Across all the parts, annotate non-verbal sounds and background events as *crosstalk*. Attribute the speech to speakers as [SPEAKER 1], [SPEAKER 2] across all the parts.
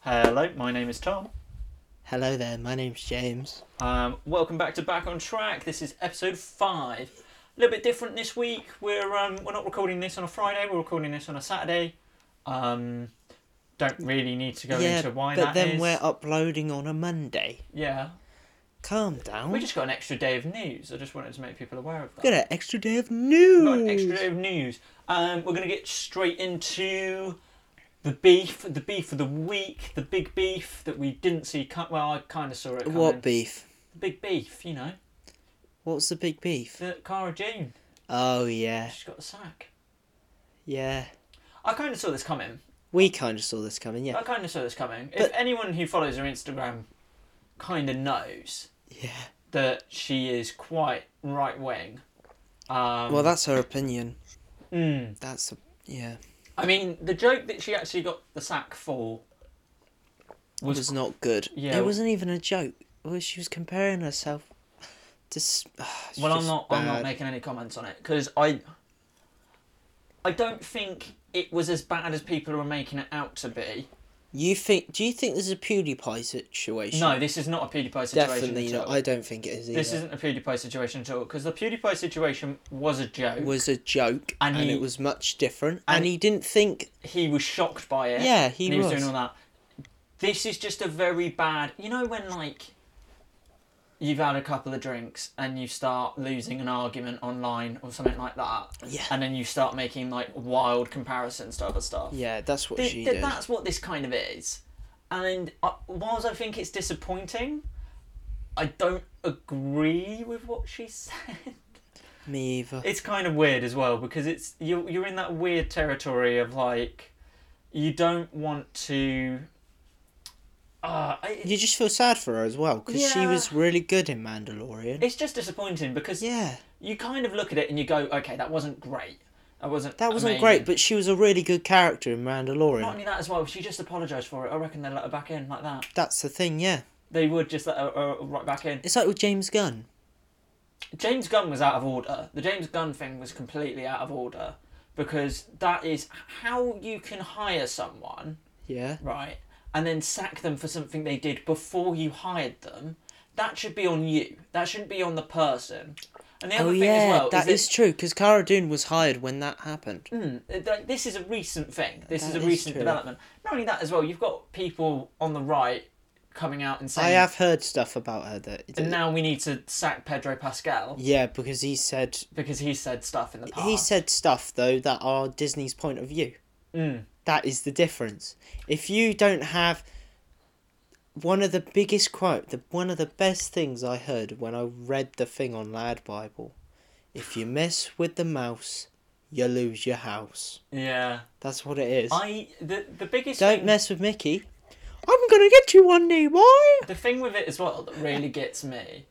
[SPEAKER 1] Hello, my name is Tom.
[SPEAKER 2] Hello there, my name's James.
[SPEAKER 1] Um, welcome back to Back on Track. This is episode five. A little bit different this week. We're um, we're not recording this on a Friday. We're recording this on a Saturday. Um, don't really need to go into why
[SPEAKER 2] but
[SPEAKER 1] that
[SPEAKER 2] then
[SPEAKER 1] is.
[SPEAKER 2] we're uploading on a Monday.
[SPEAKER 1] Yeah,
[SPEAKER 2] Calm down.
[SPEAKER 1] we
[SPEAKER 2] We
[SPEAKER 1] just got an extra day of news. I just wanted to make people aware of that.
[SPEAKER 2] got an extra day of
[SPEAKER 1] We've
[SPEAKER 2] news.
[SPEAKER 1] got an extra day of news. Um, we're gonna get straight into the beef, the beef of the week, the big beef that we didn't see. co- Well, I kind of saw it. Coming.
[SPEAKER 2] What beef?
[SPEAKER 1] The big beef, you know,
[SPEAKER 2] What's the big beef?
[SPEAKER 1] the Cara June.
[SPEAKER 2] Oh yeah,
[SPEAKER 1] She's got the sack.
[SPEAKER 2] yeah.
[SPEAKER 1] I kind of saw this coming.
[SPEAKER 2] We kind of saw this coming. Yeah,
[SPEAKER 1] I kind of saw this coming. if
[SPEAKER 2] But-
[SPEAKER 1] anyone who follows her Instagram kind of knows
[SPEAKER 2] yeah.
[SPEAKER 1] that she is quite right wing. Um,
[SPEAKER 2] Well, that's her opinion.
[SPEAKER 1] mm.
[SPEAKER 2] That's a, yeah.
[SPEAKER 1] I mean, the joke that she actually got the sack for
[SPEAKER 2] It
[SPEAKER 1] was,
[SPEAKER 2] was not good.
[SPEAKER 1] yeah.
[SPEAKER 2] It wasn't even a joke. Well, she was comparing herself to. s- ah, it's
[SPEAKER 1] well. I'm
[SPEAKER 2] just
[SPEAKER 1] not. I'm not
[SPEAKER 2] bad.
[SPEAKER 1] making any comments on it because I. I don't think it was as bad as people are making it out to be.
[SPEAKER 2] You think? Do you think this is a PewDiePie situation?
[SPEAKER 1] No, this is not a PewDiePie situation.
[SPEAKER 2] definitely
[SPEAKER 1] at
[SPEAKER 2] not.
[SPEAKER 1] all.
[SPEAKER 2] I don't think it is either.
[SPEAKER 1] This isn't a PewDiePie situation at all because the PewDiePie situation was a joke.
[SPEAKER 2] was a joke
[SPEAKER 1] And
[SPEAKER 2] and,
[SPEAKER 1] he-
[SPEAKER 2] it was much different
[SPEAKER 1] and-
[SPEAKER 2] and, he didn't think
[SPEAKER 1] He was shocked by it.
[SPEAKER 2] yeah he,
[SPEAKER 1] and he was.
[SPEAKER 2] was,
[SPEAKER 1] doing all that. This is just a very bad. You know when like you've had a couple of drinks and you start losing an argument online or something like that,
[SPEAKER 2] yeah
[SPEAKER 1] and then you start making like wild comparisons to other stuff.
[SPEAKER 2] yeah that's what
[SPEAKER 1] Th-
[SPEAKER 2] she
[SPEAKER 1] th-
[SPEAKER 2] did
[SPEAKER 1] that's what this kind of is. And uh, whilst I think it's disappointing, I don't agree with what she *laughs* said.
[SPEAKER 2] me either
[SPEAKER 1] it's kind of weird as well because it's you're you're in that weird territory of like you don't want to uh I-
[SPEAKER 2] you just feel sad for her as well because she
[SPEAKER 1] Yeah.
[SPEAKER 2] was really good in mandalorian
[SPEAKER 1] it's just disappointing because
[SPEAKER 2] yeah
[SPEAKER 1] you kind of look at it and you go okay that wasn't great that wasn't
[SPEAKER 2] that wasn't
[SPEAKER 1] amazing."
[SPEAKER 2] great but she was a really good character in
[SPEAKER 1] not
[SPEAKER 2] mandalorian
[SPEAKER 1] only that as well she just apologized for it i reckon they let her back in like that
[SPEAKER 2] that's the thing yeah
[SPEAKER 1] they would just let her, her right back in
[SPEAKER 2] it's like with james gunn
[SPEAKER 1] james gunn was out of order the james gunn thing was completely out of order because that is how you can hire someone
[SPEAKER 2] yeah
[SPEAKER 1] right, and then sack them for something they did before you hired them, that should be on you. That shouldn't be on the person. And the other
[SPEAKER 2] oh
[SPEAKER 1] thing
[SPEAKER 2] yeah
[SPEAKER 1] as well
[SPEAKER 2] that
[SPEAKER 1] is,
[SPEAKER 2] is true because cara dune was hired when that happened
[SPEAKER 1] that, mm, th- this is a recent thing. This is
[SPEAKER 2] That
[SPEAKER 1] a
[SPEAKER 2] is
[SPEAKER 1] recent
[SPEAKER 2] true.
[SPEAKER 1] development. Not only that as well, you've got people on the right coming out and saying,
[SPEAKER 2] i have heard stuff about her that
[SPEAKER 1] and now we need to sack Pedro Pascal
[SPEAKER 2] yeah because he said
[SPEAKER 1] because he said stuff in the past.
[SPEAKER 2] he said stuff though that are disney's point of view
[SPEAKER 1] Mm.
[SPEAKER 2] That is the difference. If you don't have one of the biggest quote, the one of the best things I heard when I read the thing on Lad Bible, if you mess with the mouse, you lose your house.
[SPEAKER 1] Yeah,
[SPEAKER 2] That's what it is.
[SPEAKER 1] I the the biggest
[SPEAKER 2] don't
[SPEAKER 1] thing,
[SPEAKER 2] mess with Mickey. I'm gonna get you one day, boy.
[SPEAKER 1] the thing with it as well that really gets me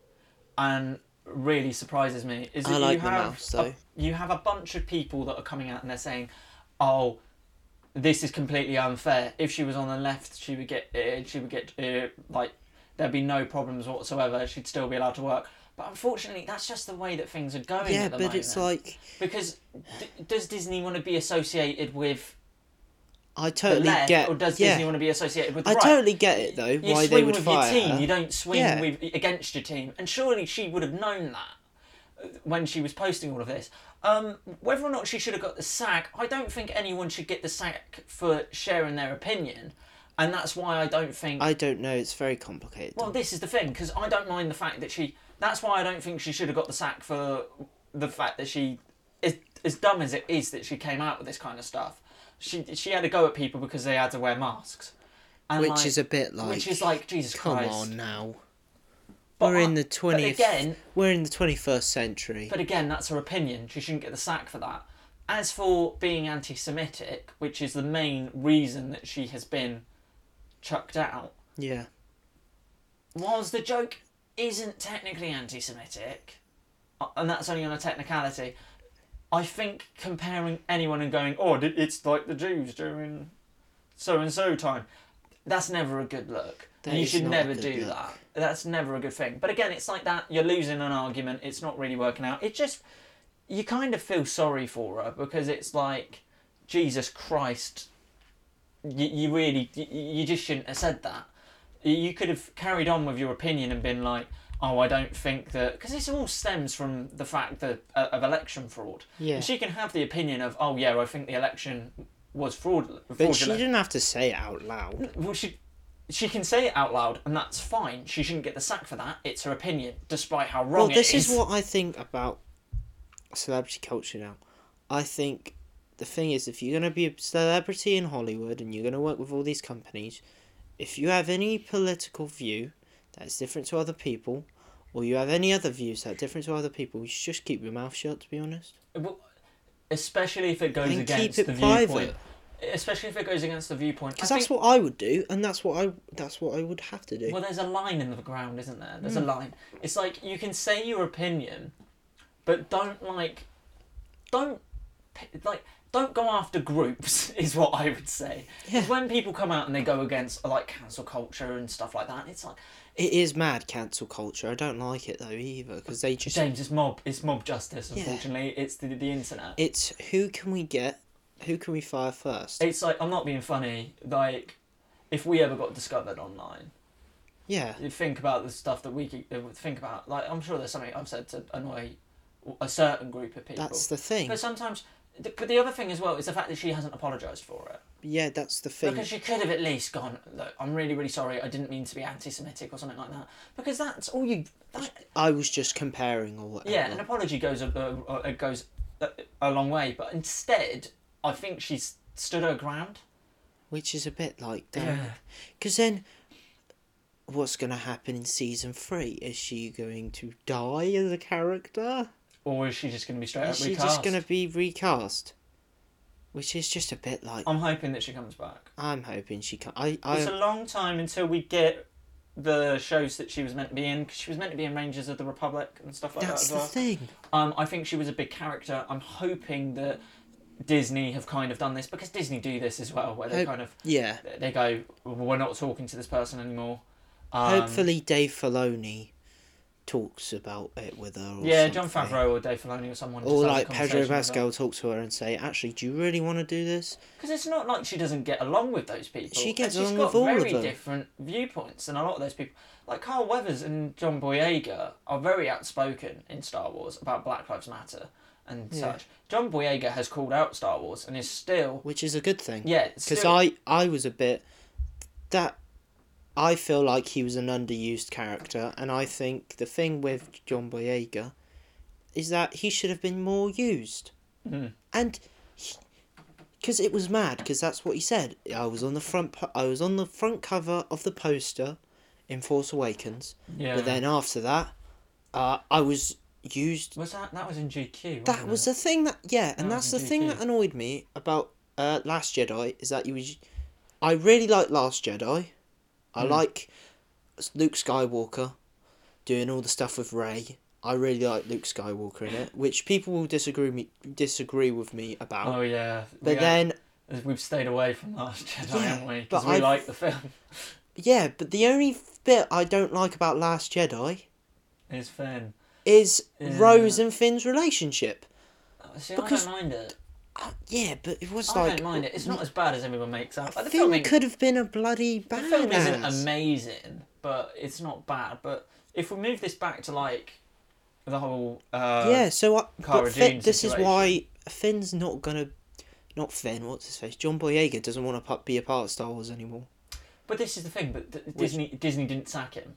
[SPEAKER 1] and really surprises me is that
[SPEAKER 2] I like
[SPEAKER 1] you
[SPEAKER 2] the
[SPEAKER 1] have
[SPEAKER 2] mouse though.
[SPEAKER 1] a, you have a bunch of people that are coming out and they're saying, "Oh, this is completely unfair. If she was on the left, she would get uh, she would get uh, like there'd be no problems whatsoever. She'd still be allowed to work." But unfortunately, that's just the way that things are going.
[SPEAKER 2] Yeah,
[SPEAKER 1] at the
[SPEAKER 2] but it's
[SPEAKER 1] moment.
[SPEAKER 2] like
[SPEAKER 1] because d- does Disney want to be associated with
[SPEAKER 2] I
[SPEAKER 1] the
[SPEAKER 2] totally
[SPEAKER 1] left,
[SPEAKER 2] get.
[SPEAKER 1] or does
[SPEAKER 2] yeah,
[SPEAKER 1] Disney want to be associated with the
[SPEAKER 2] I
[SPEAKER 1] right?
[SPEAKER 2] totally get it though.
[SPEAKER 1] you
[SPEAKER 2] why
[SPEAKER 1] swing
[SPEAKER 2] they would
[SPEAKER 1] with
[SPEAKER 2] fire
[SPEAKER 1] your team.
[SPEAKER 2] her.
[SPEAKER 1] You don't swing
[SPEAKER 2] Yeah.
[SPEAKER 1] with against your team, and surely she would have known that uh, when she was posting all of this. Um, whether or not she should have got the sack, I don't think anyone should get the sack for sharing their opinion, and that's why I don't think.
[SPEAKER 2] I don't know. It's very complicated.
[SPEAKER 1] well, this is the thing because I don't mind the fact that she. That's why I don't think she should have got the sack for the fact that she is as dumb as it is that she came out with this kind of stuff. She she had to go at people because they had to wear masks, and
[SPEAKER 2] which
[SPEAKER 1] like-
[SPEAKER 2] is a bit like.
[SPEAKER 1] which is like Jesus
[SPEAKER 2] Come
[SPEAKER 1] Christ.
[SPEAKER 2] on now.
[SPEAKER 1] But
[SPEAKER 2] we're
[SPEAKER 1] I-
[SPEAKER 2] in the twentieth.
[SPEAKER 1] again-
[SPEAKER 2] we're in the twenty-first century.
[SPEAKER 1] But again, that's her opinion. She shouldn't get the sack for that. As for being anti Semitic, which is the main reason that she has been chucked out,
[SPEAKER 2] yeah,
[SPEAKER 1] whilst the joke isn't technically anti Semitic, and that's only on a technicality, I think comparing anyone and going, oh, it- it's like the Jews during so and so time, that's never a good look.
[SPEAKER 2] That
[SPEAKER 1] And you
[SPEAKER 2] is
[SPEAKER 1] should
[SPEAKER 2] not a
[SPEAKER 1] never
[SPEAKER 2] good
[SPEAKER 1] do
[SPEAKER 2] look.
[SPEAKER 1] that. That's never a good thing. But again, it's like that you're losing an argument, it's not really working out. It just, you kind of feel sorry for her because it's like, Jesus Christ, you, you really you, you just shouldn't have said that. You- You could have carried on with your opinion and been like, "Oh, I don't think that," because this all stems from the fact that uh, of election fraud.
[SPEAKER 2] Yeah.
[SPEAKER 1] And she can have the opinion of, "Oh, yeah, I think the election was fraudulent."
[SPEAKER 2] But
[SPEAKER 1] fraudulent.
[SPEAKER 2] she didn't have to say it out loud.
[SPEAKER 1] well, she she can say it out loud, and that's fine. She shouldn't get the sack for that. It's her opinion, despite how wrong
[SPEAKER 2] Well, this
[SPEAKER 1] it is.
[SPEAKER 2] is what I think about celebrity culture now. I think the thing is, if you're going to be a celebrity in Hollywood and you're going to work with all these companies, if you have any political view that's different to other people, or you have any other views that are different to other people, you should just keep your mouth shut, to be honest.
[SPEAKER 1] Well, especially if it goes
[SPEAKER 2] And keep
[SPEAKER 1] against
[SPEAKER 2] it
[SPEAKER 1] the
[SPEAKER 2] private.
[SPEAKER 1] viewpoint. Especially if it goes against the viewpoint. I
[SPEAKER 2] Because that's
[SPEAKER 1] think-
[SPEAKER 2] what I would do, and that's what I that's what I would have to do.
[SPEAKER 1] well, there's a line in the ground, isn't there? There's a line. It's like you can say your opinion, but don't like, don't p- like, don't go after groups. *laughs* Is what I would say. 'Cause When people come out and they go against like cancel culture and stuff like that, it's like
[SPEAKER 2] It is mad cancel culture. I don't like it though either because they just
[SPEAKER 1] James, it's mob, it's mob justice. Unfortunately, it's the the internet.
[SPEAKER 2] it's who can we get, who can we fire first?
[SPEAKER 1] It's like I'm not being funny. Like, if we ever got discovered online.
[SPEAKER 2] Yeah,
[SPEAKER 1] you think about the stuff that we could uh, think about. Like I'm sure there's something I've said to annoy a certain group of people.
[SPEAKER 2] that's the thing.
[SPEAKER 1] But sometimes, th- but the other thing as well is the fact that she hasn't apologised for it
[SPEAKER 2] Yeah, that's the thing.
[SPEAKER 1] because she could have at least gone. Look, I'm really really sorry. I didn't mean to be anti-Semitic or something like that. Because that's all you. That,
[SPEAKER 2] I was just comparing or whatever.
[SPEAKER 1] yeah, an apology goes a, a, a goes a, a long way. But instead, I think she's stood her ground.
[SPEAKER 2] Which is a bit like that. Because then, what's going to happen in season three? Is she going to die as a character?
[SPEAKER 1] Or is she just going to be straight
[SPEAKER 2] Is
[SPEAKER 1] up
[SPEAKER 2] she
[SPEAKER 1] recast?
[SPEAKER 2] just going to be recast? Which is just a bit like.
[SPEAKER 1] I'm hoping that she comes back.
[SPEAKER 2] I'm hoping she can. I,
[SPEAKER 1] Oh. It's a
[SPEAKER 2] I,
[SPEAKER 1] long time until we get the shows that she was meant to be in. 'cause she was meant to be in Rangers of the Republic and stuff like
[SPEAKER 2] that's
[SPEAKER 1] that
[SPEAKER 2] the
[SPEAKER 1] as well.
[SPEAKER 2] thing.
[SPEAKER 1] Um, I think she was a big character. I'm hoping that Disney have kind of done this because Disney do this as well, where they
[SPEAKER 2] Hope-
[SPEAKER 1] kind of
[SPEAKER 2] Yeah.
[SPEAKER 1] they go, "We're not talking to this person anymore." Um,
[SPEAKER 2] Hopefully, Dave Filoni talks about it with her. Or
[SPEAKER 1] yeah, John
[SPEAKER 2] something.
[SPEAKER 1] Favreau or Dave Filoni or someone.
[SPEAKER 2] Or like Pedro Pascal talks to her and say, "Actually, do you really want to do this?"
[SPEAKER 1] Because it's not like she doesn't get along with those people.
[SPEAKER 2] She gets
[SPEAKER 1] and she's
[SPEAKER 2] along
[SPEAKER 1] got
[SPEAKER 2] with all of
[SPEAKER 1] very
[SPEAKER 2] them.
[SPEAKER 1] different viewpoints than a lot of those people. Like Carl Weathers and John Boyega are very outspoken in Star Wars about Black Lives Matter and
[SPEAKER 2] Yeah.
[SPEAKER 1] such. John Boyega has called out Star Wars and is still
[SPEAKER 2] Which is a good thing.
[SPEAKER 1] yeah
[SPEAKER 2] because
[SPEAKER 1] still-
[SPEAKER 2] I I was a bit that I feel like he was an underused character, and I think the thing with John Boyega is that he should have been more used,
[SPEAKER 1] Mhm.
[SPEAKER 2] and because it was mad, because that's what he said. I was on the front, po- I was on the front cover of the poster in Force Awakens,
[SPEAKER 1] yeah
[SPEAKER 2] but then after that, uh, I was used
[SPEAKER 1] was that that was in GQ
[SPEAKER 2] that was the thing that yeah, and
[SPEAKER 1] No,
[SPEAKER 2] that's
[SPEAKER 1] I
[SPEAKER 2] the
[SPEAKER 1] do
[SPEAKER 2] thing
[SPEAKER 1] too.
[SPEAKER 2] that annoyed me about uh, Last Jedi is that you was, I really like Last Jedi, I
[SPEAKER 1] Hmm.
[SPEAKER 2] like Luke Skywalker, doing all the stuff with Ray. I really like Luke Skywalker in it, which people will disagree me disagree with me about.
[SPEAKER 1] oh yeah
[SPEAKER 2] but then
[SPEAKER 1] we've stayed away from Last Jedi
[SPEAKER 2] Yeah,
[SPEAKER 1] haven't we
[SPEAKER 2] but
[SPEAKER 1] because we
[SPEAKER 2] I've-
[SPEAKER 1] like the film *laughs*
[SPEAKER 2] yeah, but the only bit I don't like about Last Jedi
[SPEAKER 1] it's Finn
[SPEAKER 2] is
[SPEAKER 1] Yeah.
[SPEAKER 2] Rose and Finn's relationship.
[SPEAKER 1] Uh, see
[SPEAKER 2] Because-
[SPEAKER 1] I don't mind it
[SPEAKER 2] Uh, yeah, but it was
[SPEAKER 1] I
[SPEAKER 2] like
[SPEAKER 1] don't mind it it's not as bad as everyone makes out Like, the
[SPEAKER 2] Finn
[SPEAKER 1] film ain't
[SPEAKER 2] could have been a bloody
[SPEAKER 1] The film isn't
[SPEAKER 2] badass.
[SPEAKER 1] amazing, but it's not bad. But if we move this back to like the whole uh,
[SPEAKER 2] yeah, so I,
[SPEAKER 1] Cara
[SPEAKER 2] but Finn,
[SPEAKER 1] Dune
[SPEAKER 2] this is why Finn's not gonna, not Finn. What's his face? John Boyega doesn't want to be a part of Star Wars anymore.
[SPEAKER 1] But this is the thing. But th- Disney Disney didn't sack him,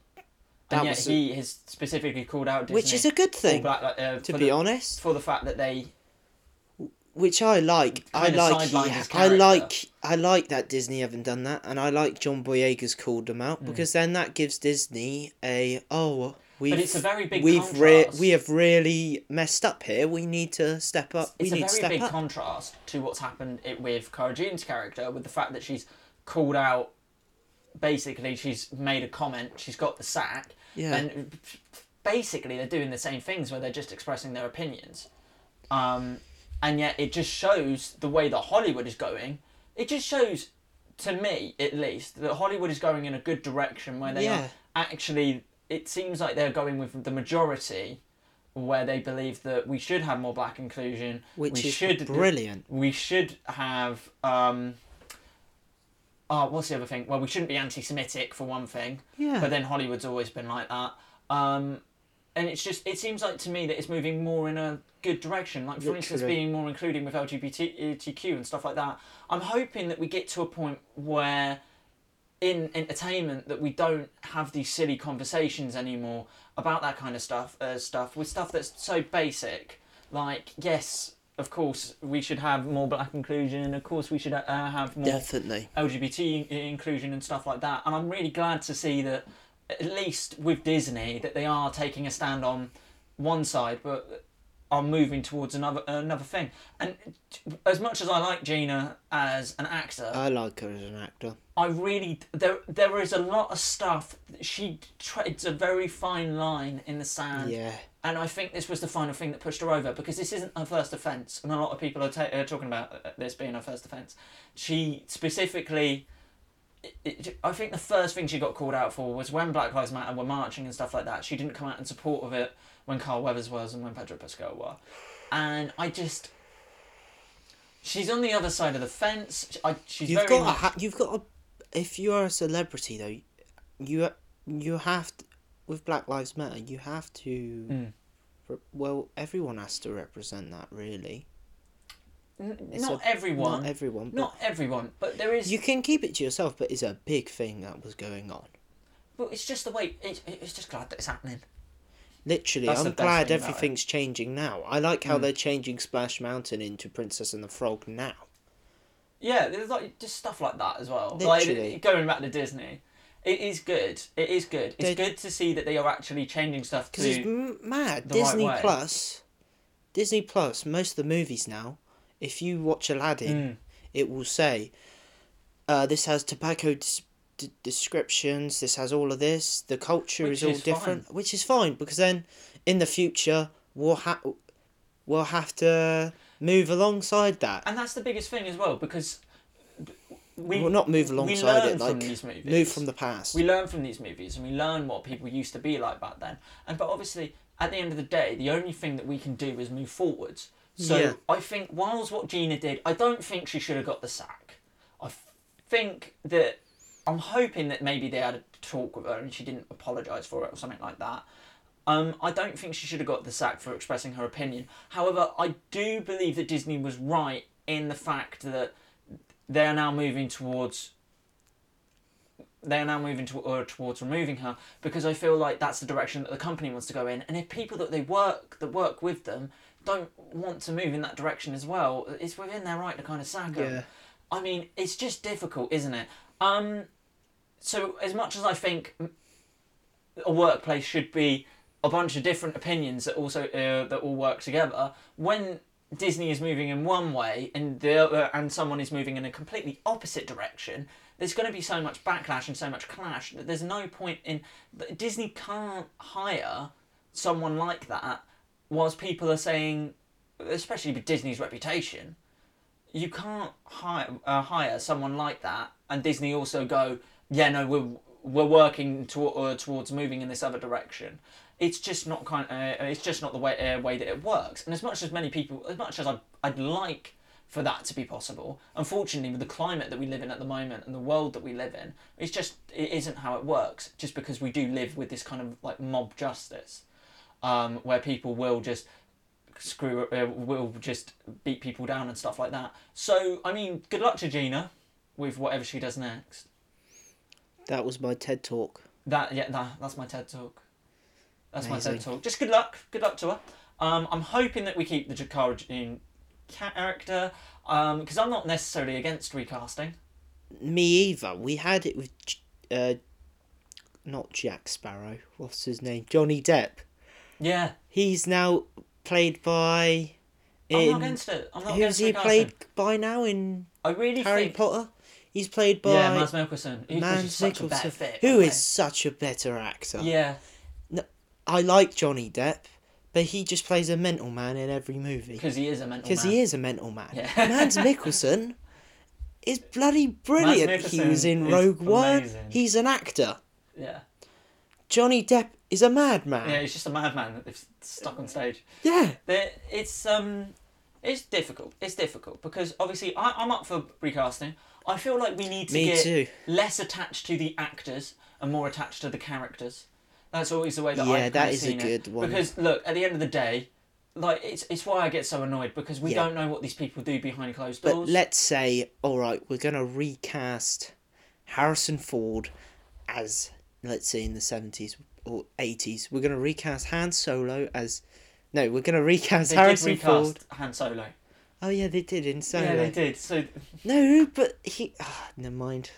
[SPEAKER 2] That
[SPEAKER 1] and yet
[SPEAKER 2] was a-
[SPEAKER 1] he has specifically called out Disney.
[SPEAKER 2] which is a good
[SPEAKER 1] for
[SPEAKER 2] thing,
[SPEAKER 1] Black, Li- uh,
[SPEAKER 2] to
[SPEAKER 1] for
[SPEAKER 2] be
[SPEAKER 1] the,
[SPEAKER 2] honest.
[SPEAKER 1] for the fact that they
[SPEAKER 2] Which I like. I
[SPEAKER 1] Kinda
[SPEAKER 2] like.
[SPEAKER 1] sidelined
[SPEAKER 2] he-
[SPEAKER 1] his
[SPEAKER 2] I
[SPEAKER 1] character.
[SPEAKER 2] like. I like that Disney haven't done that, and I like John Boyega's called them out because then that gives Disney a oh we.
[SPEAKER 1] Mm. But it's a very big
[SPEAKER 2] We've re-
[SPEAKER 1] contrast.
[SPEAKER 2] we have really messed up here. We need to step up.
[SPEAKER 1] it's
[SPEAKER 2] we
[SPEAKER 1] a
[SPEAKER 2] need to
[SPEAKER 1] very
[SPEAKER 2] step
[SPEAKER 1] big
[SPEAKER 2] up.
[SPEAKER 1] contrast to what's happened it, with Cara Dune's character, with the fact that she's called out. Basically, she's made a comment. She's got the sack,
[SPEAKER 2] Yeah.
[SPEAKER 1] and basically they're doing the same things where they're just expressing their opinions. Um, and yet it just shows the way that Hollywood is going. It just shows, to me at least, that Hollywood is going in a good direction where they
[SPEAKER 2] Yeah.
[SPEAKER 1] are actually. It seems like they're going with the majority, where they believe that we should have more black inclusion.
[SPEAKER 2] Which
[SPEAKER 1] we
[SPEAKER 2] is
[SPEAKER 1] should
[SPEAKER 2] brilliant.
[SPEAKER 1] We should have. Um, oh, what's the other thing? Well, we shouldn't be anti-Semitic for one thing,
[SPEAKER 2] Yeah.
[SPEAKER 1] but then Hollywood's always been like that. Um, and it's just it seems like to me that it's moving more in a good direction. Like for instance,
[SPEAKER 2] Literally.
[SPEAKER 1] being more including with LGBTQ and stuff like that. I'm hoping that we get to a point where in entertainment that we don't have these silly conversations anymore about that kind of stuff uh, stuff with stuff that's so basic like yes of course we should have more black inclusion and of course we should uh, have more
[SPEAKER 2] Definitely.
[SPEAKER 1] LGBT in- inclusion and stuff like that. And I'm really glad to see that, at least with Disney, that they are taking a stand on one side, but are moving towards another another thing. And as much as I like Gina as an actor,
[SPEAKER 2] I like her as an actor.
[SPEAKER 1] I really there there is a lot of stuff. She treads a very fine line in the sand.
[SPEAKER 2] yeah.
[SPEAKER 1] And I think this was the final thing that pushed her over because this isn't her first offence, and a lot of people are, ta- are talking about uh, this being her first offence. She specifically, it, it, I think the first thing she got called out for was when Black Lives Matter were marching and stuff like that. She didn't come out in support of it when Carl Weathers was and when Pedro Pascal were, and I just. She's on the other side of the fence. I, she's
[SPEAKER 2] You've
[SPEAKER 1] very
[SPEAKER 2] got.
[SPEAKER 1] much-
[SPEAKER 2] to ha- you've got. To, if you are a celebrity though, you you have to, with Black Lives Matter. You have to.
[SPEAKER 1] Mm.
[SPEAKER 2] re- well, everyone has to represent that. Really.
[SPEAKER 1] N-
[SPEAKER 2] It's
[SPEAKER 1] not
[SPEAKER 2] a-
[SPEAKER 1] everyone.
[SPEAKER 2] Not everyone. But
[SPEAKER 1] not everyone, but there is.
[SPEAKER 2] You can keep it to yourself, but it's a big thing that was going on.
[SPEAKER 1] but it's just the way. It, it's just glad that it's happening.
[SPEAKER 2] Literally,
[SPEAKER 1] That's the
[SPEAKER 2] I'm
[SPEAKER 1] best
[SPEAKER 2] glad
[SPEAKER 1] thing about it. Hmm.
[SPEAKER 2] everything's changing now. I like how they're changing Splash Mountain into Princess and the Frog now.
[SPEAKER 1] Yeah, there's like just stuff like that as well.
[SPEAKER 2] Literally.
[SPEAKER 1] Like going back to Disney, it is good. It is good. It's
[SPEAKER 2] They-
[SPEAKER 1] good to see that they are actually changing stuff
[SPEAKER 2] Because it's
[SPEAKER 1] to.
[SPEAKER 2] m- mad.
[SPEAKER 1] the right
[SPEAKER 2] Disney
[SPEAKER 1] way.
[SPEAKER 2] Plus, Disney Plus, most of the movies now, if you watch
[SPEAKER 1] Mm.
[SPEAKER 2] Aladdin, it will say, uh, this has tobacco dis- d- descriptions, this has all of this, the culture
[SPEAKER 1] Which
[SPEAKER 2] is all
[SPEAKER 1] is
[SPEAKER 2] different, which is fine, because then in the future, we'll, ha- we'll have to move alongside that.
[SPEAKER 1] And that's the biggest thing as well because we
[SPEAKER 2] well, not move
[SPEAKER 1] we
[SPEAKER 2] alongside
[SPEAKER 1] learn
[SPEAKER 2] it,
[SPEAKER 1] from
[SPEAKER 2] like
[SPEAKER 1] these movies.
[SPEAKER 2] move from the past.
[SPEAKER 1] we learn from these movies and we learn what people used to be like back then. And but obviously, at the end of the day, the only thing that we can do is move forwards. So
[SPEAKER 2] Yeah.
[SPEAKER 1] I think, whilst what Gina did, I don't think she should have got the sack. I f- think that I'm hoping that maybe they had a talk with her and she didn't apologise for it or something like that. Um, I don't think she should have got the sack for expressing her opinion. However, I do believe that Disney was right in the fact that they are now moving towards they are now moving to, or towards removing her because I feel like that's the direction that the company wants to go in. And if people that they work that work with them don't want to move in that direction as well, it's within their right to kind of sack them.
[SPEAKER 2] Yeah.
[SPEAKER 1] I mean, it's just difficult, isn't it? Um, so as much as I think a workplace should be a bunch of different opinions that also uh, that all work together, when Disney is moving in one way and the other, and someone is moving in a completely opposite direction, there's going to be so much backlash and so much clash that there's no point in that Disney can't hire someone like that whilst people are saying, especially with Disney's reputation, you can't hire uh, hire someone like that and Disney also go, yeah, no, we're we're working to, uh, towards moving in this other direction. It's just not kind. Uh, it's just not the way uh, way that it works. And as much as many people, as much as I'd, I'd like for that to be possible, unfortunately, with the climate that we live in at the moment and the world that we live in, it's just it isn't how it works. Just because we do live with this kind of like mob justice, um, where people will just screw uh, will just beat people down and stuff like that. So I mean, good luck to Gina with whatever she does next.
[SPEAKER 2] That was my TED talk.
[SPEAKER 1] That yeah, that, that's my TED talk. That's my TED
[SPEAKER 2] Amazing.
[SPEAKER 1] talk. Just good luck. Good luck to her. Um, I'm hoping that we keep the Jakara Jean character because I'm not necessarily against recasting.
[SPEAKER 2] Me either. We had it with, J- uh, not Jack Sparrow. What's his name? Johnny Depp.
[SPEAKER 1] Yeah,
[SPEAKER 2] He's now played by.
[SPEAKER 1] I'm
[SPEAKER 2] In,
[SPEAKER 1] not against it. I'm not
[SPEAKER 2] who's
[SPEAKER 1] against
[SPEAKER 2] he
[SPEAKER 1] recasting.
[SPEAKER 2] played by now in
[SPEAKER 1] I really
[SPEAKER 2] Harry
[SPEAKER 1] think.
[SPEAKER 2] Potter? He's played by
[SPEAKER 1] yeah, Mads Mikkelsen. He was
[SPEAKER 2] Mads
[SPEAKER 1] just such a better
[SPEAKER 2] Mikkelsen,
[SPEAKER 1] fit.
[SPEAKER 2] who
[SPEAKER 1] wasn't
[SPEAKER 2] is such a better actor.
[SPEAKER 1] he? Yeah,
[SPEAKER 2] I like Johnny Depp, but he just plays a mental man in every movie.
[SPEAKER 1] because he is a mental.
[SPEAKER 2] Because
[SPEAKER 1] Because
[SPEAKER 2] he is a mental man.
[SPEAKER 1] Yeah.
[SPEAKER 2] *laughs* Mads Mikkelsen is bloody brilliant. he was
[SPEAKER 1] Mikkelsen
[SPEAKER 2] in
[SPEAKER 1] is
[SPEAKER 2] Rogue One.
[SPEAKER 1] amazing.
[SPEAKER 2] He's an actor.
[SPEAKER 1] Yeah,
[SPEAKER 2] Johnny Depp is a madman.
[SPEAKER 1] yeah, he's just a madman that they've stuck on stage.
[SPEAKER 2] Yeah.
[SPEAKER 1] There, it's um, it's difficult. It's difficult because obviously I, I'm up for recasting. I feel like we need to
[SPEAKER 2] Me
[SPEAKER 1] get
[SPEAKER 2] too.
[SPEAKER 1] less attached to the actors and more attached to the characters. That's always the way that
[SPEAKER 2] Yeah,
[SPEAKER 1] I've
[SPEAKER 2] that
[SPEAKER 1] kinda
[SPEAKER 2] is a
[SPEAKER 1] seen it.
[SPEAKER 2] good one.
[SPEAKER 1] Because look, at the end of the day, like it's it's why I get so annoyed because we
[SPEAKER 2] Yeah.
[SPEAKER 1] don't know what these people do behind closed
[SPEAKER 2] But
[SPEAKER 1] doors.
[SPEAKER 2] let's say, all right, we're going to recast Harrison Ford as, let's say, in the 70s or 80s. We're going to recast Han Solo as. No, we're going to recast
[SPEAKER 1] they did
[SPEAKER 2] Harrison
[SPEAKER 1] recast
[SPEAKER 2] Ford.
[SPEAKER 1] Han Solo.
[SPEAKER 2] Oh, yeah, they did in Solo.
[SPEAKER 1] Yeah, they did. So
[SPEAKER 2] No, but he. ah, never mind.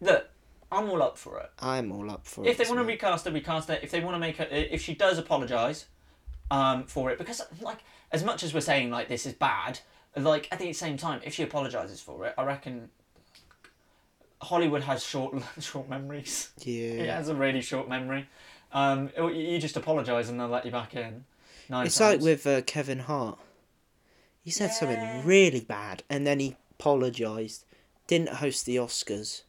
[SPEAKER 1] look, I'm all up for it.
[SPEAKER 2] I'm all up for
[SPEAKER 1] If
[SPEAKER 2] it.
[SPEAKER 1] they want to
[SPEAKER 2] so-
[SPEAKER 1] recast her, recast her. If they want to make her, if she does apologise um, for it, because like as much as we're saying like this is bad, like at the same time, if she apologises for it, I reckon Hollywood has short *laughs* short memories.
[SPEAKER 2] Yeah.
[SPEAKER 1] It has a really short memory. Um, you- you just apologise and they'll let you back in. Nine
[SPEAKER 2] It's
[SPEAKER 1] times.
[SPEAKER 2] like with uh, Kevin Hart. He said
[SPEAKER 1] Yeah.
[SPEAKER 2] something really bad and then he apologised, didn't host the Oscars,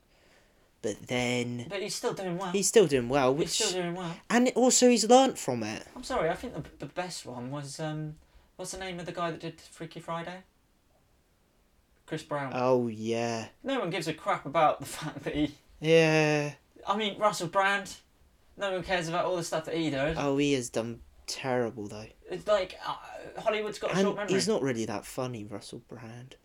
[SPEAKER 2] but then
[SPEAKER 1] but he's still doing well. He's,
[SPEAKER 2] he's still doing well, which
[SPEAKER 1] still doing well.
[SPEAKER 2] and also he's learnt from it.
[SPEAKER 1] I'm sorry. I think the the best one was um, what's the name of the guy that did Freaky Friday? Chris Brown.
[SPEAKER 2] Oh yeah,
[SPEAKER 1] No one gives a crap about the *laughs* fact that he.
[SPEAKER 2] yeah.
[SPEAKER 1] I mean, Russell Brand. No one cares about all the stuff that he does.
[SPEAKER 2] Oh, he has done terrible though,
[SPEAKER 1] It's like uh, Hollywood's got a short
[SPEAKER 2] and
[SPEAKER 1] memory.
[SPEAKER 2] he's not really that funny, Russell Brand.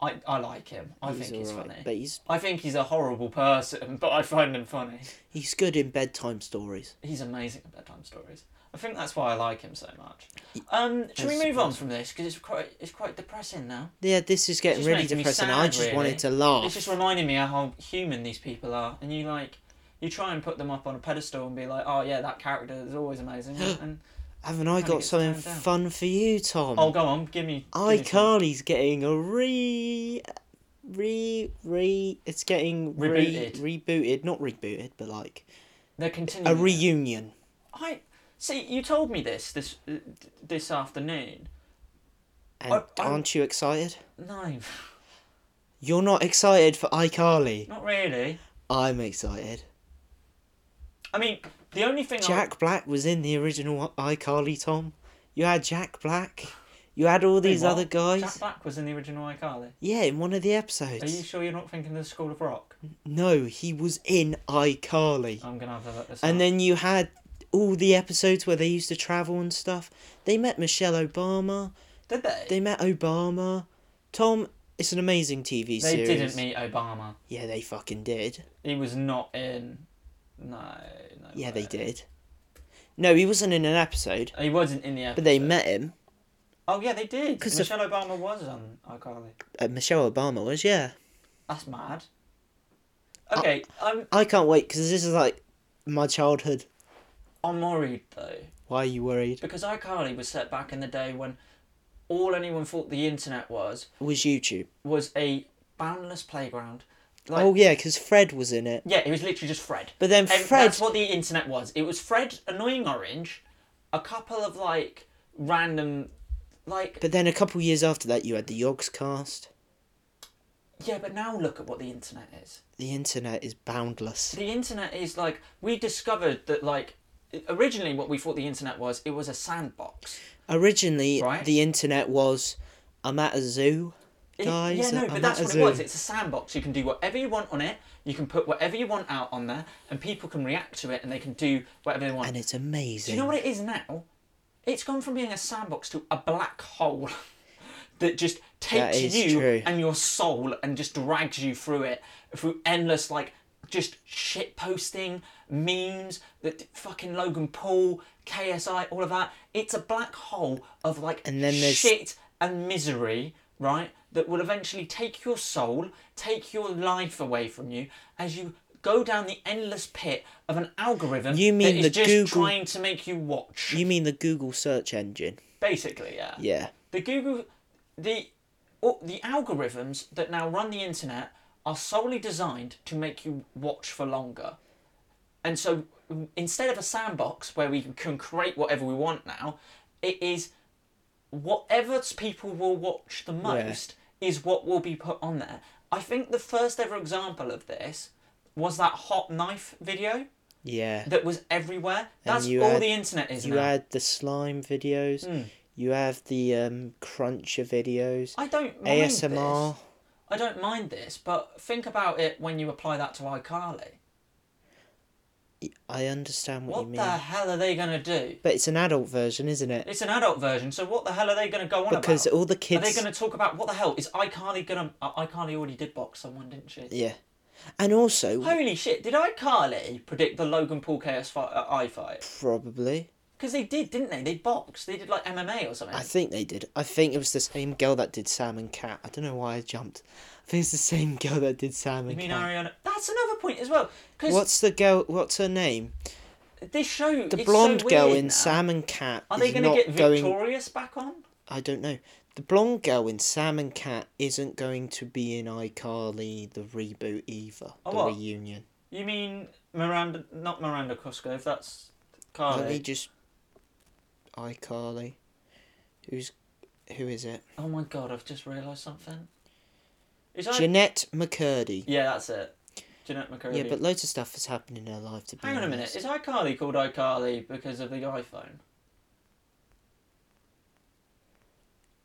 [SPEAKER 1] I, I like him. I
[SPEAKER 2] He's
[SPEAKER 1] think he's
[SPEAKER 2] alright,
[SPEAKER 1] funny.
[SPEAKER 2] but he's
[SPEAKER 1] I think he's a horrible person, *laughs* but I find him funny.
[SPEAKER 2] he's good in bedtime stories.
[SPEAKER 1] He's amazing at bedtime stories. I think that's why I like him so much. Um, should we
[SPEAKER 2] That's
[SPEAKER 1] move on from this because it's quite it's quite depressing now.
[SPEAKER 2] Yeah, this is getting
[SPEAKER 1] just
[SPEAKER 2] really
[SPEAKER 1] making me
[SPEAKER 2] depressing.
[SPEAKER 1] sad,
[SPEAKER 2] I just
[SPEAKER 1] really.
[SPEAKER 2] wanted to laugh.
[SPEAKER 1] It's just reminding me how human these people are, and you like you try and put them up on a pedestal and be like, oh yeah, that character is always
[SPEAKER 2] *gasps*
[SPEAKER 1] amazing, and
[SPEAKER 2] Haven't I
[SPEAKER 1] kinda
[SPEAKER 2] got
[SPEAKER 1] gets
[SPEAKER 2] something
[SPEAKER 1] turned down.
[SPEAKER 2] fun for you, Tom?
[SPEAKER 1] oh go on, give me. give me some.
[SPEAKER 2] iCarly's getting a re, re, re. It's getting re,
[SPEAKER 1] Rebooted.
[SPEAKER 2] rebooted, not rebooted, but like
[SPEAKER 1] They're
[SPEAKER 2] a
[SPEAKER 1] continuing. it.
[SPEAKER 2] reunion.
[SPEAKER 1] I see. You told me this this uh, this afternoon.
[SPEAKER 2] And
[SPEAKER 1] I- I-
[SPEAKER 2] aren't you excited?
[SPEAKER 1] No,
[SPEAKER 2] You're not excited for iCarly.
[SPEAKER 1] not really.
[SPEAKER 2] I'm excited.
[SPEAKER 1] I mean, the only thing
[SPEAKER 2] Jack Black was in the original iCarly, Tom. You had Jack Black. You had all
[SPEAKER 1] I, Wait,
[SPEAKER 2] these
[SPEAKER 1] what?
[SPEAKER 2] other
[SPEAKER 1] Jack
[SPEAKER 2] guys.
[SPEAKER 1] Black was in the original iCarly.
[SPEAKER 2] Yeah, in one of the
[SPEAKER 1] Are you
[SPEAKER 2] episodes.
[SPEAKER 1] sure you're not thinking the School of Rock?
[SPEAKER 2] Mm. No, he was in iCarly.
[SPEAKER 1] I'm gonna have to look this
[SPEAKER 2] And
[SPEAKER 1] up.
[SPEAKER 2] then you had all the episodes where they used to travel and stuff. They met Michelle Obama.
[SPEAKER 1] did they?
[SPEAKER 2] They met Obama. Tom, it's an amazing TV
[SPEAKER 1] They
[SPEAKER 2] series.
[SPEAKER 1] didn't meet Obama.
[SPEAKER 2] Yeah, they fucking did.
[SPEAKER 1] He was not in. No, no.
[SPEAKER 2] Yeah,
[SPEAKER 1] way.
[SPEAKER 2] they did. No, he wasn't in an episode,
[SPEAKER 1] He wasn't in the episode.
[SPEAKER 2] but they met him.
[SPEAKER 1] Oh yeah, they did.
[SPEAKER 2] 'Cause
[SPEAKER 1] Michelle Obama was on iCarly.
[SPEAKER 2] Uh, Michelle Obama was, yeah.
[SPEAKER 1] That's mad. Okay, I'm
[SPEAKER 2] I can't wait because this is like my childhood.
[SPEAKER 1] I'm worried though.
[SPEAKER 2] Why are you worried?
[SPEAKER 1] Because iCarly was set back in the day when all anyone thought the internet was
[SPEAKER 2] Was YouTube?
[SPEAKER 1] was a boundless playground. Like,
[SPEAKER 2] oh yeah, because Fred was in it.
[SPEAKER 1] yeah, it was literally just Fred.
[SPEAKER 2] But then
[SPEAKER 1] And
[SPEAKER 2] Fred,
[SPEAKER 1] That's what the internet was. It was Fred, annoying orange, a couple of like random, like
[SPEAKER 2] but then a couple years after that, you had the Yogs cast.
[SPEAKER 1] yeah. But now look at what the internet is.
[SPEAKER 2] The internet is boundless.
[SPEAKER 1] The internet is like we discovered that like originally what we thought the internet was it was a sandbox.
[SPEAKER 2] Originally,
[SPEAKER 1] Right.
[SPEAKER 2] the internet was I'm at a zoo,
[SPEAKER 1] It-
[SPEAKER 2] guys.
[SPEAKER 1] yeah, no,
[SPEAKER 2] I'm
[SPEAKER 1] but that's
[SPEAKER 2] at a
[SPEAKER 1] what it
[SPEAKER 2] zoo.
[SPEAKER 1] was. It's a sandbox. You can do whatever you want on it. You can put whatever you want out on there, and people can react to it, and they can do whatever they want.
[SPEAKER 2] and it's
[SPEAKER 1] do
[SPEAKER 2] amazing.
[SPEAKER 1] you know what it is now? It's gone from being a sandbox to a black hole *laughs* that just takes
[SPEAKER 2] is
[SPEAKER 1] you
[SPEAKER 2] true.
[SPEAKER 1] and your soul and just drags you through it through endless like just shit posting memes that fucking Logan Paul, KSI, all of that. It's a black hole of like
[SPEAKER 2] And then there's-
[SPEAKER 1] shit and misery, right? That will eventually take your soul, take your life away from you as you go down the endless pit of an algorithm
[SPEAKER 2] You mean
[SPEAKER 1] that
[SPEAKER 2] the
[SPEAKER 1] is just
[SPEAKER 2] Google-
[SPEAKER 1] trying to make you watch.
[SPEAKER 2] You mean the Google search engine?
[SPEAKER 1] Basically, yeah.
[SPEAKER 2] Yeah.
[SPEAKER 1] The Google, the or the algorithms that now run the internet are solely designed to make you watch for longer, and so mm, instead of a sandbox where we can create whatever we want now, it is whatever people will watch the most is what will be put on there. I think the first ever example of this was that hot knife video
[SPEAKER 2] Yeah.
[SPEAKER 1] that was everywhere. That's
[SPEAKER 2] you
[SPEAKER 1] all
[SPEAKER 2] had-
[SPEAKER 1] the internet is
[SPEAKER 2] You
[SPEAKER 1] now.
[SPEAKER 2] had the slime videos. You have the um, cruncher videos.
[SPEAKER 1] Hmm. I don't mind
[SPEAKER 2] ASMR.
[SPEAKER 1] This. I don't mind this, but think about it when you apply that to iCarly.
[SPEAKER 2] I understand what,
[SPEAKER 1] What
[SPEAKER 2] you
[SPEAKER 1] the
[SPEAKER 2] mean.
[SPEAKER 1] hell are they going to do?
[SPEAKER 2] But it's an adult version, isn't it?
[SPEAKER 1] It's an adult version, so what the hell are they going to go on
[SPEAKER 2] Because
[SPEAKER 1] about?
[SPEAKER 2] all the
[SPEAKER 1] Are they
[SPEAKER 2] kids.
[SPEAKER 1] going to talk about what the hell is iCarly going to? iCarly already did box someone, didn't she?
[SPEAKER 2] Yeah. And also,
[SPEAKER 1] Holy shit! Did iCarly predict the Logan Paul KS fight, uh, I fight?
[SPEAKER 2] probably.
[SPEAKER 1] Because they did, didn't they? They boxed. They did like MMA or something.
[SPEAKER 2] I think they did. I think it was the same girl that did Sam and Cat. I don't know why I jumped. I think it's the same girl that did Sam
[SPEAKER 1] I
[SPEAKER 2] and
[SPEAKER 1] mean,
[SPEAKER 2] Cat.
[SPEAKER 1] Ariana. That's another point as well. Because
[SPEAKER 2] What's the girl? What's her name?
[SPEAKER 1] this show,
[SPEAKER 2] The
[SPEAKER 1] it's so
[SPEAKER 2] blonde girl
[SPEAKER 1] weird
[SPEAKER 2] in
[SPEAKER 1] now.
[SPEAKER 2] Sam and Cat.
[SPEAKER 1] Are they
[SPEAKER 2] going
[SPEAKER 1] gonna
[SPEAKER 2] to
[SPEAKER 1] get
[SPEAKER 2] going?
[SPEAKER 1] victorious back on?
[SPEAKER 2] I don't know. The blonde girl in Sam and Cat isn't going to be in iCarly the reboot either.
[SPEAKER 1] Oh,
[SPEAKER 2] the
[SPEAKER 1] what?
[SPEAKER 2] reunion.
[SPEAKER 1] You mean Miranda? Not Miranda Cosgrove. That's
[SPEAKER 2] Let me
[SPEAKER 1] Carly.
[SPEAKER 2] just iCarly. Who's who is it?
[SPEAKER 1] Oh my god! I've just realised something. Is I?
[SPEAKER 2] Jeanette McCurdy.
[SPEAKER 1] yeah, that's it. Jeanette McCurdy.
[SPEAKER 2] Yeah, but loads of stuff has happened in her life. To be
[SPEAKER 1] Hang on a minute.
[SPEAKER 2] honest.
[SPEAKER 1] Is iCarly called iCarly because of the iPhone?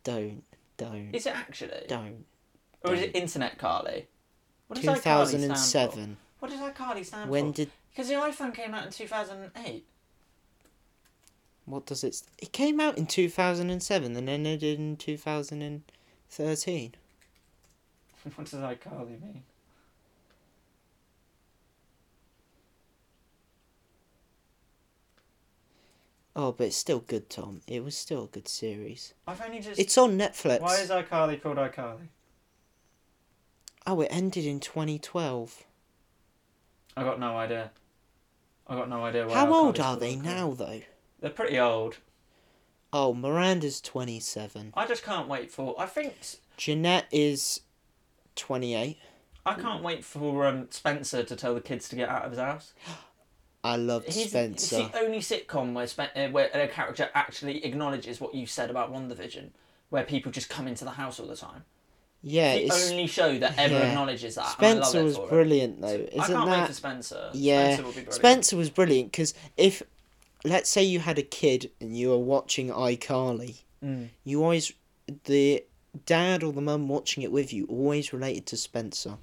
[SPEAKER 2] Don't, don't,
[SPEAKER 1] Is it actually?
[SPEAKER 2] Mm. don't.
[SPEAKER 1] Or is it Internet Carly? What
[SPEAKER 2] Two
[SPEAKER 1] does iCarly stand
[SPEAKER 2] thousand and
[SPEAKER 1] for?
[SPEAKER 2] seven.
[SPEAKER 1] What does iCarly stand
[SPEAKER 2] When
[SPEAKER 1] for?
[SPEAKER 2] did
[SPEAKER 1] Because the iPhone came out in 2008.
[SPEAKER 2] what does it? It came out in two thousand and seven, and then ended in two thousand and thirteen.
[SPEAKER 1] *laughs* what does iCarly mean?
[SPEAKER 2] Oh, but it's still good, Tom. It was still a good series.
[SPEAKER 1] I've only just.
[SPEAKER 2] It's on Netflix.
[SPEAKER 1] Why is iCarly called iCarly?
[SPEAKER 2] Oh, it ended in twenty twelve.
[SPEAKER 1] I got no idea. I got no idea. Why
[SPEAKER 2] How
[SPEAKER 1] iCarly's
[SPEAKER 2] old are
[SPEAKER 1] called
[SPEAKER 2] they
[SPEAKER 1] iCarly.
[SPEAKER 2] now, though?
[SPEAKER 1] They're pretty old.
[SPEAKER 2] Oh, Miranda's twenty seven.
[SPEAKER 1] I just can't wait for. I think s-
[SPEAKER 2] Jeanette is twenty eight.
[SPEAKER 1] I
[SPEAKER 2] Hmm.
[SPEAKER 1] can't wait for um, Spencer to tell the kids to get out of his house.
[SPEAKER 2] I loved
[SPEAKER 1] He's,
[SPEAKER 2] Spencer.
[SPEAKER 1] It's the only sitcom where Spen- uh, where a character actually acknowledges what you said about WandaVision, where people just come into the house all the time.
[SPEAKER 2] yeah,
[SPEAKER 1] the
[SPEAKER 2] it's
[SPEAKER 1] only show that ever
[SPEAKER 2] yeah.
[SPEAKER 1] acknowledges that. and I love
[SPEAKER 2] Spencer
[SPEAKER 1] it
[SPEAKER 2] was
[SPEAKER 1] for it.
[SPEAKER 2] brilliant though,
[SPEAKER 1] I
[SPEAKER 2] isn't
[SPEAKER 1] can't wait for
[SPEAKER 2] that?
[SPEAKER 1] Spencer.
[SPEAKER 2] Yeah,
[SPEAKER 1] Spencer will be brilliant.
[SPEAKER 2] Spencer was brilliant because if, let's say you had a kid and you were watching iCarly,
[SPEAKER 1] Mm.
[SPEAKER 2] you always the dad or the mum watching it with you always related to Spencer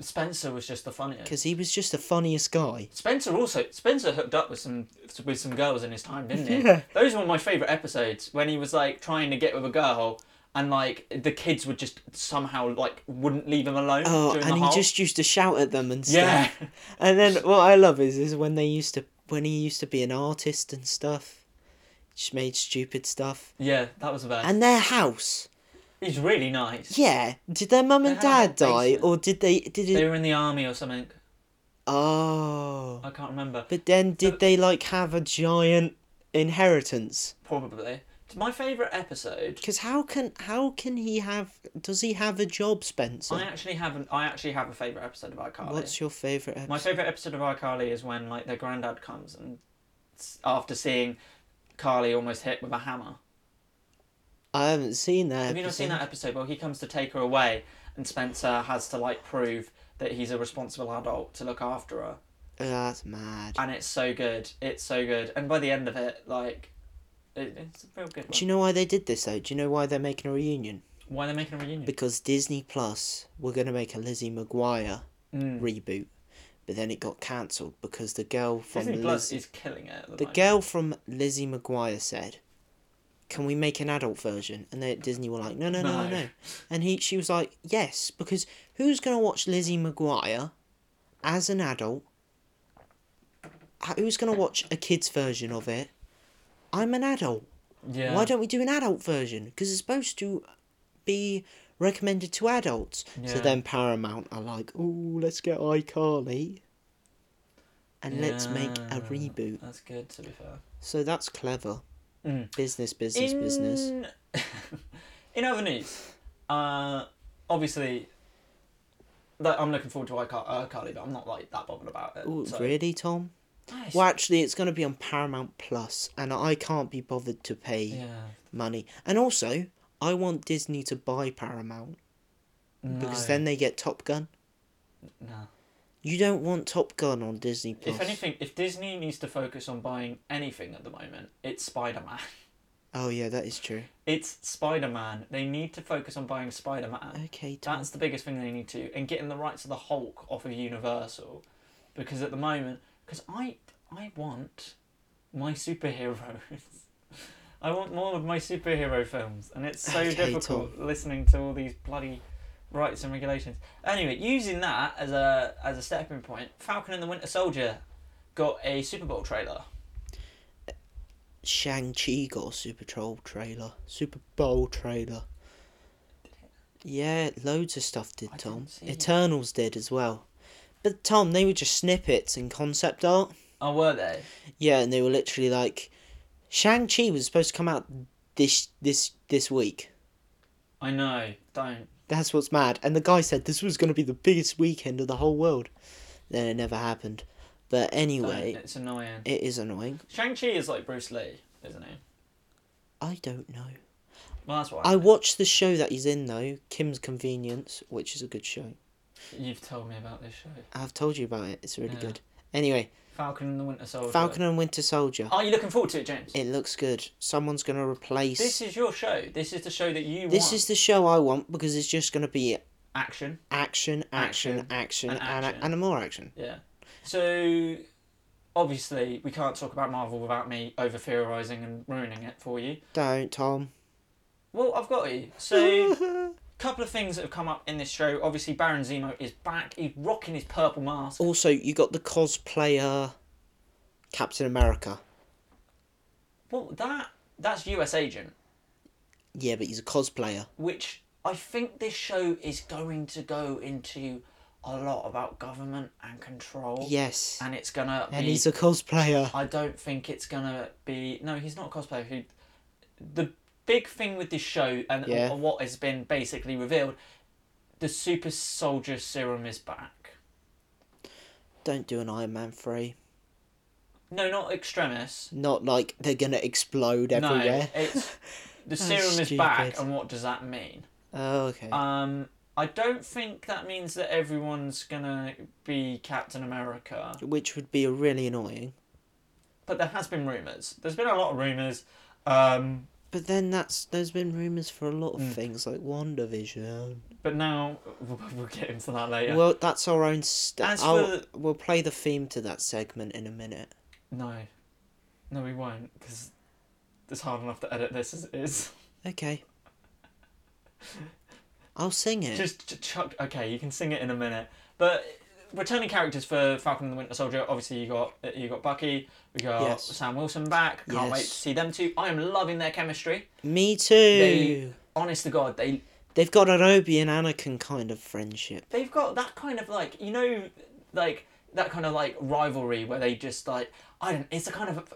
[SPEAKER 1] Spencer was just the funniest.
[SPEAKER 2] because he was just the funniest guy.
[SPEAKER 1] Spencer also Spencer hooked up with some with some girls in his time, didn't he?
[SPEAKER 2] *laughs* Yeah.
[SPEAKER 1] Those were my favourite episodes when he was like trying to get with a girl and like the kids would just somehow like wouldn't leave him alone.
[SPEAKER 2] Oh,
[SPEAKER 1] during
[SPEAKER 2] and
[SPEAKER 1] the
[SPEAKER 2] he
[SPEAKER 1] whole...
[SPEAKER 2] just used to shout at them and stuff.
[SPEAKER 1] *laughs* yeah.
[SPEAKER 2] And then what I love is is when they used to when he used to be an artist and stuff, just made stupid stuff.
[SPEAKER 1] *laughs* Yeah, that was about.
[SPEAKER 2] And their house,
[SPEAKER 1] He's really nice.
[SPEAKER 2] yeah. Did their mum and
[SPEAKER 1] They had a
[SPEAKER 2] dad die,
[SPEAKER 1] basement.
[SPEAKER 2] or did they? Did it?
[SPEAKER 1] They were in the army or something.
[SPEAKER 2] Oh.
[SPEAKER 1] I can't remember.
[SPEAKER 2] But then,
[SPEAKER 1] But-
[SPEAKER 2] did they like have a giant inheritance?
[SPEAKER 1] Probably. My favourite episode
[SPEAKER 2] Because how can how can he have? Does he have a job, Spencer?
[SPEAKER 1] I actually haven't. I actually have a favorite episode of iCarly.
[SPEAKER 2] What's your favorite
[SPEAKER 1] My
[SPEAKER 2] episode?
[SPEAKER 1] favorite episode of iCarly is when like their granddad comes and s- after seeing Carly almost hit with a hammer.
[SPEAKER 2] I haven't seen that.
[SPEAKER 1] Have you not seen that episode? Well, he comes to take her away, and Spencer has to like prove that he's a responsible adult to look after her,
[SPEAKER 2] Oh, that's mad.
[SPEAKER 1] and it's so good. It's so good, and by the end of it, like, it, it's a real good. One.
[SPEAKER 2] Do you know why they did this though? Do you know why they're making a reunion?
[SPEAKER 1] Why they're making a reunion?
[SPEAKER 2] Because Disney Plus were gonna make a Lizzie McGuire
[SPEAKER 1] Mm.
[SPEAKER 2] reboot, but then it got cancelled because the girl from
[SPEAKER 1] Disney
[SPEAKER 2] Liz-
[SPEAKER 1] Plus is killing it. At the,
[SPEAKER 2] the
[SPEAKER 1] moment.
[SPEAKER 2] girl from Lizzie McGuire said, "Can we make an adult version?" And they at Disney were like, "No, no, no, no,
[SPEAKER 1] No.
[SPEAKER 2] no." And he, she was like, "Yes," because who's gonna watch Lizzie McGuire as an adult? H- Who's gonna watch a kid's version of it? I'm an adult.
[SPEAKER 1] yeah.
[SPEAKER 2] Why don't we do an adult version? Because it's supposed to be recommended to adults. So
[SPEAKER 1] Yeah.
[SPEAKER 2] then Paramount are like, "Oh, let's get iCarly." And let's make
[SPEAKER 1] Yeah.
[SPEAKER 2] a reboot.
[SPEAKER 1] That's good. To be fair.
[SPEAKER 2] So that's clever.
[SPEAKER 1] Mm.
[SPEAKER 2] Business, business, business.
[SPEAKER 1] *laughs* in other news, uh, obviously, that I'm looking forward to iCar- uh, Carly, but I'm not like that bothered about it.
[SPEAKER 2] Ooh,
[SPEAKER 1] so.
[SPEAKER 2] really, Tom?
[SPEAKER 1] Nice.
[SPEAKER 2] Well, actually, it's going to be on Paramount Plus, and I can't be bothered to pay
[SPEAKER 1] Yeah.
[SPEAKER 2] money. And also, I want Disney to buy Paramount because
[SPEAKER 1] No,
[SPEAKER 2] then they get Top Gun.
[SPEAKER 1] no.
[SPEAKER 2] You don't want Top Gun on Disney Plus.
[SPEAKER 1] If anything, if Disney needs to focus on buying anything at the moment, it's Spider Man.
[SPEAKER 2] Oh yeah, that is true.
[SPEAKER 1] It's Spider Man. They need to focus on buying Spider Man.
[SPEAKER 2] Okay, Tom.
[SPEAKER 1] That's the biggest thing they need to, and getting the rights of the Hulk off of Universal, because at the moment, because I I want my superheroes. *laughs* I want more of my superhero films, and it's so
[SPEAKER 2] Okay,
[SPEAKER 1] difficult listening to all these bloody rights and regulations. Anyway, using that as a as a stepping point, Falcon and the Winter Soldier got a Super Bowl trailer.
[SPEAKER 2] Shang Chi got a Super Troll trailer, Super Bowl trailer. Yeah, loads of stuff did
[SPEAKER 1] I
[SPEAKER 2] Tom.
[SPEAKER 1] didn't see it.
[SPEAKER 2] Eternals did as well, but Tom, they were just snippets and concept art.
[SPEAKER 1] Oh, were they?
[SPEAKER 2] Yeah, and they were literally like, Shang Chi was supposed to come out this this this week.
[SPEAKER 1] I know. Don't.
[SPEAKER 2] That's what's mad. And the guy said this was going to be the biggest weekend of the whole world. Then it never happened. But
[SPEAKER 1] don't.
[SPEAKER 2] anyway,
[SPEAKER 1] It's annoying.
[SPEAKER 2] it is annoying.
[SPEAKER 1] Shang Chi is like Bruce Lee, isn't he?
[SPEAKER 2] I don't know.
[SPEAKER 1] Well, that's what I,
[SPEAKER 2] I watched the show that he's in though, Kim's Convenience, which is a good show.
[SPEAKER 1] you've told me about this show.
[SPEAKER 2] I've told you about it. It's really
[SPEAKER 1] Yeah.
[SPEAKER 2] good. Anyway,
[SPEAKER 1] Falcon and the Winter Soldier.
[SPEAKER 2] Falcon and Winter Soldier.
[SPEAKER 1] Are you looking forward to it, James?
[SPEAKER 2] It looks good. Someone's going to replace.
[SPEAKER 1] This is your show. This is the show that you
[SPEAKER 2] This
[SPEAKER 1] want.
[SPEAKER 2] is the show I want because it's just going to be
[SPEAKER 1] action.
[SPEAKER 2] action, action,
[SPEAKER 1] Action,
[SPEAKER 2] action,
[SPEAKER 1] and
[SPEAKER 2] and, action.
[SPEAKER 1] action.
[SPEAKER 2] and more action.
[SPEAKER 1] Yeah. So obviously we can't talk about Marvel without me over theorizing and ruining it for you.
[SPEAKER 2] Don't, Tom. *laughs*
[SPEAKER 1] Well, I've got you. So couple of things that have come up in this show. Obviously Baron Zemo is back. He's rocking his purple mask.
[SPEAKER 2] also, you got the cosplayer Captain America.
[SPEAKER 1] Well, that that's US agent,
[SPEAKER 2] Yeah, but he's a cosplayer.
[SPEAKER 1] which I think this show is going to go into a lot about government and control.
[SPEAKER 2] Yes. And,
[SPEAKER 1] And it's gonna be
[SPEAKER 2] he's a cosplayer.
[SPEAKER 1] I don't think it's gonna be. No, he's not a cosplayer. Who, the big thing with this show and
[SPEAKER 2] Yeah.
[SPEAKER 1] and what has been basically revealed, the super soldier serum is back.
[SPEAKER 2] Don't do an Iron Man 3.
[SPEAKER 1] No, not extremis.
[SPEAKER 2] Not like they're going to explode everywhere.
[SPEAKER 1] No,
[SPEAKER 2] *laughs*
[SPEAKER 1] it's the
[SPEAKER 2] That's
[SPEAKER 1] serum is back,
[SPEAKER 2] stupid.
[SPEAKER 1] and what does that mean?
[SPEAKER 2] Oh, okay.
[SPEAKER 1] Um, I don't think that means that everyone's gonna be Captain America.
[SPEAKER 2] Which would be really annoying.
[SPEAKER 1] But there has been rumors. There's been a lot of rumors. Um,
[SPEAKER 2] But then that's there's been rumours for a lot
[SPEAKER 1] Mm.
[SPEAKER 2] of things like WandaVision.
[SPEAKER 1] but now *laughs* we'll, we'll get into that later.
[SPEAKER 2] Well, that's our own. St-
[SPEAKER 1] As
[SPEAKER 2] I'll-
[SPEAKER 1] for-
[SPEAKER 2] We'll play the theme to that segment in a minute.
[SPEAKER 1] No. No, we won't, because it's hard enough to edit this as it is.
[SPEAKER 2] Okay.
[SPEAKER 1] *laughs*
[SPEAKER 2] I'll sing it.
[SPEAKER 1] Just ch- chuck. Okay, you can sing it in a minute. But returning characters for Falcon and the Winter Soldier, obviously you got uh, you got Bucky, we got
[SPEAKER 2] Yes.
[SPEAKER 1] Sam Wilson back. Can't wait to
[SPEAKER 2] Yes.
[SPEAKER 1] see them two. I am loving their chemistry.
[SPEAKER 2] Me too.
[SPEAKER 1] They- Honest to God, they
[SPEAKER 2] They've got an Obi and Anakin kind of friendship.
[SPEAKER 1] they've got that kind of like you know like that kind of like rivalry where they just like I don't. It's a kind of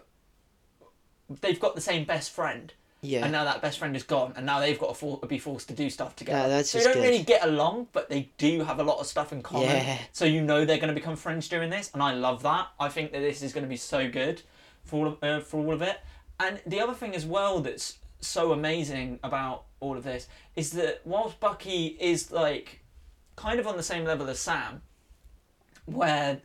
[SPEAKER 1] they've got the same best friend.
[SPEAKER 2] Yeah.
[SPEAKER 1] and now that best friend is gone, and now they've got to for- be forced to do stuff together.
[SPEAKER 2] No, that's
[SPEAKER 1] so they
[SPEAKER 2] just
[SPEAKER 1] don't
[SPEAKER 2] good.
[SPEAKER 1] really get along, but they do have a lot of stuff in common.
[SPEAKER 2] Yeah.
[SPEAKER 1] So you know they're going to become friends during this, and I love that. I think that this is going to be so good for all of, uh, for all of it. And the other thing as well that's so amazing about all of this is that whilst Bucky is like kind of on the same level as Sam, where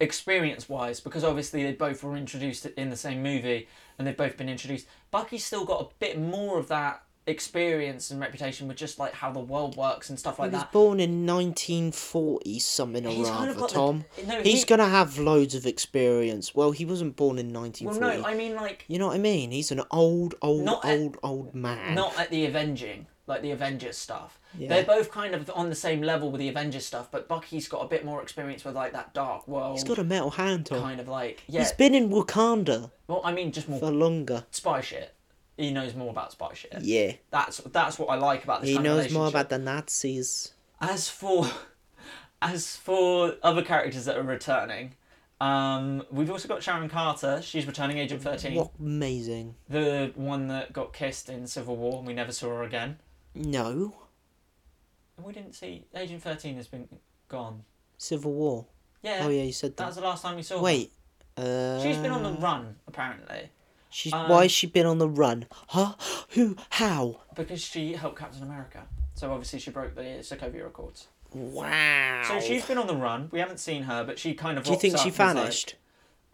[SPEAKER 1] experience wise, because obviously they both were introduced in the same movie and they've both been introduced, Bucky's still got a bit more of that experience and reputation with just like how the world works and stuff like
[SPEAKER 2] he was
[SPEAKER 1] that.
[SPEAKER 2] born in 1940 something or
[SPEAKER 1] He's kind
[SPEAKER 2] rather,
[SPEAKER 1] of got the-
[SPEAKER 2] Tom.
[SPEAKER 1] no,
[SPEAKER 2] he's
[SPEAKER 1] he-
[SPEAKER 2] gonna have loads of experience. Well, he wasn't born in
[SPEAKER 1] Well,
[SPEAKER 2] 1940.
[SPEAKER 1] no, I mean like
[SPEAKER 2] You know what I mean? He's an old, old,
[SPEAKER 1] Not a-
[SPEAKER 2] old, old man.
[SPEAKER 1] not at the Avenging, like the Avengers stuff.
[SPEAKER 2] Yeah.
[SPEAKER 1] They're both kind of on the same level with the Avengers stuff, but Bucky's got a bit more experience with like that dark world
[SPEAKER 2] He's got a metal hand, Tom.
[SPEAKER 1] kind of like yeah.
[SPEAKER 2] He's been in Wakanda
[SPEAKER 1] Well, I mean just more
[SPEAKER 2] for longer.
[SPEAKER 1] spy shit. He knows more about spy shit.
[SPEAKER 2] Yeah.
[SPEAKER 1] That's that's what I like about this.
[SPEAKER 2] He
[SPEAKER 1] kind of
[SPEAKER 2] knows more
[SPEAKER 1] relationship.
[SPEAKER 2] about the Nazis.
[SPEAKER 1] As for *laughs* as for other characters that are returning, um, we've also got Sharon Carter. She's returning Agent Thirteen,
[SPEAKER 2] What amazing.
[SPEAKER 1] the one that got kissed in Civil War, and we never saw her again.
[SPEAKER 2] No.
[SPEAKER 1] We didn't see Agent Thirteen has been gone.
[SPEAKER 2] Civil War.
[SPEAKER 1] Yeah,
[SPEAKER 2] Oh yeah, you said
[SPEAKER 1] that
[SPEAKER 2] that.
[SPEAKER 1] was the last time we saw. her.
[SPEAKER 2] Wait. Uh,
[SPEAKER 1] she's been on the run apparently
[SPEAKER 2] She's
[SPEAKER 1] um,
[SPEAKER 2] why has she been on the run? Huh? Who? How?
[SPEAKER 1] because she helped Captain America. So obviously she broke the Sokovia Accords.
[SPEAKER 2] Wow.
[SPEAKER 1] So she's been on the run. We haven't seen her, but she kind of.
[SPEAKER 2] Do you
[SPEAKER 1] rocks
[SPEAKER 2] think
[SPEAKER 1] up
[SPEAKER 2] she
[SPEAKER 1] and is like-
[SPEAKER 2] vanished?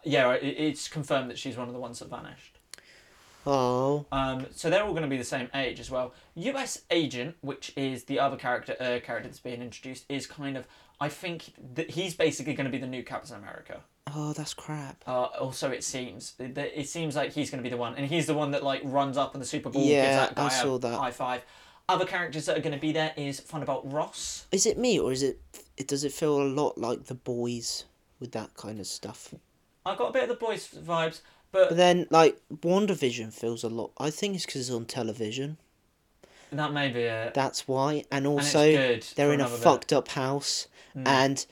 [SPEAKER 1] yeah, it, it's confirmed that she's one of the ones that vanished.
[SPEAKER 2] Oh.
[SPEAKER 1] Um, so they're all going to be the same age as well. U.S. Agent, which is the other character uh, character that's being introduced, is kind of I think that he's basically going to be the new Captain America.
[SPEAKER 2] Oh, that's crap.
[SPEAKER 1] Uh, also, it seems it, that- it seems like he's going to be the one, and he's the one that like runs up on the Super Bowl.
[SPEAKER 2] Yeah,
[SPEAKER 1] gives that guy
[SPEAKER 2] I saw
[SPEAKER 1] a
[SPEAKER 2] that.
[SPEAKER 1] high five. Other characters that are going to be there is Funabelt Ross.
[SPEAKER 2] Is it me or is it, it? Does it feel a lot like the boys with that kind of stuff?
[SPEAKER 1] I got a bit of the boys vibes, but,
[SPEAKER 2] But then, like, WandaVision feels a lot. I think it's because it's on television.
[SPEAKER 1] that may be it.
[SPEAKER 2] That's why.
[SPEAKER 1] and
[SPEAKER 2] And
[SPEAKER 1] it's
[SPEAKER 2] also,
[SPEAKER 1] good.
[SPEAKER 2] they're
[SPEAKER 1] for
[SPEAKER 2] in a
[SPEAKER 1] another bit. Mm.
[SPEAKER 2] fucked up house, and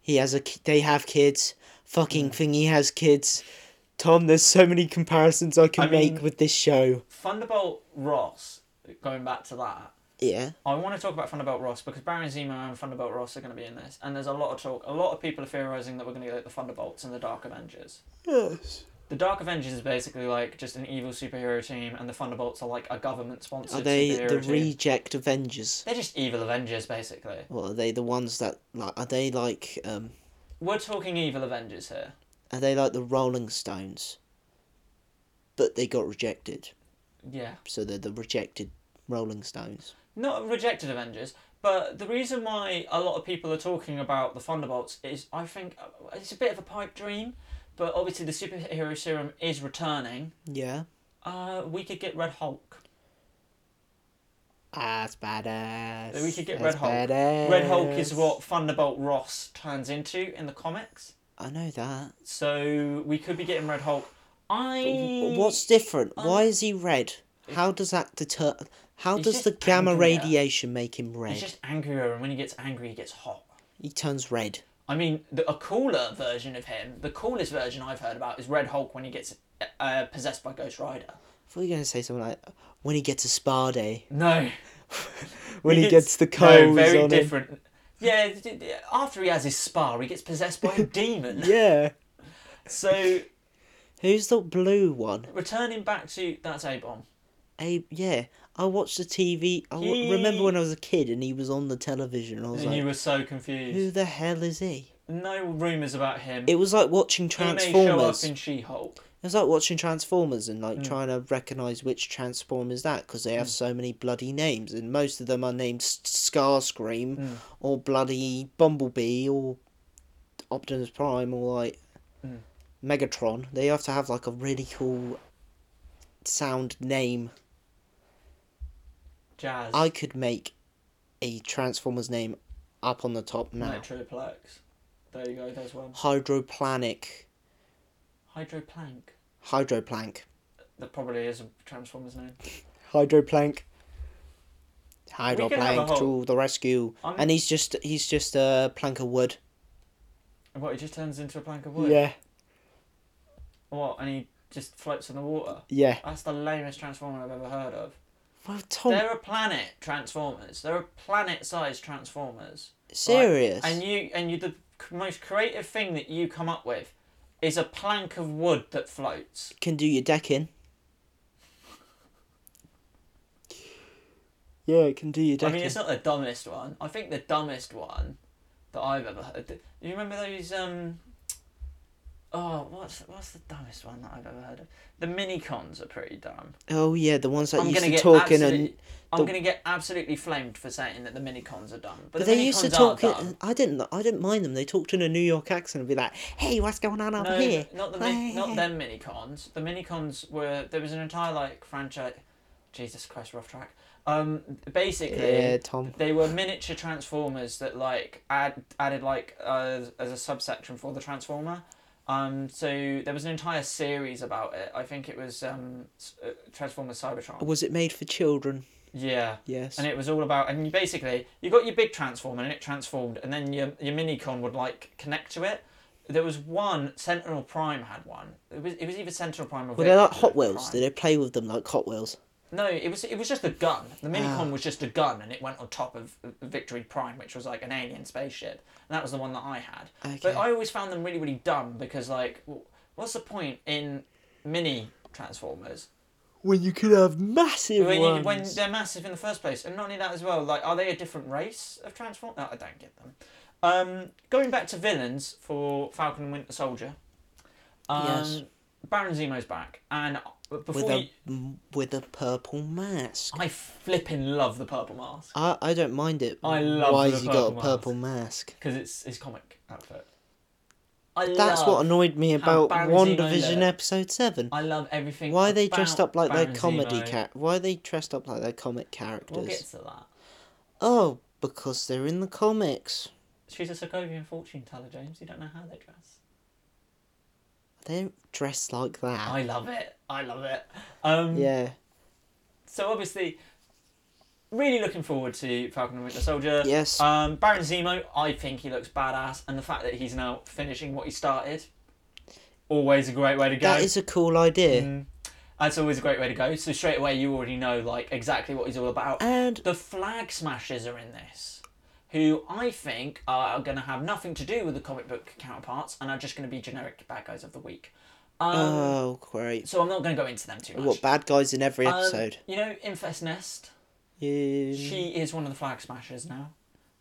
[SPEAKER 2] he has a. ki- They have
[SPEAKER 1] Mm.
[SPEAKER 2] kids. Fucking thingy has kids. Tom, there's so many comparisons I can
[SPEAKER 1] I
[SPEAKER 2] make
[SPEAKER 1] mean-
[SPEAKER 2] with this show.
[SPEAKER 1] Thunderbolt Ross. Going back to that,
[SPEAKER 2] Yeah.
[SPEAKER 1] I want to talk about Thunderbolt Ross because Baron Zemo and Thunderbolt Ross are going to be in this, and there's a lot of talk. A lot of people are theorizing that we're going to get the Thunderbolts and the Dark Avengers.
[SPEAKER 2] Yes.
[SPEAKER 1] The Dark Avengers is basically like just an evil superhero team, and the Thunderbolts are like a government-sponsored
[SPEAKER 2] Are they
[SPEAKER 1] superhero
[SPEAKER 2] the
[SPEAKER 1] team.
[SPEAKER 2] reject Avengers?
[SPEAKER 1] They're just evil Avengers, basically.
[SPEAKER 2] What are they? The ones that like? Are they like? Um.
[SPEAKER 1] We're talking evil Avengers here.
[SPEAKER 2] Are they like the Rolling Stones? But they got rejected,
[SPEAKER 1] Yeah,
[SPEAKER 2] so they're the rejected Rolling Stones.
[SPEAKER 1] not rejected Avengers, but the reason why a lot of people are talking about the Thunderbolts is I think uh, it's a bit of a pipe dream, but obviously the superhero serum is returning.
[SPEAKER 2] Yeah.
[SPEAKER 1] Uh, we could get Red Hulk.
[SPEAKER 2] That's badass.
[SPEAKER 1] We could get Red
[SPEAKER 2] That's
[SPEAKER 1] Hulk.
[SPEAKER 2] badass.
[SPEAKER 1] Red Hulk is what Thunderbolt Ross turns into in the comics,
[SPEAKER 2] I know that.
[SPEAKER 1] so we could be getting Red Hulk. I
[SPEAKER 2] W- What's different?
[SPEAKER 1] Um,
[SPEAKER 2] Why is he red? How does that deter? How
[SPEAKER 1] He's
[SPEAKER 2] does
[SPEAKER 1] just
[SPEAKER 2] the gamma
[SPEAKER 1] angrier.
[SPEAKER 2] radiation make him red?
[SPEAKER 1] He's just angrier, and when he gets angry, he gets hot.
[SPEAKER 2] He turns red.
[SPEAKER 1] I mean, the, a cooler version of him, the coolest version I've heard about is Red Hulk when he gets uh, possessed by Ghost Rider.
[SPEAKER 2] I thought you were gonna say something like when he gets a
[SPEAKER 1] *laughs*
[SPEAKER 2] spa day,
[SPEAKER 1] No,
[SPEAKER 2] when he, gets, the
[SPEAKER 1] no,
[SPEAKER 2] cold
[SPEAKER 1] very
[SPEAKER 2] on him.
[SPEAKER 1] different. Yeah, d- d- after he has his spa, he gets possessed
[SPEAKER 2] *laughs*
[SPEAKER 1] by a demon.
[SPEAKER 2] *laughs* Yeah.
[SPEAKER 1] So
[SPEAKER 2] Who's the blue one?
[SPEAKER 1] returning back to that's a bomb.
[SPEAKER 2] A yeah. I watched the TV. I wa- remember
[SPEAKER 1] He-
[SPEAKER 2] when I was a kid and he was on the television. I was
[SPEAKER 1] And
[SPEAKER 2] like,
[SPEAKER 1] you were so confused.
[SPEAKER 2] who the hell is he?
[SPEAKER 1] No rumours about him.
[SPEAKER 2] It was like watching
[SPEAKER 1] he may show
[SPEAKER 2] Transformers.
[SPEAKER 1] up in She-Hulk.
[SPEAKER 2] It was like watching Transformers and
[SPEAKER 1] Mm.
[SPEAKER 2] like trying to recognize which Transform is that because they have so many bloody names and most of them are named S- Scar Scream
[SPEAKER 1] Mm.
[SPEAKER 2] or bloody Bumblebee or Optimus Prime or like
[SPEAKER 1] Mm.
[SPEAKER 2] Megatron. They have to have like a really cool sound name.
[SPEAKER 1] Jazz.
[SPEAKER 2] I could make a Transformers name up on the top now.
[SPEAKER 1] Nitroplex. There you go. There's one.
[SPEAKER 2] Hydroplanic,
[SPEAKER 1] Hydroplank.
[SPEAKER 2] Hydroplank,
[SPEAKER 1] That probably is a Transformers name.
[SPEAKER 2] Hydroplank.
[SPEAKER 1] We can have a
[SPEAKER 2] Hydroplank
[SPEAKER 1] whole-
[SPEAKER 2] to the rescue.
[SPEAKER 1] I'm-
[SPEAKER 2] And he's just he's just a plank of wood.
[SPEAKER 1] And What? He just turns into a plank of wood. What? And he just floats in the water.
[SPEAKER 2] yeah.
[SPEAKER 1] That's the lamest Transformer I've ever heard of.
[SPEAKER 2] Well, Tom,
[SPEAKER 1] They're a planet Transformers. They're a planet-sized Transformers.
[SPEAKER 2] serious.
[SPEAKER 1] And you and you the c- most creative thing that you come up with is a plank of wood that floats.
[SPEAKER 2] can do your deck in. Yeah, it can do your
[SPEAKER 1] I
[SPEAKER 2] deck
[SPEAKER 1] mean,
[SPEAKER 2] in.
[SPEAKER 1] it's not the dumbest one. I think the dumbest one that I've ever heard. Do you remember those? Um, oh, what's what's the dumbest one that I've ever heard of? The mini cons are pretty dumb.
[SPEAKER 2] Oh yeah, the ones that
[SPEAKER 1] I'm
[SPEAKER 2] used
[SPEAKER 1] gonna
[SPEAKER 2] to
[SPEAKER 1] get
[SPEAKER 2] talk in
[SPEAKER 1] absolute-
[SPEAKER 2] and
[SPEAKER 1] I'm
[SPEAKER 2] the-
[SPEAKER 1] gonna get absolutely flamed for saying that the mini cons are dumb. But,
[SPEAKER 2] but
[SPEAKER 1] the
[SPEAKER 2] they used to
[SPEAKER 1] minicons
[SPEAKER 2] talk.
[SPEAKER 1] Are dumb.
[SPEAKER 2] In, I didn't. I didn't mind them. They talked in a New York accent and be like, "Hey, what's going on up
[SPEAKER 1] No,
[SPEAKER 2] here?"
[SPEAKER 1] not the mi- not them mini cons. The mini cons were there was an entire like franchise. Jesus Christ, rough track. Um, basically,
[SPEAKER 2] Yeah, Tom.
[SPEAKER 1] they were miniature transformers that like add, added like uh, as a subsection for the transformer. Um, so there was an entire series about it. I think it was um, S- uh, Transformers Cybertron.
[SPEAKER 2] Was it made for children?
[SPEAKER 1] Yeah.
[SPEAKER 2] Yes.
[SPEAKER 1] And it was all about, and you basically, you got your big transformer and it transformed, and then your your minicon would like connect to it. There was one Sentinel Prime had one. It was it was either Sentinel Prime or.
[SPEAKER 2] Were they like
[SPEAKER 1] Victor
[SPEAKER 2] Hot Wheels?
[SPEAKER 1] Prime.
[SPEAKER 2] Did they play with them like Hot Wheels?
[SPEAKER 1] No, it was it was just a gun. The
[SPEAKER 2] Ah.
[SPEAKER 1] minicon was just a gun, and it went on top of uh, Victory Prime, which was like an alien spaceship, and that was the one that I had.
[SPEAKER 2] Okay.
[SPEAKER 1] But I always found them really really dumb because like, w- what's the point in mini transformers
[SPEAKER 2] When you could have massive
[SPEAKER 1] when, you,
[SPEAKER 2] ones.
[SPEAKER 1] when they're massive in the first place, and not only that as well, like are they a different race of transform? No, I don't get them. Um, going back to villains for Falcon and Winter Soldier, um,
[SPEAKER 2] Yes.
[SPEAKER 1] Baron Zemo's back, and But
[SPEAKER 2] with
[SPEAKER 1] before you,
[SPEAKER 2] a m with a purple mask.
[SPEAKER 1] I flipping love the purple mask
[SPEAKER 2] I, I don't mind it.
[SPEAKER 1] I love
[SPEAKER 2] why
[SPEAKER 1] the
[SPEAKER 2] has he got
[SPEAKER 1] purple
[SPEAKER 2] a purple mask.
[SPEAKER 1] because it's his comic outfit. I
[SPEAKER 2] That's
[SPEAKER 1] love,
[SPEAKER 2] what annoyed me
[SPEAKER 1] how
[SPEAKER 2] about
[SPEAKER 1] Baron Zemo
[SPEAKER 2] WandaVision
[SPEAKER 1] looked.
[SPEAKER 2] episode seven.
[SPEAKER 1] I love everything.
[SPEAKER 2] Why are they
[SPEAKER 1] about
[SPEAKER 2] dressed up like
[SPEAKER 1] Baron
[SPEAKER 2] their comedy
[SPEAKER 1] Zemo.
[SPEAKER 2] cat? Why are they dressed up like their comic characters?
[SPEAKER 1] We'll get to that.
[SPEAKER 2] Oh, because they're in the comics.
[SPEAKER 1] She's a Sokovian fortune teller, James. You don't know how they dress.
[SPEAKER 2] They're dressed like that.
[SPEAKER 1] I love it. I love it. Um,
[SPEAKER 2] Ah. Yeah,
[SPEAKER 1] So obviously, really looking forward to Falcon and Winter Soldier.
[SPEAKER 2] Yes.
[SPEAKER 1] Um, Baron Zemo, I think he looks badass, and the fact that he's now finishing what he started, always a great way to go.
[SPEAKER 2] that is a cool idea.
[SPEAKER 1] Mm. That's always a great way to go. So straight away, you already know like exactly what he's all about.
[SPEAKER 2] And
[SPEAKER 1] The Flag Smashers are in this, who I think are going to have nothing to do with the comic book counterparts and are just going to be generic bad guys of the week. Um,
[SPEAKER 2] oh, great!
[SPEAKER 1] so I'm not going to go into them too much.
[SPEAKER 2] What bad guys in every
[SPEAKER 1] Um,
[SPEAKER 2] episode?
[SPEAKER 1] you know, Infest Nest.
[SPEAKER 2] yeah.
[SPEAKER 1] She is one of the Flag Smashers now.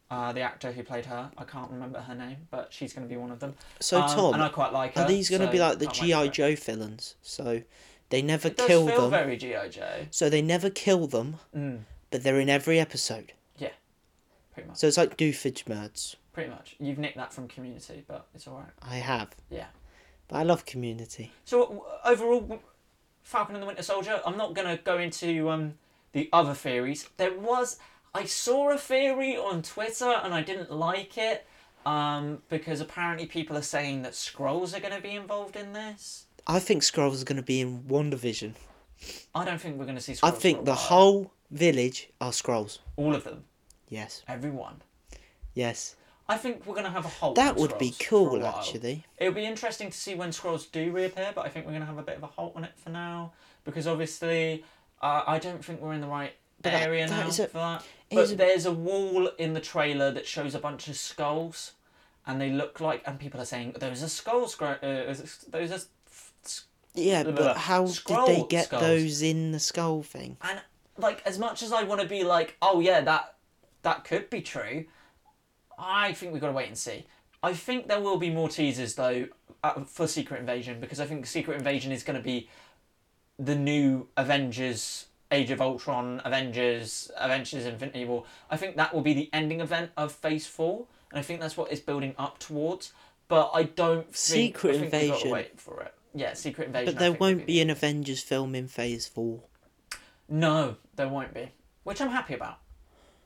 [SPEAKER 1] Uh, the actor who played her, I can't remember her name, but she's going to be one of them.
[SPEAKER 2] So
[SPEAKER 1] Um,
[SPEAKER 2] Tom,
[SPEAKER 1] and I quite like her.
[SPEAKER 2] are these going to
[SPEAKER 1] so
[SPEAKER 2] be like the
[SPEAKER 1] can't wait for
[SPEAKER 2] GI
[SPEAKER 1] it.
[SPEAKER 2] Joe villains? So they never
[SPEAKER 1] It does
[SPEAKER 2] kill
[SPEAKER 1] feel
[SPEAKER 2] them.
[SPEAKER 1] very GI Joe.
[SPEAKER 2] So they never kill them,
[SPEAKER 1] Mm,
[SPEAKER 2] but they're in every episode.
[SPEAKER 1] pretty much.
[SPEAKER 2] So it's like doofage merds.
[SPEAKER 1] Pretty much. You've nicked that from Community, but it's all right.
[SPEAKER 2] I have.
[SPEAKER 1] Yeah.
[SPEAKER 2] But I love Community.
[SPEAKER 1] So w- overall, w- Falcon and the Winter Soldier. I'm not going to go into um, the other theories. There was I saw a theory on Twitter and I didn't like it um, because apparently people are saying that scrolls are going to be involved in this.
[SPEAKER 2] I think Skrulls are going to be in WandaVision.
[SPEAKER 1] I don't think we're going to see.
[SPEAKER 2] I
[SPEAKER 1] Skrulls for
[SPEAKER 2] think
[SPEAKER 1] a
[SPEAKER 2] the
[SPEAKER 1] while.
[SPEAKER 2] whole village are Skrulls.
[SPEAKER 1] all of them,
[SPEAKER 2] Yes.
[SPEAKER 1] everyone.
[SPEAKER 2] Yes.
[SPEAKER 1] I think we're going to have a halt.
[SPEAKER 2] That
[SPEAKER 1] on
[SPEAKER 2] would be
[SPEAKER 1] Skrulls for a
[SPEAKER 2] cool,
[SPEAKER 1] while.
[SPEAKER 2] actually.
[SPEAKER 1] It'll be interesting to see when scrolls do reappear, but I think we're going to have a bit of a halt on it for now because obviously uh, I don't think we're in the right
[SPEAKER 2] But that-
[SPEAKER 1] area
[SPEAKER 2] that
[SPEAKER 1] now
[SPEAKER 2] is a-
[SPEAKER 1] for that.
[SPEAKER 2] it
[SPEAKER 1] But
[SPEAKER 2] is a-
[SPEAKER 1] there's a wall in the trailer that shows a bunch of skulls, and they look like, and people are saying those are skulls. gro- Uh, those are, s-
[SPEAKER 2] Yeah,
[SPEAKER 1] Blah, blah,
[SPEAKER 2] but
[SPEAKER 1] blah.
[SPEAKER 2] how did they
[SPEAKER 1] Skrull
[SPEAKER 2] get
[SPEAKER 1] skulls.
[SPEAKER 2] those in the skull thing?
[SPEAKER 1] and like as much as I want to be like, oh yeah, that that could be true. I think we've got to wait and see. I think there will be more teasers though uh, for Secret Invasion because I think Secret Invasion is going to be the new Avengers, Age of Ultron, Avengers, Avengers Infinity War. I think that will be the ending event of Phase Four, and I think that's what it's building up towards. But I don't think,
[SPEAKER 2] Secret
[SPEAKER 1] I think we've got to
[SPEAKER 2] Invasion.
[SPEAKER 1] wait for it. Yeah, Secret Invasion. I
[SPEAKER 2] But there
[SPEAKER 1] think, will
[SPEAKER 2] won't be
[SPEAKER 1] the-
[SPEAKER 2] an Avengers film in Phase 4.
[SPEAKER 1] no, there won't be, which I'm happy about.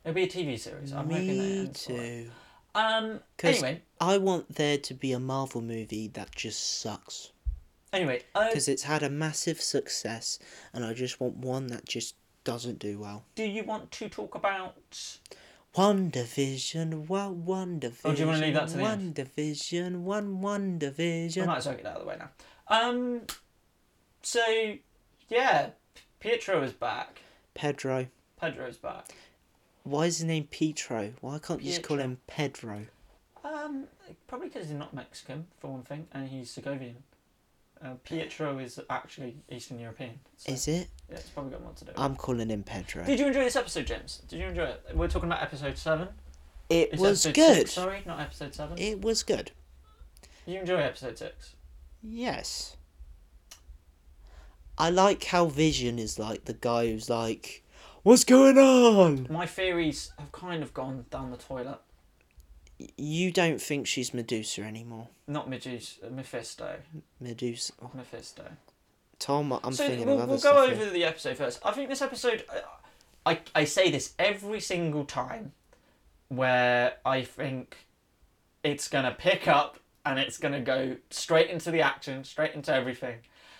[SPEAKER 1] It'll be a TV series. I'm hoping that it
[SPEAKER 2] Me
[SPEAKER 1] ends well.
[SPEAKER 2] too.
[SPEAKER 1] Um.
[SPEAKER 2] 'Cause-
[SPEAKER 1] Anyway,
[SPEAKER 2] I want there to be a Marvel movie that just sucks.
[SPEAKER 1] anyway, uh,
[SPEAKER 2] because it's had a massive success, and I just want one that just doesn't do well.
[SPEAKER 1] do you want to talk about?
[SPEAKER 2] One division, one one division.
[SPEAKER 1] Oh, do you wanna leave that to the
[SPEAKER 2] One
[SPEAKER 1] end?
[SPEAKER 2] division, one one
[SPEAKER 1] I
[SPEAKER 2] division.
[SPEAKER 1] might as well get that out of the way now. Um. So, yeah, Pietro is back.
[SPEAKER 2] Pedro.
[SPEAKER 1] Pedro's back.
[SPEAKER 2] Why is his name Petro? Why can't you just call
[SPEAKER 1] Pietro.
[SPEAKER 2] him Pedro?
[SPEAKER 1] Um, probably because he's not Mexican for one thing, and he's Segovian. Uh, Pietro is actually Eastern European. So
[SPEAKER 2] Is it?
[SPEAKER 1] yeah, it's probably got more to do.
[SPEAKER 2] I'm calling him Pedro.
[SPEAKER 1] Did you enjoy this episode, James? Did you enjoy it? We're talking about episode seven.
[SPEAKER 2] it
[SPEAKER 1] It's
[SPEAKER 2] was
[SPEAKER 1] episode
[SPEAKER 2] good.
[SPEAKER 1] Six, sorry, not episode seven.
[SPEAKER 2] it was good.
[SPEAKER 1] Did you enjoy episode six?
[SPEAKER 2] Yes. I like how Vision is like the guy who's like, "What's going on?"
[SPEAKER 1] My theories have kind of gone down the toilet.
[SPEAKER 2] Y- You don't think she's Medusa anymore?
[SPEAKER 1] Not Medusa, Mephisto,
[SPEAKER 2] Medusa. Oh,
[SPEAKER 1] Mephisto.
[SPEAKER 2] Tom, I'm
[SPEAKER 1] so
[SPEAKER 2] thinking
[SPEAKER 1] we'll,
[SPEAKER 2] of other
[SPEAKER 1] we'll
[SPEAKER 2] stuff.
[SPEAKER 1] go
[SPEAKER 2] here.
[SPEAKER 1] over the episode first. I think this episode, uh, I, I, I say this every single time, where I think it's gonna pick up and it's gonna go straight into the action, straight into everything,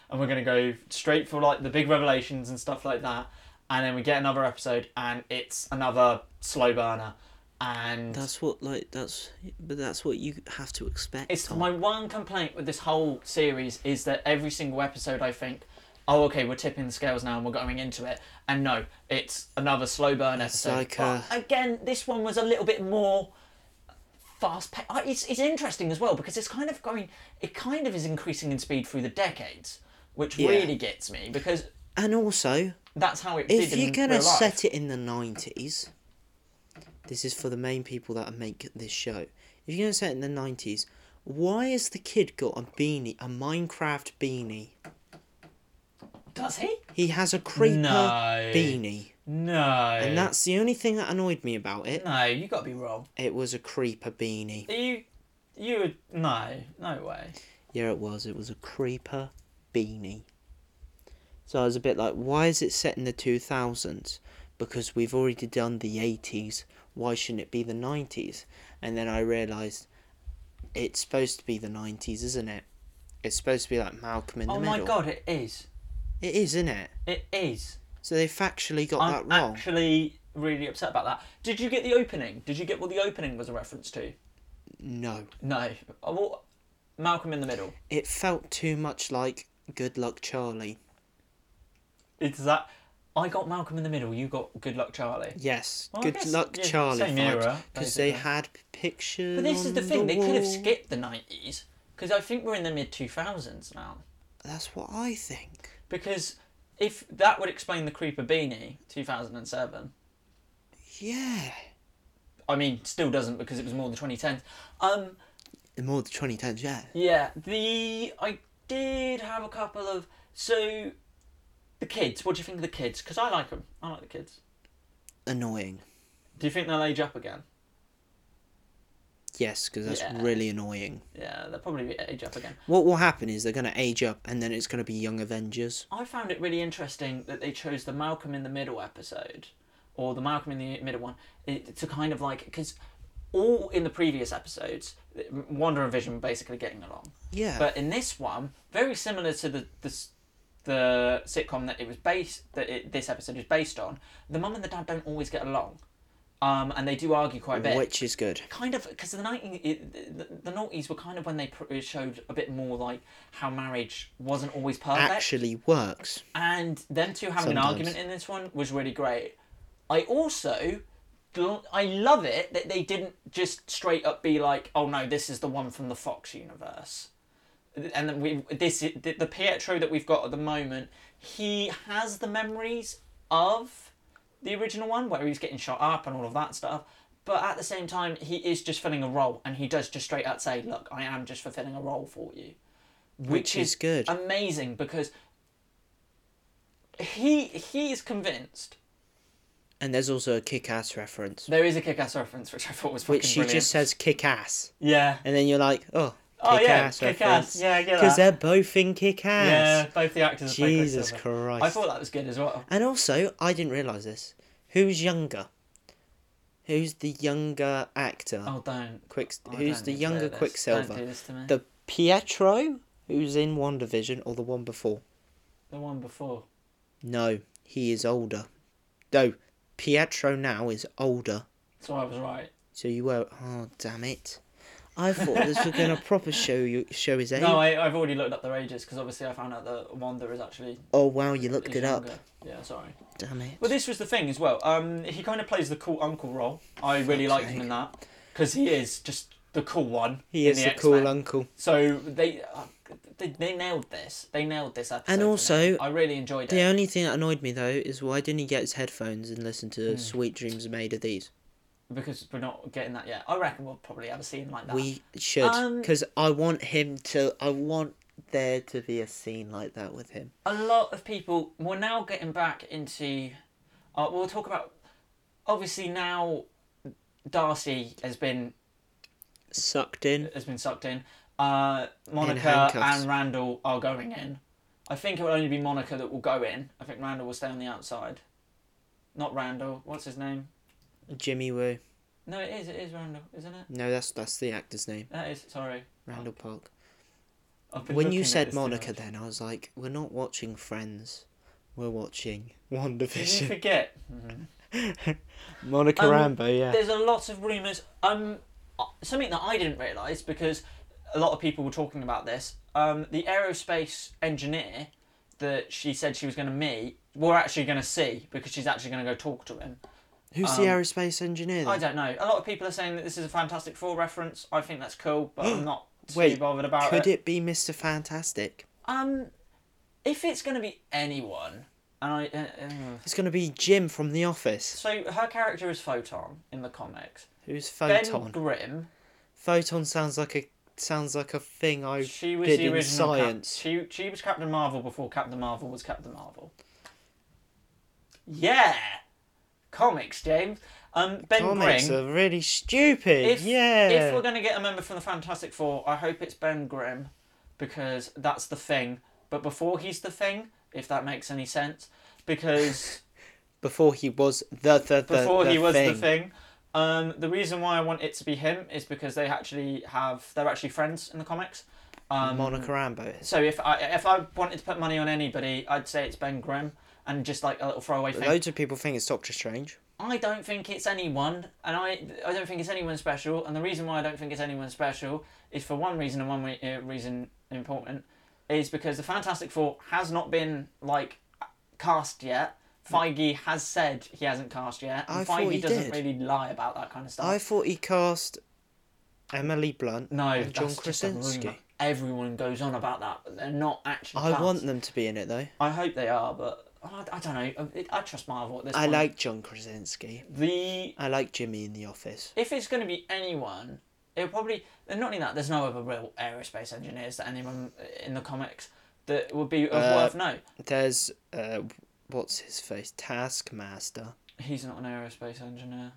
[SPEAKER 1] and we're gonna go straight for like the big revelations and stuff like that, and then we get another episode and it's another slow burner, and
[SPEAKER 2] That's what like that's but that's what you have to expect.
[SPEAKER 1] It's
[SPEAKER 2] Tom.
[SPEAKER 1] my one complaint with this whole series is that every single episode I think, oh okay, we're tipping the scales now and we're going into it, and no, it's another slow burn
[SPEAKER 2] It's
[SPEAKER 1] episode.
[SPEAKER 2] like, uh,
[SPEAKER 1] But again, this one was a little bit more fast paced. It's it's interesting as well because it's kind of going, it kind of is increasing in speed through the decades, which
[SPEAKER 2] Yeah.
[SPEAKER 1] really gets me because
[SPEAKER 2] And also,
[SPEAKER 1] that's how it.
[SPEAKER 2] if
[SPEAKER 1] did
[SPEAKER 2] you're
[SPEAKER 1] in
[SPEAKER 2] gonna
[SPEAKER 1] real life.
[SPEAKER 2] set it in the nineties, this is for the main people that make this show. If you're gonna set it in the nineties, why has the kid got a beanie, a Minecraft beanie?
[SPEAKER 1] Does he?
[SPEAKER 2] He has a creeper
[SPEAKER 1] No.
[SPEAKER 2] beanie,
[SPEAKER 1] No.
[SPEAKER 2] and that's the only thing that annoyed me about it.
[SPEAKER 1] No, you got to be wrong.
[SPEAKER 2] It was a creeper beanie.
[SPEAKER 1] Are you. You would. No. No way.
[SPEAKER 2] Yeah, it was. It was a creeper beanie. So I was a bit like, why is it set in the 2000s? Because we've already done the 80s. Why shouldn't it be the 90s? And then I realised it's supposed to be the 90s, isn't it? It's supposed to be like Malcolm in the
[SPEAKER 1] oh
[SPEAKER 2] Middle.
[SPEAKER 1] my god, it is.
[SPEAKER 2] It is, isn't it?
[SPEAKER 1] It is.
[SPEAKER 2] So they factually got
[SPEAKER 1] I'm
[SPEAKER 2] that wrong.
[SPEAKER 1] actually really upset about that. Did you get the opening? Did you get what the opening was a reference to?
[SPEAKER 2] No.
[SPEAKER 1] No. Oh, well, Malcolm in the Middle.
[SPEAKER 2] It felt too much like Good Luck Charlie.
[SPEAKER 1] It's that. I got Malcolm in the Middle, you got Good Luck Charlie.
[SPEAKER 2] Yes,
[SPEAKER 1] Well, I
[SPEAKER 2] Good
[SPEAKER 1] guess,
[SPEAKER 2] Luck
[SPEAKER 1] yeah,
[SPEAKER 2] Charlie
[SPEAKER 1] same era,
[SPEAKER 2] because they
[SPEAKER 1] basically.
[SPEAKER 2] had pictures.
[SPEAKER 1] But this is the
[SPEAKER 2] on
[SPEAKER 1] thing, they could have
[SPEAKER 2] wall.
[SPEAKER 1] skipped the 90s, because I think we're in the mid 2000s now.
[SPEAKER 2] That's what I think.
[SPEAKER 1] Because if that would explain the Creeper Beanie, 2007.
[SPEAKER 2] Yeah.
[SPEAKER 1] I mean, still doesn't because it was more the 2010s. Um,
[SPEAKER 2] And More the 2010s, yeah.
[SPEAKER 1] yeah, the. I did have a couple of. So, the kids, what do you think of the kids? Because I like them. I like the kids.
[SPEAKER 2] Annoying.
[SPEAKER 1] Do you think they'll age up again?
[SPEAKER 2] Yes, because that's
[SPEAKER 1] Yeah.
[SPEAKER 2] really annoying.
[SPEAKER 1] Yeah, they'll probably age up again.
[SPEAKER 2] What will happen is they're going to age up and then it's going to be Young Avengers.
[SPEAKER 1] I found it really interesting that they chose the Malcolm in the Middle episode, or the Malcolm in the Middle one, it, to kind of like because all in the previous episodes, Wonder and Vision were basically getting along,
[SPEAKER 2] Yeah.
[SPEAKER 1] but in this one, very similar to the the, s- the sitcom that it was based that it, this episode is based on, the mum and the dad don't always get along, um, and they do argue quite a bit
[SPEAKER 2] Which is good.
[SPEAKER 1] kind of because the nineteen the, the noughties were kind of when they pr- showed a bit more like how marriage wasn't always perfect
[SPEAKER 2] Actually works.
[SPEAKER 1] and them two having an
[SPEAKER 2] Sometimes.
[SPEAKER 1] argument in this one was really great i also gl- i love it that they didn't just straight up be like oh no this is the one from the fox universe and then we this i- the, the pietro that we've got at the moment he has the memories of the original one where he's getting shot up and all of that stuff but at the same time he is just filling a role and he does just straight out say look i am just fulfilling a role for you which,
[SPEAKER 2] Which is good.
[SPEAKER 1] amazing because he he is convinced
[SPEAKER 2] And there's also a kick ass reference.
[SPEAKER 1] there is a kick-ass reference which i thought was fucking
[SPEAKER 2] Which she
[SPEAKER 1] brilliant.
[SPEAKER 2] just says kick ass.
[SPEAKER 1] yeah
[SPEAKER 2] And then you're like, oh,
[SPEAKER 1] Oh, yeah,
[SPEAKER 2] kick ass
[SPEAKER 1] kick-ass.
[SPEAKER 2] reference.
[SPEAKER 1] Yeah, I get
[SPEAKER 2] Because
[SPEAKER 1] that.
[SPEAKER 2] they're both in kick
[SPEAKER 1] yeah
[SPEAKER 2] ass.
[SPEAKER 1] both the actors are
[SPEAKER 2] Jesus
[SPEAKER 1] Christ.
[SPEAKER 2] Christ.
[SPEAKER 1] i thought that was good as well
[SPEAKER 2] And also, I didn't realise this. Who's younger? Who's the younger actor?
[SPEAKER 1] oh don't
[SPEAKER 2] Quick,
[SPEAKER 1] oh,
[SPEAKER 2] who's
[SPEAKER 1] don't
[SPEAKER 2] the
[SPEAKER 1] do
[SPEAKER 2] younger
[SPEAKER 1] this.
[SPEAKER 2] Quicksilver?
[SPEAKER 1] don't do this to me. The,
[SPEAKER 2] The Pietro, who's in WandaVision, or the one before?
[SPEAKER 1] one before
[SPEAKER 2] No, he is older. No, Pietro now is older.
[SPEAKER 1] so i was right
[SPEAKER 2] So you were. Oh damn it! I thought this was gonna proper show you show his
[SPEAKER 1] *laughs*
[SPEAKER 2] age.
[SPEAKER 1] no I, i've already looked up their ages because obviously i found out that wanda is actually
[SPEAKER 2] oh wow, you
[SPEAKER 1] is
[SPEAKER 2] looked it up.
[SPEAKER 1] younger. yeah sorry
[SPEAKER 2] Damn it!
[SPEAKER 1] well this was the thing as well um he kind of plays the cool uncle role i really
[SPEAKER 2] Fuck's
[SPEAKER 1] liked him
[SPEAKER 2] sake.
[SPEAKER 1] in that because he is just the cool one
[SPEAKER 2] He
[SPEAKER 1] in
[SPEAKER 2] is the
[SPEAKER 1] X-Men.
[SPEAKER 2] cool uncle.
[SPEAKER 1] So they, uh, they they nailed this. They nailed this episode.
[SPEAKER 2] And
[SPEAKER 1] for
[SPEAKER 2] also,
[SPEAKER 1] me. I really enjoyed
[SPEAKER 2] The
[SPEAKER 1] it.
[SPEAKER 2] only thing that annoyed me though is why didn't he get his headphones and listen
[SPEAKER 1] Hmm.
[SPEAKER 2] to "Sweet Dreams Are Made of These"?
[SPEAKER 1] because we're not getting that yet. I reckon we'll probably have a scene like that.
[SPEAKER 2] We should,
[SPEAKER 1] Um,
[SPEAKER 2] because I want him to. I want there to be a scene like that with him.
[SPEAKER 1] a lot of people. We're now getting back into. Uh, we'll talk about. Obviously now, Darcy has been
[SPEAKER 2] Sucked in.
[SPEAKER 1] has been sucked in. Uh, Monica
[SPEAKER 2] handcuffs.
[SPEAKER 1] and Randall are going in. I think it will only be Monica that will go in. I think Randall will stay on the outside. Not Randall. What's his name?
[SPEAKER 2] Jimmy Woo.
[SPEAKER 1] No, it is. It is Randall, isn't it?
[SPEAKER 2] No, that's that's the actor's name,
[SPEAKER 1] That is. Sorry.
[SPEAKER 2] Randall Park.
[SPEAKER 1] I've been
[SPEAKER 2] When
[SPEAKER 1] looking
[SPEAKER 2] you
[SPEAKER 1] at
[SPEAKER 2] said
[SPEAKER 1] this too
[SPEAKER 2] Monica,
[SPEAKER 1] much.
[SPEAKER 2] then I was like, we're not watching Friends, we're watching
[SPEAKER 1] Did you *laughs*
[SPEAKER 2] WandaVision.
[SPEAKER 1] forget?
[SPEAKER 2] Monica
[SPEAKER 1] Um,
[SPEAKER 2] Rambo, yeah.
[SPEAKER 1] There's a lot of rumours. Um, uh, something that I didn't realise because a lot of people were talking about this. Um, the aerospace engineer that she said she was going to meet, we're actually going to see because she's actually going to go talk to him.
[SPEAKER 2] Who's the aerospace engineer?
[SPEAKER 1] um, I
[SPEAKER 2] Then?
[SPEAKER 1] don't know. A lot of people are saying that this is a Fantastic Four reference. I think that's cool, but
[SPEAKER 2] *gasps*
[SPEAKER 1] I'm not too
[SPEAKER 2] Wait,
[SPEAKER 1] bothered about
[SPEAKER 2] Could
[SPEAKER 1] it.
[SPEAKER 2] it be Mr. Fantastic?
[SPEAKER 1] Um, if it's going to be anyone, and I. Uh, uh,
[SPEAKER 2] It's gonna be Jim from The Office.
[SPEAKER 1] so her character is Photon in the comics.
[SPEAKER 2] Who's
[SPEAKER 1] Ben
[SPEAKER 2] Photon?
[SPEAKER 1] Grimm
[SPEAKER 2] Photon sounds like a sounds like a thing I
[SPEAKER 1] She was
[SPEAKER 2] did
[SPEAKER 1] the
[SPEAKER 2] in
[SPEAKER 1] original. Cap-
[SPEAKER 2] science.
[SPEAKER 1] she she was Captain Marvel before Captain Marvel was Captain Marvel. Yeah, comics, James. Um, Ben
[SPEAKER 2] Comics
[SPEAKER 1] Grimm.
[SPEAKER 2] are really stupid.
[SPEAKER 1] If
[SPEAKER 2] yeah.
[SPEAKER 1] if we're gonna get a member from the Fantastic Four, I hope it's Ben Grimm because that's the thing. But before he's the thing, if that makes any sense, because.
[SPEAKER 2] Before he was the *laughs* the the
[SPEAKER 1] before
[SPEAKER 2] the
[SPEAKER 1] he was
[SPEAKER 2] thing.
[SPEAKER 1] the thing. Um, the reason why I want it to be him is because they actually have they're actually friends in the comics. Um,
[SPEAKER 2] Monica Rambo is.
[SPEAKER 1] So if I if I wanted to put money on anybody, I'd say it's Ben Grimm and just like a little throwaway thing.
[SPEAKER 2] Loads of people think it's Doctor Strange.
[SPEAKER 1] I don't think it's anyone, and I I don't think it's anyone special. And the reason why I don't think it's anyone special is for one reason and one re- uh, reason important is because the Fantastic Four has not been like cast yet. Feige has said he hasn't cast yet, and
[SPEAKER 2] Mm. I thought he
[SPEAKER 1] Feige doesn't
[SPEAKER 2] did.
[SPEAKER 1] really lie about that kind of stuff.
[SPEAKER 2] I thought he cast Emily Blunt
[SPEAKER 1] No,
[SPEAKER 2] and John
[SPEAKER 1] that's just a rumour.
[SPEAKER 2] Krasinski.
[SPEAKER 1] Everyone goes on about that, but they're not actually.
[SPEAKER 2] I
[SPEAKER 1] cast.
[SPEAKER 2] want them to be in it though.
[SPEAKER 1] I hope they are, but I, I don't know. I, I trust Marvel at this
[SPEAKER 2] I
[SPEAKER 1] point.
[SPEAKER 2] like John Krasinski.
[SPEAKER 1] the
[SPEAKER 2] I like Jimmy in The Office.
[SPEAKER 1] if it's going to be anyone, it'll probably. And not only that, there's no other real aerospace engineers that anyone in the comics that would be of
[SPEAKER 2] Uh,
[SPEAKER 1] worth note.
[SPEAKER 2] There's uh, what's his face Taskmaster.
[SPEAKER 1] He's not an aerospace engineer.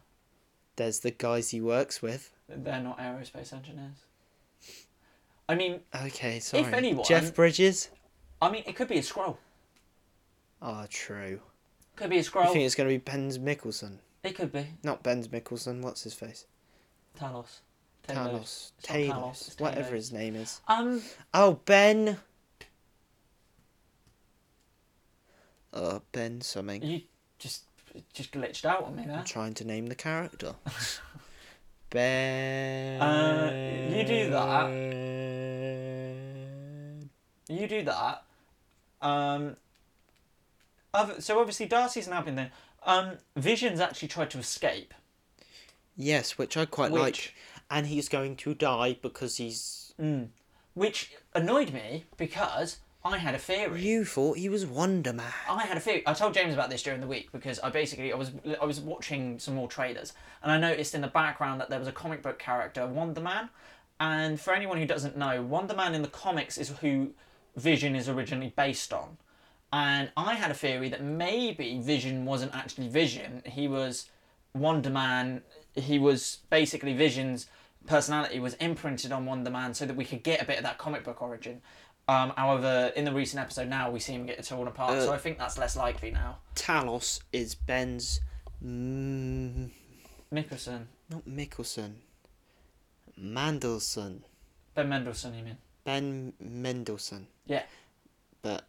[SPEAKER 2] There's the guys he works with.
[SPEAKER 1] They're not aerospace engineers. I mean,
[SPEAKER 2] Okay, sorry.
[SPEAKER 1] anyone-
[SPEAKER 2] Jeff Bridges.
[SPEAKER 1] I mean, it could be a scroll.
[SPEAKER 2] Ah, true.
[SPEAKER 1] Could be a
[SPEAKER 2] I
[SPEAKER 1] scroll.
[SPEAKER 2] think it's going to be Ben's Mickelson.
[SPEAKER 1] It could be
[SPEAKER 2] Not Ben's Mickelson. What's his face?
[SPEAKER 1] Talos.
[SPEAKER 2] Talos.
[SPEAKER 1] It's not
[SPEAKER 2] Talos.
[SPEAKER 1] Talos, it's
[SPEAKER 2] Whatever
[SPEAKER 1] Talos.
[SPEAKER 2] his name is.
[SPEAKER 1] Um.
[SPEAKER 2] Oh, Ben. Oh, Ben something.
[SPEAKER 1] You just just glitched out on me there.
[SPEAKER 2] I'm trying to name
[SPEAKER 1] *laughs*
[SPEAKER 2] the character. ben.
[SPEAKER 1] Uh, you do that. You do that. Um, other, so obviously Darcy's now been there. Um, Vision's actually tried to escape.
[SPEAKER 2] Yes, which I quite
[SPEAKER 1] Which-
[SPEAKER 2] like. And he's going to die because he's.
[SPEAKER 1] Mm. Which annoyed me because I had a theory.
[SPEAKER 2] You thought he was Wonder Man.
[SPEAKER 1] I had a theory. I told James about this during the week because I basically I was I was watching some more trailers and I noticed in the background that there was a comic book character, Wonder Man. And for anyone who doesn't know, Wonder Man in the comics is who Vision is originally based on. And I had a theory that maybe Vision wasn't actually Vision. He was Wonder Man. He was basically Vision's personality was imprinted on Wonder Man so that we could get a bit of that comic book origin. Um, however, in the recent episode now, we see him get torn apart, so
[SPEAKER 2] Uh,
[SPEAKER 1] I think that's less likely now.
[SPEAKER 2] Talos is Ben's. Mm,
[SPEAKER 1] Mickelson,
[SPEAKER 2] not Mickelson. Mandelson.
[SPEAKER 1] Ben Mendelsohn, you mean?
[SPEAKER 2] Ben Mendelson.
[SPEAKER 1] Yeah.
[SPEAKER 2] But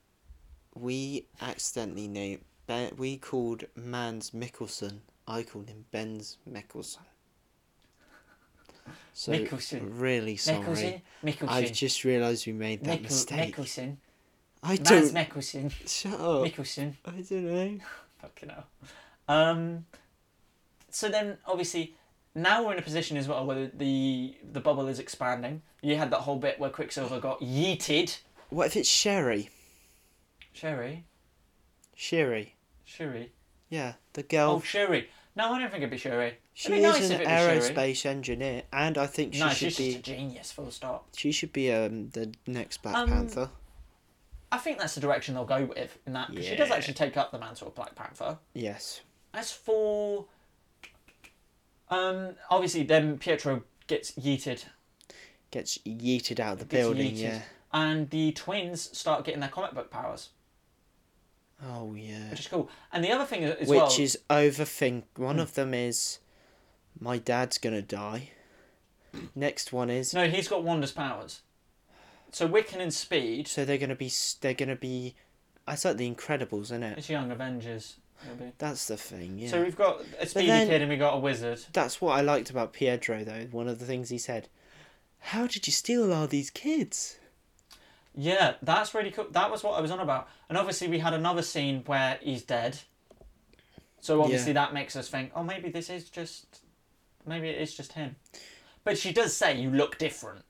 [SPEAKER 2] we accidentally named Ben. We called Mans Mickelson. I called him Ben's Mickelson. So
[SPEAKER 1] Mickelson.
[SPEAKER 2] really sorry.
[SPEAKER 1] Mickelson?
[SPEAKER 2] I've
[SPEAKER 1] Mickelson.
[SPEAKER 2] just realised we made that
[SPEAKER 1] Mickel-
[SPEAKER 2] mistake.
[SPEAKER 1] Mickelson.
[SPEAKER 2] I
[SPEAKER 1] Maz
[SPEAKER 2] don't. Oh.
[SPEAKER 1] Mickelson.
[SPEAKER 2] shut up.
[SPEAKER 1] Mickelson.
[SPEAKER 2] I don't know.
[SPEAKER 1] Fucking hell. Um, so then, obviously, now we're in a position as well where the the bubble is expanding. You had that whole bit where Quicksilver got yeeted.
[SPEAKER 2] What if it's Sherry?
[SPEAKER 1] Sherry?
[SPEAKER 2] Sherry.
[SPEAKER 1] Sherry?
[SPEAKER 2] Yeah, the
[SPEAKER 1] Oh,
[SPEAKER 2] girl.
[SPEAKER 1] Sherry. No, I don't think it'd be Sherry.
[SPEAKER 2] she
[SPEAKER 1] it'd be nice
[SPEAKER 2] is
[SPEAKER 1] if
[SPEAKER 2] an
[SPEAKER 1] it was Sherry.
[SPEAKER 2] aerospace engineer, and I think she
[SPEAKER 1] No,
[SPEAKER 2] should
[SPEAKER 1] she's
[SPEAKER 2] be.
[SPEAKER 1] just a genius, full stop.
[SPEAKER 2] She should be um the next Black
[SPEAKER 1] Um,
[SPEAKER 2] Panther.
[SPEAKER 1] I think that's the direction they'll go with in that 'cause she does
[SPEAKER 2] Yeah.
[SPEAKER 1] actually take up the mantle of Black Panther.
[SPEAKER 2] Yes.
[SPEAKER 1] As for, um, obviously then Pietro gets yeeted,
[SPEAKER 2] Gets yeeted out of the
[SPEAKER 1] Gets
[SPEAKER 2] building.
[SPEAKER 1] yeeted.
[SPEAKER 2] Yeah.
[SPEAKER 1] and the twins start getting their comic book powers,
[SPEAKER 2] Oh yeah.
[SPEAKER 1] which is cool. And the other thing as
[SPEAKER 2] Which
[SPEAKER 1] well, Hmm.
[SPEAKER 2] is overthink. One of them is, my dad's gonna die. Next one is.
[SPEAKER 1] no, he's got Wanda's powers. So Wiccan and Speed,
[SPEAKER 2] So they're gonna be. s- They're gonna be. That's like the Incredibles, isn't it?
[SPEAKER 1] it's Young Avengers. maybe.
[SPEAKER 2] That's the thing. Yeah.
[SPEAKER 1] So we've got a speedy
[SPEAKER 2] then-
[SPEAKER 1] kid and we got a wizard.
[SPEAKER 2] That's what I liked about Pietro, though. One of the things he said, "How did you steal all these kids?"
[SPEAKER 1] Yeah, that's really cool. That was what I was on about. And obviously, we had another scene where he's dead. So obviously, that makes us think, oh, maybe this is just, maybe it is just him. But she does say you look different.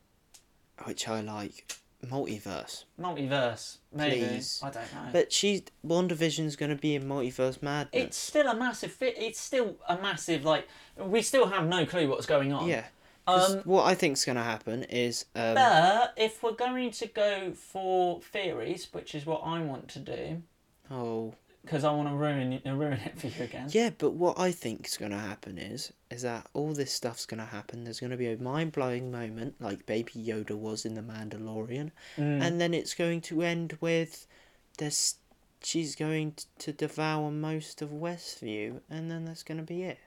[SPEAKER 2] Which I like. Multiverse.
[SPEAKER 1] Multiverse, maybe.
[SPEAKER 2] Please.
[SPEAKER 1] I don't know.
[SPEAKER 2] But she, WandaVision's gonna be in Multiverse Madness.
[SPEAKER 1] it's still a massive. fi- It's still a massive. Like we still have no clue what's going on.
[SPEAKER 2] Yeah.
[SPEAKER 1] Um,
[SPEAKER 2] 'Cause what I think's going to happen is um,
[SPEAKER 1] but if we're going to go for theories, which is what I want to do,
[SPEAKER 2] oh
[SPEAKER 1] because I want to ruin it, ruin it for you again.
[SPEAKER 2] yeah, but what I think's going to happen is is that all this stuff's going to happen. There's going to be a mind blowing moment like Baby Yoda was in the Mandalorian,
[SPEAKER 1] Mm.
[SPEAKER 2] and then it's going to end with this. She's going t- to devour most of Westview, and then that's going to be it.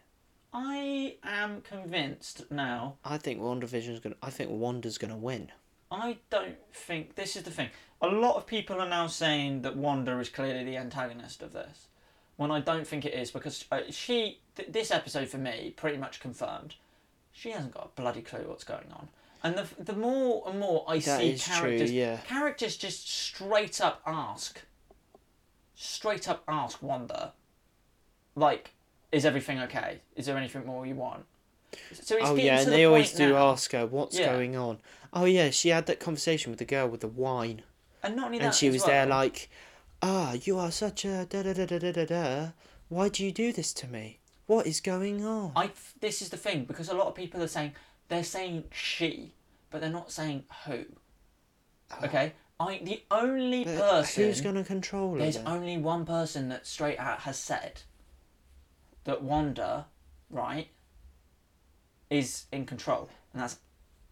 [SPEAKER 1] I am convinced now.
[SPEAKER 2] I think WandaVision's going. to I think Wanda's going to win.
[SPEAKER 1] I don't think this is the thing. A lot of people are now saying that Wanda is clearly the antagonist of this, when I don't think it is because uh, she. Th- this episode for me pretty much confirmed she hasn't got a bloody clue what's going on. And the the more and more I
[SPEAKER 2] That
[SPEAKER 1] see
[SPEAKER 2] is true,
[SPEAKER 1] characters,
[SPEAKER 2] yeah.
[SPEAKER 1] characters just straight up ask, straight up ask Wanda, like, is everything okay? Is there anything more you want? So it's
[SPEAKER 2] oh
[SPEAKER 1] getting
[SPEAKER 2] yeah,
[SPEAKER 1] to
[SPEAKER 2] and
[SPEAKER 1] the
[SPEAKER 2] they always
[SPEAKER 1] point
[SPEAKER 2] do
[SPEAKER 1] now-
[SPEAKER 2] ask her what's
[SPEAKER 1] Yeah.
[SPEAKER 2] going on. Oh yeah, she had that conversation with the girl with the wine,
[SPEAKER 1] and not only that,
[SPEAKER 2] and she
[SPEAKER 1] as
[SPEAKER 2] was there
[SPEAKER 1] well-
[SPEAKER 2] like, "Ah, you are such a da da da da da da da. Why do you do this to me? What is going on?"
[SPEAKER 1] I this is the thing because a lot of people are saying they're saying she, but they're not saying who. Okay, I the only
[SPEAKER 2] Ah. But uh,
[SPEAKER 1] person
[SPEAKER 2] Who's gonna control her?
[SPEAKER 1] there's
[SPEAKER 2] then?
[SPEAKER 1] only one person that straight out has said that Wanda, right, is in control, and that's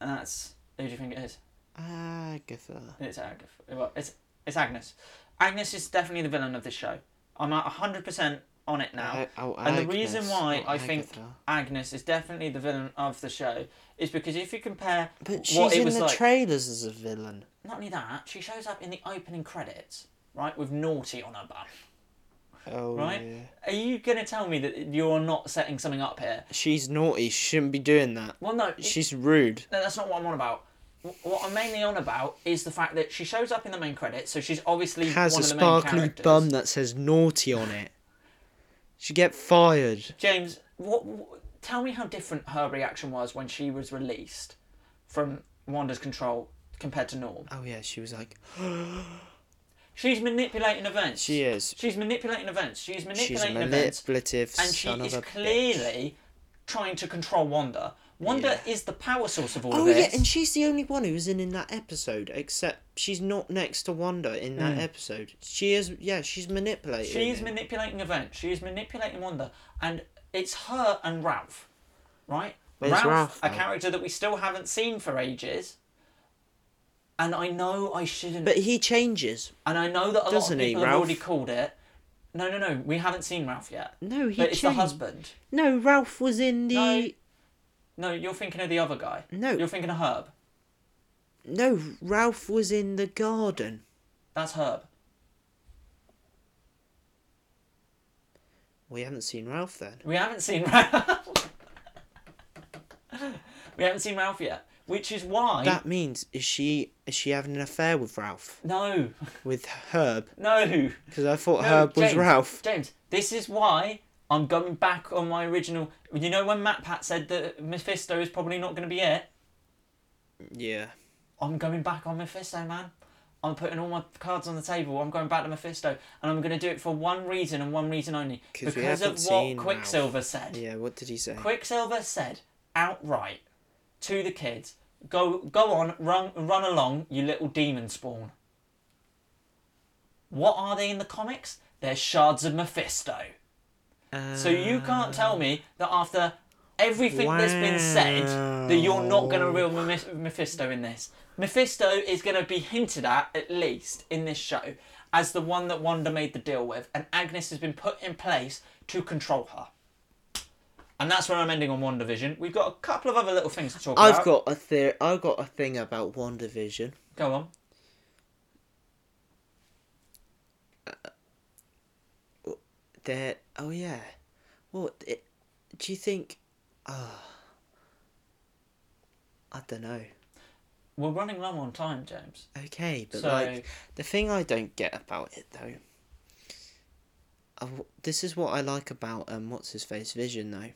[SPEAKER 1] and that's who do you think it is?
[SPEAKER 2] Ah, Agatha.
[SPEAKER 1] It's Agnes. Well, it's it's Agnes. Agnes is definitely the villain of this show. I'm at hundred percent on it now.
[SPEAKER 2] A- oh,
[SPEAKER 1] And the
[SPEAKER 2] Agnes,
[SPEAKER 1] reason why
[SPEAKER 2] not
[SPEAKER 1] I think
[SPEAKER 2] Agatha.
[SPEAKER 1] Agnes is definitely the villain of the show is because if you compare
[SPEAKER 2] But
[SPEAKER 1] what
[SPEAKER 2] she's
[SPEAKER 1] it
[SPEAKER 2] in
[SPEAKER 1] was
[SPEAKER 2] the
[SPEAKER 1] like,
[SPEAKER 2] trailers as a villain.
[SPEAKER 1] not only that, she shows up in the opening credits, right, with naughty on her bum.
[SPEAKER 2] Oh
[SPEAKER 1] Right?
[SPEAKER 2] yeah.
[SPEAKER 1] Are you gonna tell me that you're not setting something up here?
[SPEAKER 2] She's naughty. She shouldn't be doing that.
[SPEAKER 1] Well, no, it-
[SPEAKER 2] She's rude.
[SPEAKER 1] No, that's not what I'm on about. Wh- What I'm mainly on about is the fact that she shows up in the main credits, so she's obviously
[SPEAKER 2] has
[SPEAKER 1] one
[SPEAKER 2] a
[SPEAKER 1] of the main
[SPEAKER 2] sparkly
[SPEAKER 1] characters.
[SPEAKER 2] bum that says naughty on it. She get fired.
[SPEAKER 1] James, what, wh- Tell me how different her reaction was when she was released from Wanda's control compared to Norm.
[SPEAKER 2] Oh yeah, she was like
[SPEAKER 1] She's manipulating events.
[SPEAKER 2] she is.
[SPEAKER 1] She's manipulating events. She's
[SPEAKER 2] She's a
[SPEAKER 1] manipulating events,
[SPEAKER 2] manipulative
[SPEAKER 1] and she
[SPEAKER 2] son
[SPEAKER 1] is
[SPEAKER 2] of a bitch.
[SPEAKER 1] clearly trying to control Wanda. Wanda is the power source of all
[SPEAKER 2] Oh
[SPEAKER 1] of this.
[SPEAKER 2] yeah, and she's the only one who was in in that episode. Except she's not next to Wanda in that episode. She is. Yeah, she's manipulating.
[SPEAKER 1] Mm. she is
[SPEAKER 2] him.
[SPEAKER 1] manipulating events. She is manipulating Wanda, and it's her and Ralph, right?
[SPEAKER 2] Where's Ralph,
[SPEAKER 1] a
[SPEAKER 2] though?
[SPEAKER 1] character that we still haven't seen for ages. And I know I shouldn't.
[SPEAKER 2] But he changes.
[SPEAKER 1] and I know that a lot of
[SPEAKER 2] Doesn't he,
[SPEAKER 1] people have
[SPEAKER 2] Ralph?
[SPEAKER 1] already called it. No, no, no. We haven't seen Ralph yet.
[SPEAKER 2] No, he
[SPEAKER 1] but it's the
[SPEAKER 2] changed.
[SPEAKER 1] husband.
[SPEAKER 2] No, Ralph was in the.
[SPEAKER 1] No, you're thinking of the other guy.
[SPEAKER 2] No.
[SPEAKER 1] You're thinking of Herb.
[SPEAKER 2] No, Ralph was in the garden.
[SPEAKER 1] That's Herb.
[SPEAKER 2] We haven't seen Ralph then.
[SPEAKER 1] We haven't seen *laughs* Ralph. we haven't seen Ralph yet, which is why.
[SPEAKER 2] That means is she is she having an affair with Ralph?
[SPEAKER 1] No, *laughs*
[SPEAKER 2] With Herb?
[SPEAKER 1] no.
[SPEAKER 2] Because I thought
[SPEAKER 1] No,
[SPEAKER 2] Herb was
[SPEAKER 1] James,
[SPEAKER 2] Ralph.
[SPEAKER 1] James, this is why I'm going back on my original. You know when Matt Pat said that Mephisto is probably not going to be it.
[SPEAKER 2] Yeah.
[SPEAKER 1] I'm going back on Mephisto, man. I'm putting all my cards on the table. I'm going back to Mephisto, and I'm going to do it for one reason and one reason only,
[SPEAKER 2] 'Cause we
[SPEAKER 1] because of
[SPEAKER 2] haven't
[SPEAKER 1] what
[SPEAKER 2] seen
[SPEAKER 1] Quicksilver said.
[SPEAKER 2] Yeah, what did he say?
[SPEAKER 1] Quicksilver said outright to the kids, "Go, go on, run, run along, you little demon spawn." What are they in the comics? They're shards of Mephisto. So you can't tell me that after everything that's been said, that you're not going to
[SPEAKER 2] Wow.
[SPEAKER 1] reel Meph- Mephisto in this. Mephisto is going to be hinted at, at least in this show, as the one that Wanda made the deal with, and Agnes has been put in place to control her. And that's where I'm ending on WandaVision. We've got a couple of other little things to talk
[SPEAKER 2] I've
[SPEAKER 1] about.
[SPEAKER 2] got a theory. I've got a thing about WandaVision.
[SPEAKER 1] Go on.
[SPEAKER 2] That oh yeah, well, it, do you think? Ah, I don't know.
[SPEAKER 1] We're running low on time, James.
[SPEAKER 2] Okay, but
[SPEAKER 1] So-
[SPEAKER 2] like the thing I don't get about it though. I w this is what I like about um what's his face Vision though,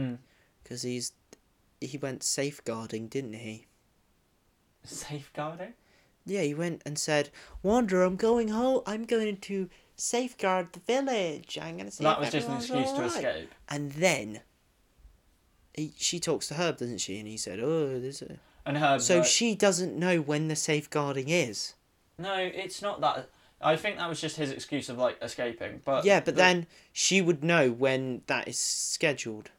[SPEAKER 1] Mm.
[SPEAKER 2] because he's he went safeguarding, didn't he?
[SPEAKER 1] Safeguarding?
[SPEAKER 2] Yeah, he went and said, "Wander, I'm going home. I'm going to safeguard the village. I'm going to see
[SPEAKER 1] That
[SPEAKER 2] if
[SPEAKER 1] was just an
[SPEAKER 2] everyone's
[SPEAKER 1] excuse to
[SPEAKER 2] alright."
[SPEAKER 1] escape.
[SPEAKER 2] And then he, she talks to Herb, doesn't she? And he said, "Oh, there's a."
[SPEAKER 1] And Herb.
[SPEAKER 2] So
[SPEAKER 1] like,
[SPEAKER 2] she doesn't know when the safeguarding is.
[SPEAKER 1] No, it's not that. I think that was just his excuse of like escaping. But
[SPEAKER 2] Yeah, but
[SPEAKER 1] the-
[SPEAKER 2] then she would know when that is scheduled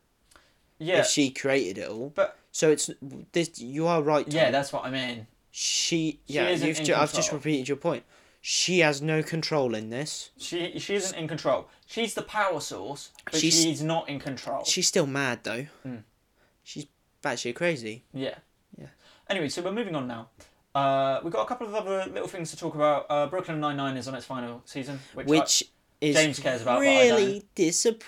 [SPEAKER 1] yeah,
[SPEAKER 2] if she created it all.
[SPEAKER 1] But-
[SPEAKER 2] so it's this. You are right. Tom.
[SPEAKER 1] yeah, that's what I mean.
[SPEAKER 2] She. Yeah.
[SPEAKER 1] isn't
[SPEAKER 2] you've
[SPEAKER 1] in
[SPEAKER 2] ju- I've just
[SPEAKER 1] control.
[SPEAKER 2] repeated your point. She has no control in this.
[SPEAKER 1] She she isn't in control. She's the power source, but
[SPEAKER 2] She's-
[SPEAKER 1] she's, not in control.
[SPEAKER 2] She's still mad though.
[SPEAKER 1] Mm.
[SPEAKER 2] She's batshit crazy.
[SPEAKER 1] yeah.
[SPEAKER 2] Yeah.
[SPEAKER 1] Anyway, so we're moving on now. Uh, we've got a couple of other little things to talk about. Uh, Brooklyn Nine Nine is on its final season, which, I-
[SPEAKER 2] which is
[SPEAKER 1] James cares about, but I
[SPEAKER 2] really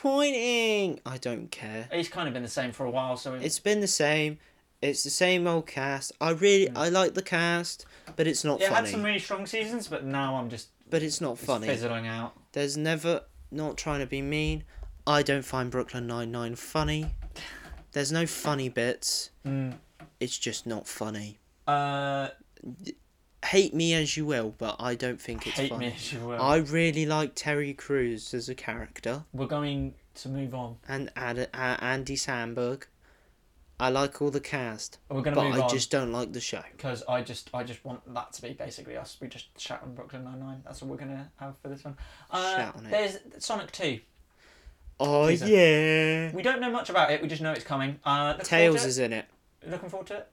[SPEAKER 2] disappointing. I don't care.
[SPEAKER 1] it's kind of been the same for a while. So it-
[SPEAKER 2] It's been the same. It's the same old cast. I really
[SPEAKER 1] Hmm.
[SPEAKER 2] I like the cast, but it's not
[SPEAKER 1] it had
[SPEAKER 2] funny.
[SPEAKER 1] some really strong seasons, but now I'm just
[SPEAKER 2] But it's not
[SPEAKER 1] it's
[SPEAKER 2] funny.
[SPEAKER 1] fizzling out.
[SPEAKER 2] There's never not trying to be mean. I don't find Brooklyn Nine Nine funny. There's no funny bits.
[SPEAKER 1] Mm.
[SPEAKER 2] It's just not funny.
[SPEAKER 1] Uh,
[SPEAKER 2] Hate me as you will, but I don't think it's
[SPEAKER 1] hate
[SPEAKER 2] funny.
[SPEAKER 1] me if you will.
[SPEAKER 2] I really like Terry Crews as a character
[SPEAKER 1] We're going to move on.
[SPEAKER 2] and Ad- uh, Andy Samberg. I like all the cast,
[SPEAKER 1] We're going to
[SPEAKER 2] but
[SPEAKER 1] move
[SPEAKER 2] I
[SPEAKER 1] on
[SPEAKER 2] just don't like the show.
[SPEAKER 1] because I just I just want that to be basically us. We just chat on Brooklyn Nine Nine. That's what we're going to have for this one. Uh,
[SPEAKER 2] Shout on it.
[SPEAKER 1] There's Sonic Two.
[SPEAKER 2] Oh
[SPEAKER 1] Teaser.
[SPEAKER 2] yeah,
[SPEAKER 1] We don't know much about it. We just know it's coming. Uh, looking
[SPEAKER 2] Tails
[SPEAKER 1] forward to
[SPEAKER 2] is in it.
[SPEAKER 1] it. looking forward to it.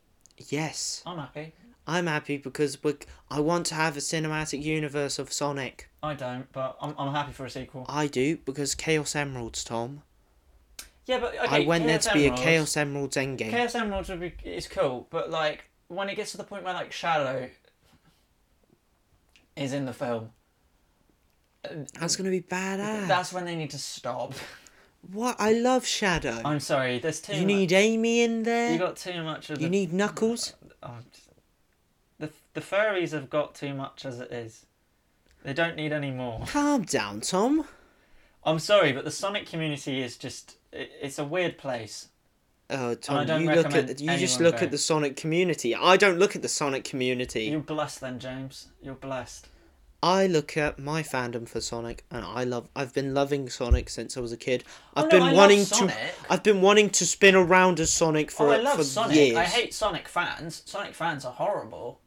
[SPEAKER 2] Yes,
[SPEAKER 1] I'm happy.
[SPEAKER 2] I'm happy because we I want to have a cinematic universe of Sonic.
[SPEAKER 1] I don't, but I'm, I'm happy for a sequel.
[SPEAKER 2] I do because Chaos Emeralds, Tom.
[SPEAKER 1] Yeah, but okay,
[SPEAKER 2] I went there
[SPEAKER 1] Chaos
[SPEAKER 2] to be a
[SPEAKER 1] Emeralds-
[SPEAKER 2] Chaos Emeralds endgame.
[SPEAKER 1] Chaos Emeralds would be is cool, but like when it gets to the point where like Shadow is in the
[SPEAKER 2] *sighs*
[SPEAKER 1] film, uh,
[SPEAKER 2] That's gonna be badass.
[SPEAKER 1] that's when they need to
[SPEAKER 2] *laughs*
[SPEAKER 1] stop.
[SPEAKER 2] What I love Shadow.
[SPEAKER 1] I'm sorry. There's too.
[SPEAKER 2] you need Amy in
[SPEAKER 1] Much,
[SPEAKER 2] there.
[SPEAKER 1] you got too much of the.
[SPEAKER 2] you need Knuckles.
[SPEAKER 1] um, the the furries have got too much as it is. They don't need any more.
[SPEAKER 2] Calm down, Tom.
[SPEAKER 1] I'm sorry, but the Sonic community is just it, it's a weird place.
[SPEAKER 2] Oh, Tom,
[SPEAKER 1] don't
[SPEAKER 2] you look
[SPEAKER 1] recommend
[SPEAKER 2] at you just
[SPEAKER 1] anyone
[SPEAKER 2] look
[SPEAKER 1] go.
[SPEAKER 2] at the Sonic community. I don't look at the Sonic community.
[SPEAKER 1] You're blessed then, James. You're blessed.
[SPEAKER 2] I look at my fandom for Sonic, and I love. I've been loving Sonic since I was a kid.
[SPEAKER 1] Oh,
[SPEAKER 2] I've
[SPEAKER 1] no,
[SPEAKER 2] been
[SPEAKER 1] I love
[SPEAKER 2] wanting
[SPEAKER 1] Sonic.
[SPEAKER 2] to. I've been wanting to spin around as Sonic for
[SPEAKER 1] oh, I love
[SPEAKER 2] for
[SPEAKER 1] Sonic.
[SPEAKER 2] years.
[SPEAKER 1] I hate Sonic fans. Sonic fans are horrible.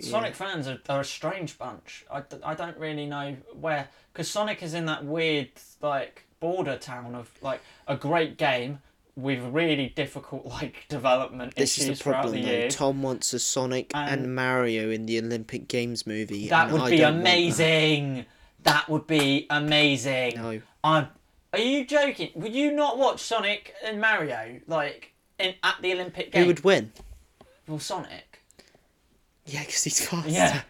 [SPEAKER 1] Sonic fans are, are a strange bunch. I, d- I don't really know where because Sonic is in that weird like border town of like a great game with really difficult like *laughs* development
[SPEAKER 2] This is
[SPEAKER 1] issues
[SPEAKER 2] the problem.
[SPEAKER 1] throughout the
[SPEAKER 2] though.
[SPEAKER 1] year.
[SPEAKER 2] Tom wants a Sonic and,
[SPEAKER 1] And-
[SPEAKER 2] Mario in the Olympic Games movie.
[SPEAKER 1] That
[SPEAKER 2] and
[SPEAKER 1] would
[SPEAKER 2] I
[SPEAKER 1] be
[SPEAKER 2] don't want that.
[SPEAKER 1] amazing. That. would be amazing.
[SPEAKER 2] No.
[SPEAKER 1] I'm, are you joking? Would you not watch Sonic and Mario like in at the Olympic Games?
[SPEAKER 2] Who would win?
[SPEAKER 1] Well, Sonic.
[SPEAKER 2] Yeah, because he's fast.
[SPEAKER 1] Yeah.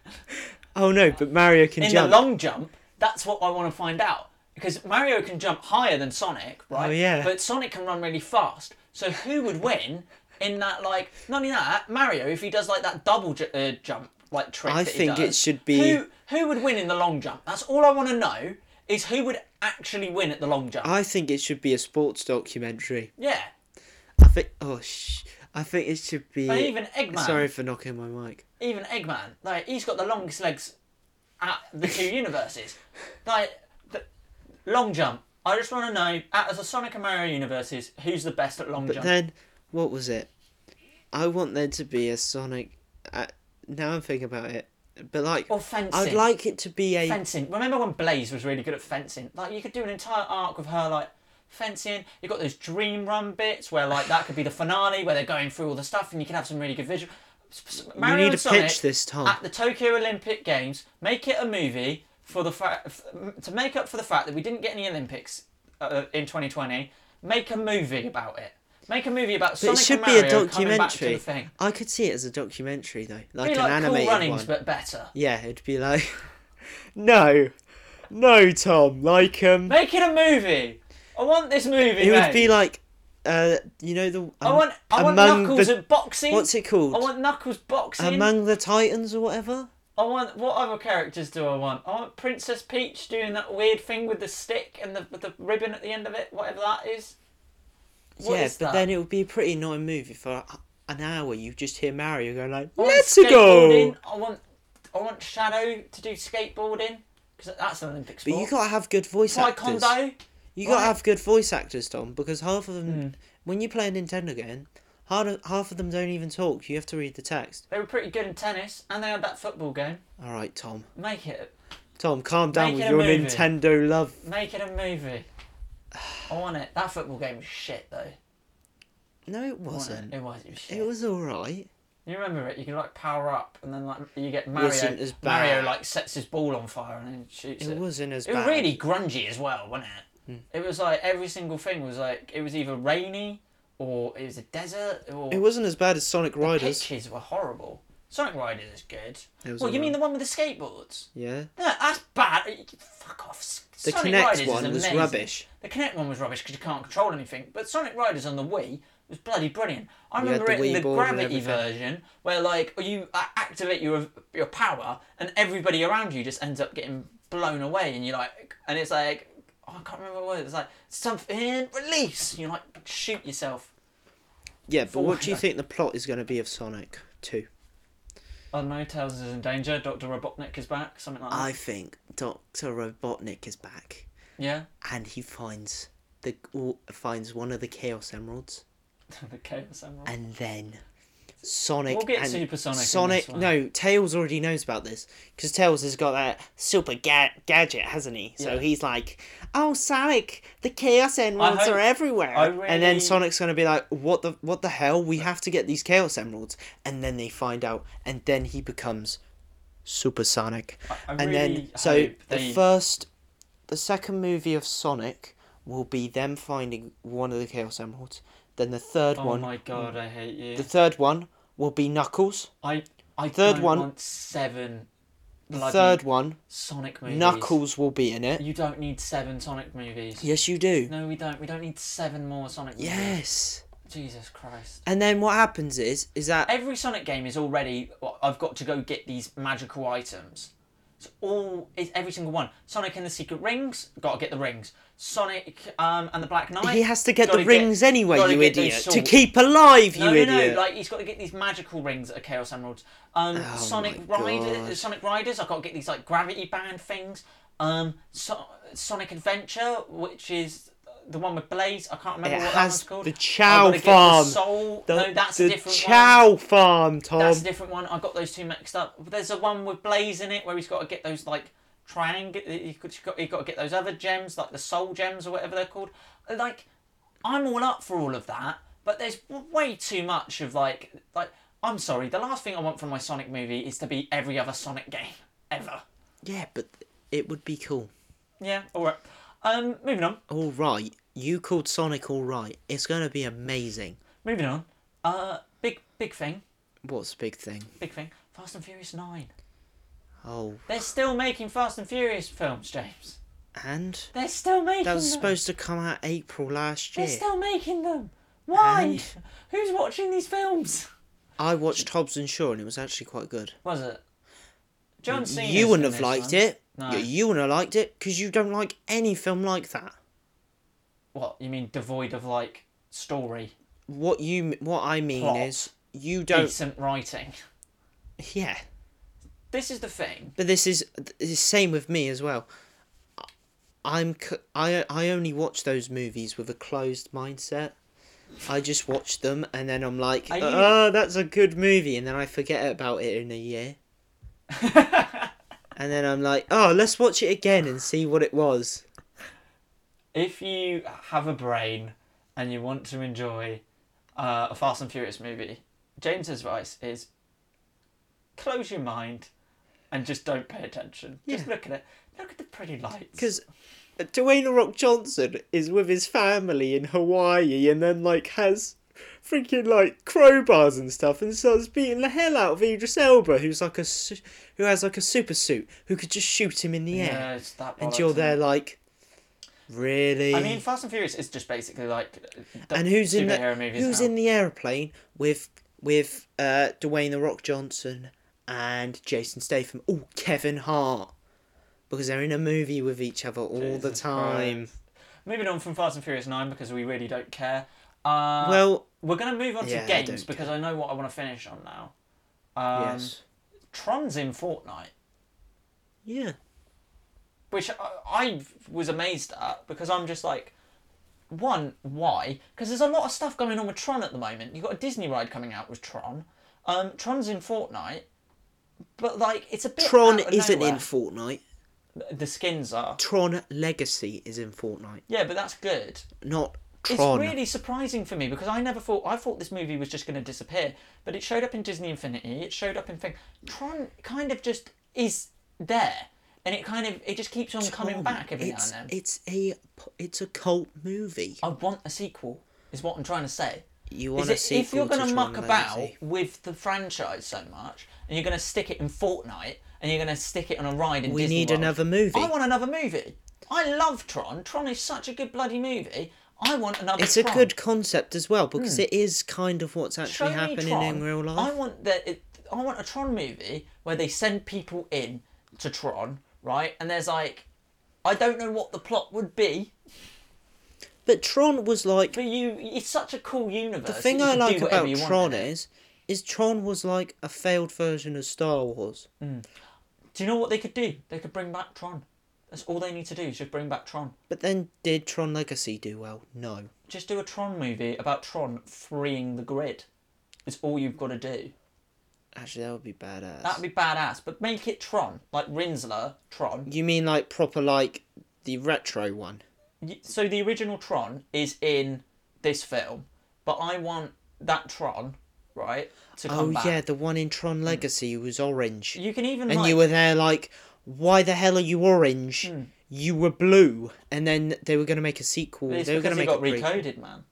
[SPEAKER 2] Oh no, but Mario can
[SPEAKER 1] in
[SPEAKER 2] jump.
[SPEAKER 1] the long jump, that's what I want to find out because Mario can jump higher than Sonic, right?
[SPEAKER 2] Oh, yeah.
[SPEAKER 1] But Sonic can run really fast. So who would win in that? Like, not only that, Mario if he does like that double ju- uh, jump like trick.
[SPEAKER 2] I
[SPEAKER 1] that he
[SPEAKER 2] think it
[SPEAKER 1] does,
[SPEAKER 2] should be-
[SPEAKER 1] who who would win in the long jump. That's all I want to know is who would actually win at the long jump.
[SPEAKER 2] I think it should be a sports documentary.
[SPEAKER 1] yeah.
[SPEAKER 2] I think. Oh sh. I think it should be.
[SPEAKER 1] But even Eggman,
[SPEAKER 2] Sorry for knocking my mic.
[SPEAKER 1] even Eggman, like he's got the longest legs at the
[SPEAKER 2] *laughs*
[SPEAKER 1] two universes. Like the long jump. I just want to know, out of the Sonic and Mario universes, who's the best at long
[SPEAKER 2] But
[SPEAKER 1] jump?
[SPEAKER 2] then, what was it? I want there to be a Sonic. Uh, now I'm thinking about it, but like
[SPEAKER 1] Or fencing.
[SPEAKER 2] I'd like it to be a.
[SPEAKER 1] fencing. Remember when Blaze was really good at fencing? Like you could do an entire arc with her, like fencing. You got those dream run bits where like that could be the finale where they're going through all the stuff, and you can have some really good visual. S- s-
[SPEAKER 2] you
[SPEAKER 1] Mario
[SPEAKER 2] need
[SPEAKER 1] and
[SPEAKER 2] a
[SPEAKER 1] Sonic,
[SPEAKER 2] pitch this time.
[SPEAKER 1] at the Tokyo Olympic Games, make it a movie for the fa- f- to make up for the fact that we didn't get any Olympics uh, in 2020. Make a movie about it. Make a movie about
[SPEAKER 2] But
[SPEAKER 1] Sonic
[SPEAKER 2] it should
[SPEAKER 1] and
[SPEAKER 2] be
[SPEAKER 1] Mario coming
[SPEAKER 2] a
[SPEAKER 1] back to the
[SPEAKER 2] documentary.
[SPEAKER 1] thing.
[SPEAKER 2] I could see it as a documentary though, like
[SPEAKER 1] Be
[SPEAKER 2] an
[SPEAKER 1] like
[SPEAKER 2] animated
[SPEAKER 1] Cool Runnings,
[SPEAKER 2] one.
[SPEAKER 1] but better.
[SPEAKER 2] Yeah, it'd be like, *laughs* no, no, Tom. Like um,
[SPEAKER 1] Make it a movie. I want this movie.
[SPEAKER 2] it would
[SPEAKER 1] mate.
[SPEAKER 2] be like, uh, you know the.
[SPEAKER 1] I want. I want
[SPEAKER 2] among
[SPEAKER 1] Knuckles
[SPEAKER 2] the-
[SPEAKER 1] at boxing.
[SPEAKER 2] What's it
[SPEAKER 1] I
[SPEAKER 2] called?
[SPEAKER 1] want Knuckles boxing.
[SPEAKER 2] Among the Titans or whatever.
[SPEAKER 1] I want. What other characters do I want? I want Princess Peach doing that weird thing with the stick and the with the ribbon at the end of it, whatever that is. What
[SPEAKER 2] yeah,
[SPEAKER 1] is
[SPEAKER 2] but
[SPEAKER 1] that?
[SPEAKER 2] then it would be a pretty annoying movie for an hour. You just hear Mario going like,
[SPEAKER 1] I want
[SPEAKER 2] "Let's go!"
[SPEAKER 1] skateboarding. I want. I want Shadow to do skateboarding because that's an Olympic
[SPEAKER 2] But
[SPEAKER 1] sport.
[SPEAKER 2] you gotta have good voice actors.
[SPEAKER 1] Taekwondo.
[SPEAKER 2] You gotta
[SPEAKER 1] right? Hmm.
[SPEAKER 2] have good voice actors, Tom, because half of them when you play a Nintendo game, half of, half of them don't even talk. You have to read the text.
[SPEAKER 1] They were pretty good in tennis, and they had that football game.
[SPEAKER 2] All right, Tom.
[SPEAKER 1] Make it,
[SPEAKER 2] Tom, calm down
[SPEAKER 1] Make
[SPEAKER 2] with
[SPEAKER 1] it a
[SPEAKER 2] your
[SPEAKER 1] movie.
[SPEAKER 2] Nintendo love.
[SPEAKER 1] make it a movie. *sighs* I want it. That football game was shit though.
[SPEAKER 2] No, it
[SPEAKER 1] I want
[SPEAKER 2] wasn't.
[SPEAKER 1] It It was. It was shit.
[SPEAKER 2] It was all right.
[SPEAKER 1] You remember it? You can like power up, and then like you get Mario.
[SPEAKER 2] Wasn't as
[SPEAKER 1] Mario
[SPEAKER 2] bad.
[SPEAKER 1] like sets his ball on fire and then shoots
[SPEAKER 2] It
[SPEAKER 1] it.
[SPEAKER 2] wasn't as
[SPEAKER 1] It was
[SPEAKER 2] bad. Hmm.
[SPEAKER 1] really grungy as well, wasn't it? It was like every single thing was like it was either rainy or it was a desert or
[SPEAKER 2] It wasn't as bad as Sonic Riders.
[SPEAKER 1] pitches were horrible. Sonic Riders is good.
[SPEAKER 2] It was
[SPEAKER 1] Well, you
[SPEAKER 2] alright.
[SPEAKER 1] mean the one with the skateboards?
[SPEAKER 2] Yeah.
[SPEAKER 1] No, that's bad. You- Fuck off. S-
[SPEAKER 2] The
[SPEAKER 1] Sonic
[SPEAKER 2] Kinect
[SPEAKER 1] Riders is
[SPEAKER 2] one was
[SPEAKER 1] amazing.
[SPEAKER 2] rubbish.
[SPEAKER 1] The Kinect one was rubbish because you can't control anything. But Sonic Riders on the Wii was bloody brilliant. I
[SPEAKER 2] You had
[SPEAKER 1] remember
[SPEAKER 2] the
[SPEAKER 1] it in
[SPEAKER 2] Wii
[SPEAKER 1] the
[SPEAKER 2] board and
[SPEAKER 1] gravity
[SPEAKER 2] everything.
[SPEAKER 1] version where like you uh, activate your your power and everybody around you just ends up getting blown away and you're like and it's like oh, I can't remember what it was like something release. And you like shoot yourself.
[SPEAKER 2] Yeah, but what do you
[SPEAKER 1] Fortnite.
[SPEAKER 2] think the plot is going to be of Sonic 2?
[SPEAKER 1] I don't know. Tails is in danger. Doctor Robotnik is back. Something like that.
[SPEAKER 2] I think Dr. Robotnik is back
[SPEAKER 1] Yeah. *laughs*
[SPEAKER 2] and he finds the or finds one of the Chaos Emeralds
[SPEAKER 1] the Chaos Emerald.
[SPEAKER 2] and then Sonic
[SPEAKER 1] We'll get
[SPEAKER 2] and
[SPEAKER 1] Super Sonic in this
[SPEAKER 2] Sonic
[SPEAKER 1] one.
[SPEAKER 2] no, Tails already knows about this cuz Tails has got that super ga- gadget, hasn't he? So
[SPEAKER 1] Yeah.
[SPEAKER 2] he's like, "Oh, Sonic, the Chaos Emeralds
[SPEAKER 1] hope-
[SPEAKER 2] are everywhere."
[SPEAKER 1] I
[SPEAKER 2] And then
[SPEAKER 1] really-
[SPEAKER 2] Sonic's going to be like, "What the what the hell? We have to get these Chaos Emeralds." And then they find out and then he becomes Super Sonic.
[SPEAKER 1] I
[SPEAKER 2] and
[SPEAKER 1] really
[SPEAKER 2] then so
[SPEAKER 1] hope
[SPEAKER 2] the
[SPEAKER 1] they-
[SPEAKER 2] first the second movie of Sonic will be them finding one of the Chaos Emeralds. Then the third
[SPEAKER 1] Oh
[SPEAKER 2] one
[SPEAKER 1] my god, I hate you.
[SPEAKER 2] the third one will be Knuckles.
[SPEAKER 1] I I
[SPEAKER 2] 3rd
[SPEAKER 1] don't
[SPEAKER 2] one-
[SPEAKER 1] want seven bloody
[SPEAKER 2] Third one,
[SPEAKER 1] Sonic movies.
[SPEAKER 2] Knuckles will be in it.
[SPEAKER 1] You don't need seven Sonic movies.
[SPEAKER 2] Yes, you do.
[SPEAKER 1] No, we don't. We don't need seven more Sonic movies.
[SPEAKER 2] Yes.
[SPEAKER 1] Jesus Christ.
[SPEAKER 2] And then what happens is, is that
[SPEAKER 1] Every Sonic game is already. well, I've got to go get these magical items. It's all. It's every single one. Sonic and the Secret Rings. Got to get the rings. Sonic um, and the Black Knight.
[SPEAKER 2] he has to get
[SPEAKER 1] gotta
[SPEAKER 2] the rings anyway,
[SPEAKER 1] gotta
[SPEAKER 2] you
[SPEAKER 1] get those
[SPEAKER 2] idiot, to
[SPEAKER 1] swords.
[SPEAKER 2] keep alive,
[SPEAKER 1] No,
[SPEAKER 2] you
[SPEAKER 1] no,
[SPEAKER 2] idiot.
[SPEAKER 1] no! Like he's got to get these magical rings that are Chaos Emeralds. Um,
[SPEAKER 2] Oh
[SPEAKER 1] Sonic
[SPEAKER 2] my God.
[SPEAKER 1] Riders, Sonic Riders. I've got to get these like gravity band things. Um, so- Sonic Adventure, which is the one with Blaze. I can't remember
[SPEAKER 2] It
[SPEAKER 1] what that
[SPEAKER 2] has
[SPEAKER 1] one's called.
[SPEAKER 2] the
[SPEAKER 1] I've
[SPEAKER 2] Chow
[SPEAKER 1] gotta get
[SPEAKER 2] Farm.
[SPEAKER 1] The soul.
[SPEAKER 2] the,
[SPEAKER 1] no, that's
[SPEAKER 2] the
[SPEAKER 1] a different one.
[SPEAKER 2] Chow Farm, Tom.
[SPEAKER 1] That's a different one. I got those two mixed up. There's a one with Blaze in it where he's got to get those like triangle. He's got, he's got- he's got to get those other gems, like the soul gems or whatever they're called. Like, I'm all up for all of that, but there's w- way too much of like like. I'm sorry. The last thing I want from my Sonic movie is to be every other Sonic game *laughs* ever.
[SPEAKER 2] Yeah, but it would be cool.
[SPEAKER 1] Yeah. All right. Um. Moving on.
[SPEAKER 2] All right, you called Sonic all right. It's gonna be amazing.
[SPEAKER 1] Moving on. Uh. Big big thing.
[SPEAKER 2] What's the big thing?
[SPEAKER 1] Big thing. Fast and Furious Nine.
[SPEAKER 2] Oh,
[SPEAKER 1] They're still making Fast and Furious films, James.
[SPEAKER 2] and
[SPEAKER 1] They're still making.
[SPEAKER 2] that was
[SPEAKER 1] them.
[SPEAKER 2] supposed to come out April last year.
[SPEAKER 1] They're still making them. Why?
[SPEAKER 2] And-
[SPEAKER 1] Who's watching these films?
[SPEAKER 2] I watched Hobbs and Shaw, and it was actually quite good.
[SPEAKER 1] Was it? John Cena.
[SPEAKER 2] you wouldn't have liked it.
[SPEAKER 1] No.
[SPEAKER 2] Yeah, you wouldn't have liked it because you don't like any film like that.
[SPEAKER 1] What you mean devoid of like story,
[SPEAKER 2] What you, m- what I mean
[SPEAKER 1] Plot.
[SPEAKER 2] is, you don't.
[SPEAKER 1] decent writing?
[SPEAKER 2] *laughs* Yeah,
[SPEAKER 1] This is the thing.
[SPEAKER 2] but this is the same with me as well. I'm c- I I only watch those movies with a closed mindset. I just watch them and then I'm like,
[SPEAKER 1] Are you-
[SPEAKER 2] oh, that's a good movie, and then I forget about it in
[SPEAKER 1] *laughs*
[SPEAKER 2] a year. and then I'm like, oh, let's watch it again and see what it was.
[SPEAKER 1] If you have a brain and you want to enjoy uh, a Fast and Furious movie, James's advice is close your mind and just don't pay attention. Just
[SPEAKER 2] Yeah.
[SPEAKER 1] look at it. Look at the pretty lights.
[SPEAKER 2] Because Dwayne The Rock Johnson is with his family in Hawaii and then, like, has freaking, like, crowbars and stuff and starts beating the hell out of Idris Elba, who's like a. su- who has, like, a super suit who could just shoot him in the air.
[SPEAKER 1] yeah, it's that.
[SPEAKER 2] and
[SPEAKER 1] bollocks,
[SPEAKER 2] you're
[SPEAKER 1] isn't
[SPEAKER 2] there,
[SPEAKER 1] it?
[SPEAKER 2] like, really?
[SPEAKER 1] I mean, Fast and Furious is just basically like. the
[SPEAKER 2] and who's in the
[SPEAKER 1] superhero movies
[SPEAKER 2] who's
[SPEAKER 1] now.
[SPEAKER 2] in the airplane with with uh, Dwayne the Rock Johnson and Jason Statham? Oh, Kevin Hart, because they're in a movie with each other all the
[SPEAKER 1] Jesus
[SPEAKER 2] time.
[SPEAKER 1] Christ. Moving on from Fast and Furious 9 because we really don't care. Uh,
[SPEAKER 2] Well,
[SPEAKER 1] we're going to move on
[SPEAKER 2] yeah,
[SPEAKER 1] to
[SPEAKER 2] I
[SPEAKER 1] games
[SPEAKER 2] don't
[SPEAKER 1] because I know what I want to finish on now. Um,
[SPEAKER 2] yes,
[SPEAKER 1] Tron's in Fortnite,
[SPEAKER 2] yeah.
[SPEAKER 1] which I, I was amazed at because I'm just like, one, why? Because there's a lot of stuff going on with Tron at the moment. You've got a Disney ride coming out with Tron. Um, Tron's in Fortnite, but like it's a bit.
[SPEAKER 2] Tron
[SPEAKER 1] out of
[SPEAKER 2] isn't
[SPEAKER 1] nowhere.
[SPEAKER 2] in Fortnite.
[SPEAKER 1] The skins are.
[SPEAKER 2] Tron Legacy is in Fortnite,
[SPEAKER 1] Yeah, but that's good.
[SPEAKER 2] not
[SPEAKER 1] It's
[SPEAKER 2] Tron.
[SPEAKER 1] really surprising for me because I never thought I thought this movie was just going to disappear, but it showed up in Disney Infinity. It showed up in thing. Tron kind of just is there, and it kind of it just keeps on coming
[SPEAKER 2] Tron,
[SPEAKER 1] back every
[SPEAKER 2] it's,
[SPEAKER 1] now and then.
[SPEAKER 2] It's a p- it's a cult movie.
[SPEAKER 1] I want a sequel. Is what I'm trying to say.
[SPEAKER 2] You
[SPEAKER 1] Is
[SPEAKER 2] want to
[SPEAKER 1] it,
[SPEAKER 2] see
[SPEAKER 1] if you're
[SPEAKER 2] going
[SPEAKER 1] going to
[SPEAKER 2] to
[SPEAKER 1] muck
[SPEAKER 2] Tron
[SPEAKER 1] about
[SPEAKER 2] Legacy.
[SPEAKER 1] with the franchise so much, and you're going to stick it in Fortnite, and you're going to stick it on a ride in
[SPEAKER 2] we
[SPEAKER 1] Disney
[SPEAKER 2] need
[SPEAKER 1] World,
[SPEAKER 2] another movie.
[SPEAKER 1] I want another movie. I love Tron. Tron is such a good bloody movie. I want another.
[SPEAKER 2] It's a
[SPEAKER 1] Tron. Hmm.
[SPEAKER 2] good concept as well because it is kind of what's actually
[SPEAKER 1] Show me
[SPEAKER 2] happening
[SPEAKER 1] Tron.
[SPEAKER 2] in real
[SPEAKER 1] I
[SPEAKER 2] life.
[SPEAKER 1] want the, it, I want a Tron movie where they send people in to Tron, right? And there's like, I don't know what the plot would be,
[SPEAKER 2] But Tron was like
[SPEAKER 1] but you, it's such a cool universe.
[SPEAKER 2] the thing
[SPEAKER 1] that you
[SPEAKER 2] I
[SPEAKER 1] can
[SPEAKER 2] like
[SPEAKER 1] do whatever
[SPEAKER 2] about
[SPEAKER 1] you want in
[SPEAKER 2] Tron
[SPEAKER 1] it.
[SPEAKER 2] is, is Tron was like a failed version of Star Wars.
[SPEAKER 1] Do you know what they could do? They could bring back Tron. That's all they need to do is just bring back Tron.
[SPEAKER 2] But then did Tron Legacy do well? No.
[SPEAKER 1] Just do a Tron movie about Tron freeing the grid. It's all you've got to do.
[SPEAKER 2] Actually, that would be badass.
[SPEAKER 1] That'd be badass, but make it Tron, like Rinsler Tron.
[SPEAKER 2] You mean like proper like the retro one?
[SPEAKER 1] Y- so the original Tron is in this film, but I want that Tron, right, to come
[SPEAKER 2] oh
[SPEAKER 1] back. Hmm.
[SPEAKER 2] yeah, the one in Tron Legacy was orange,
[SPEAKER 1] You can even
[SPEAKER 2] and
[SPEAKER 1] like,
[SPEAKER 2] you were there like, why the hell are you orange?
[SPEAKER 1] Hmm.
[SPEAKER 2] You were blue, and then they were gonna make a sequel.
[SPEAKER 1] it's
[SPEAKER 2] they were
[SPEAKER 1] because
[SPEAKER 2] gonna
[SPEAKER 1] he
[SPEAKER 2] make
[SPEAKER 1] got
[SPEAKER 2] a prequel.
[SPEAKER 1] recoded, man.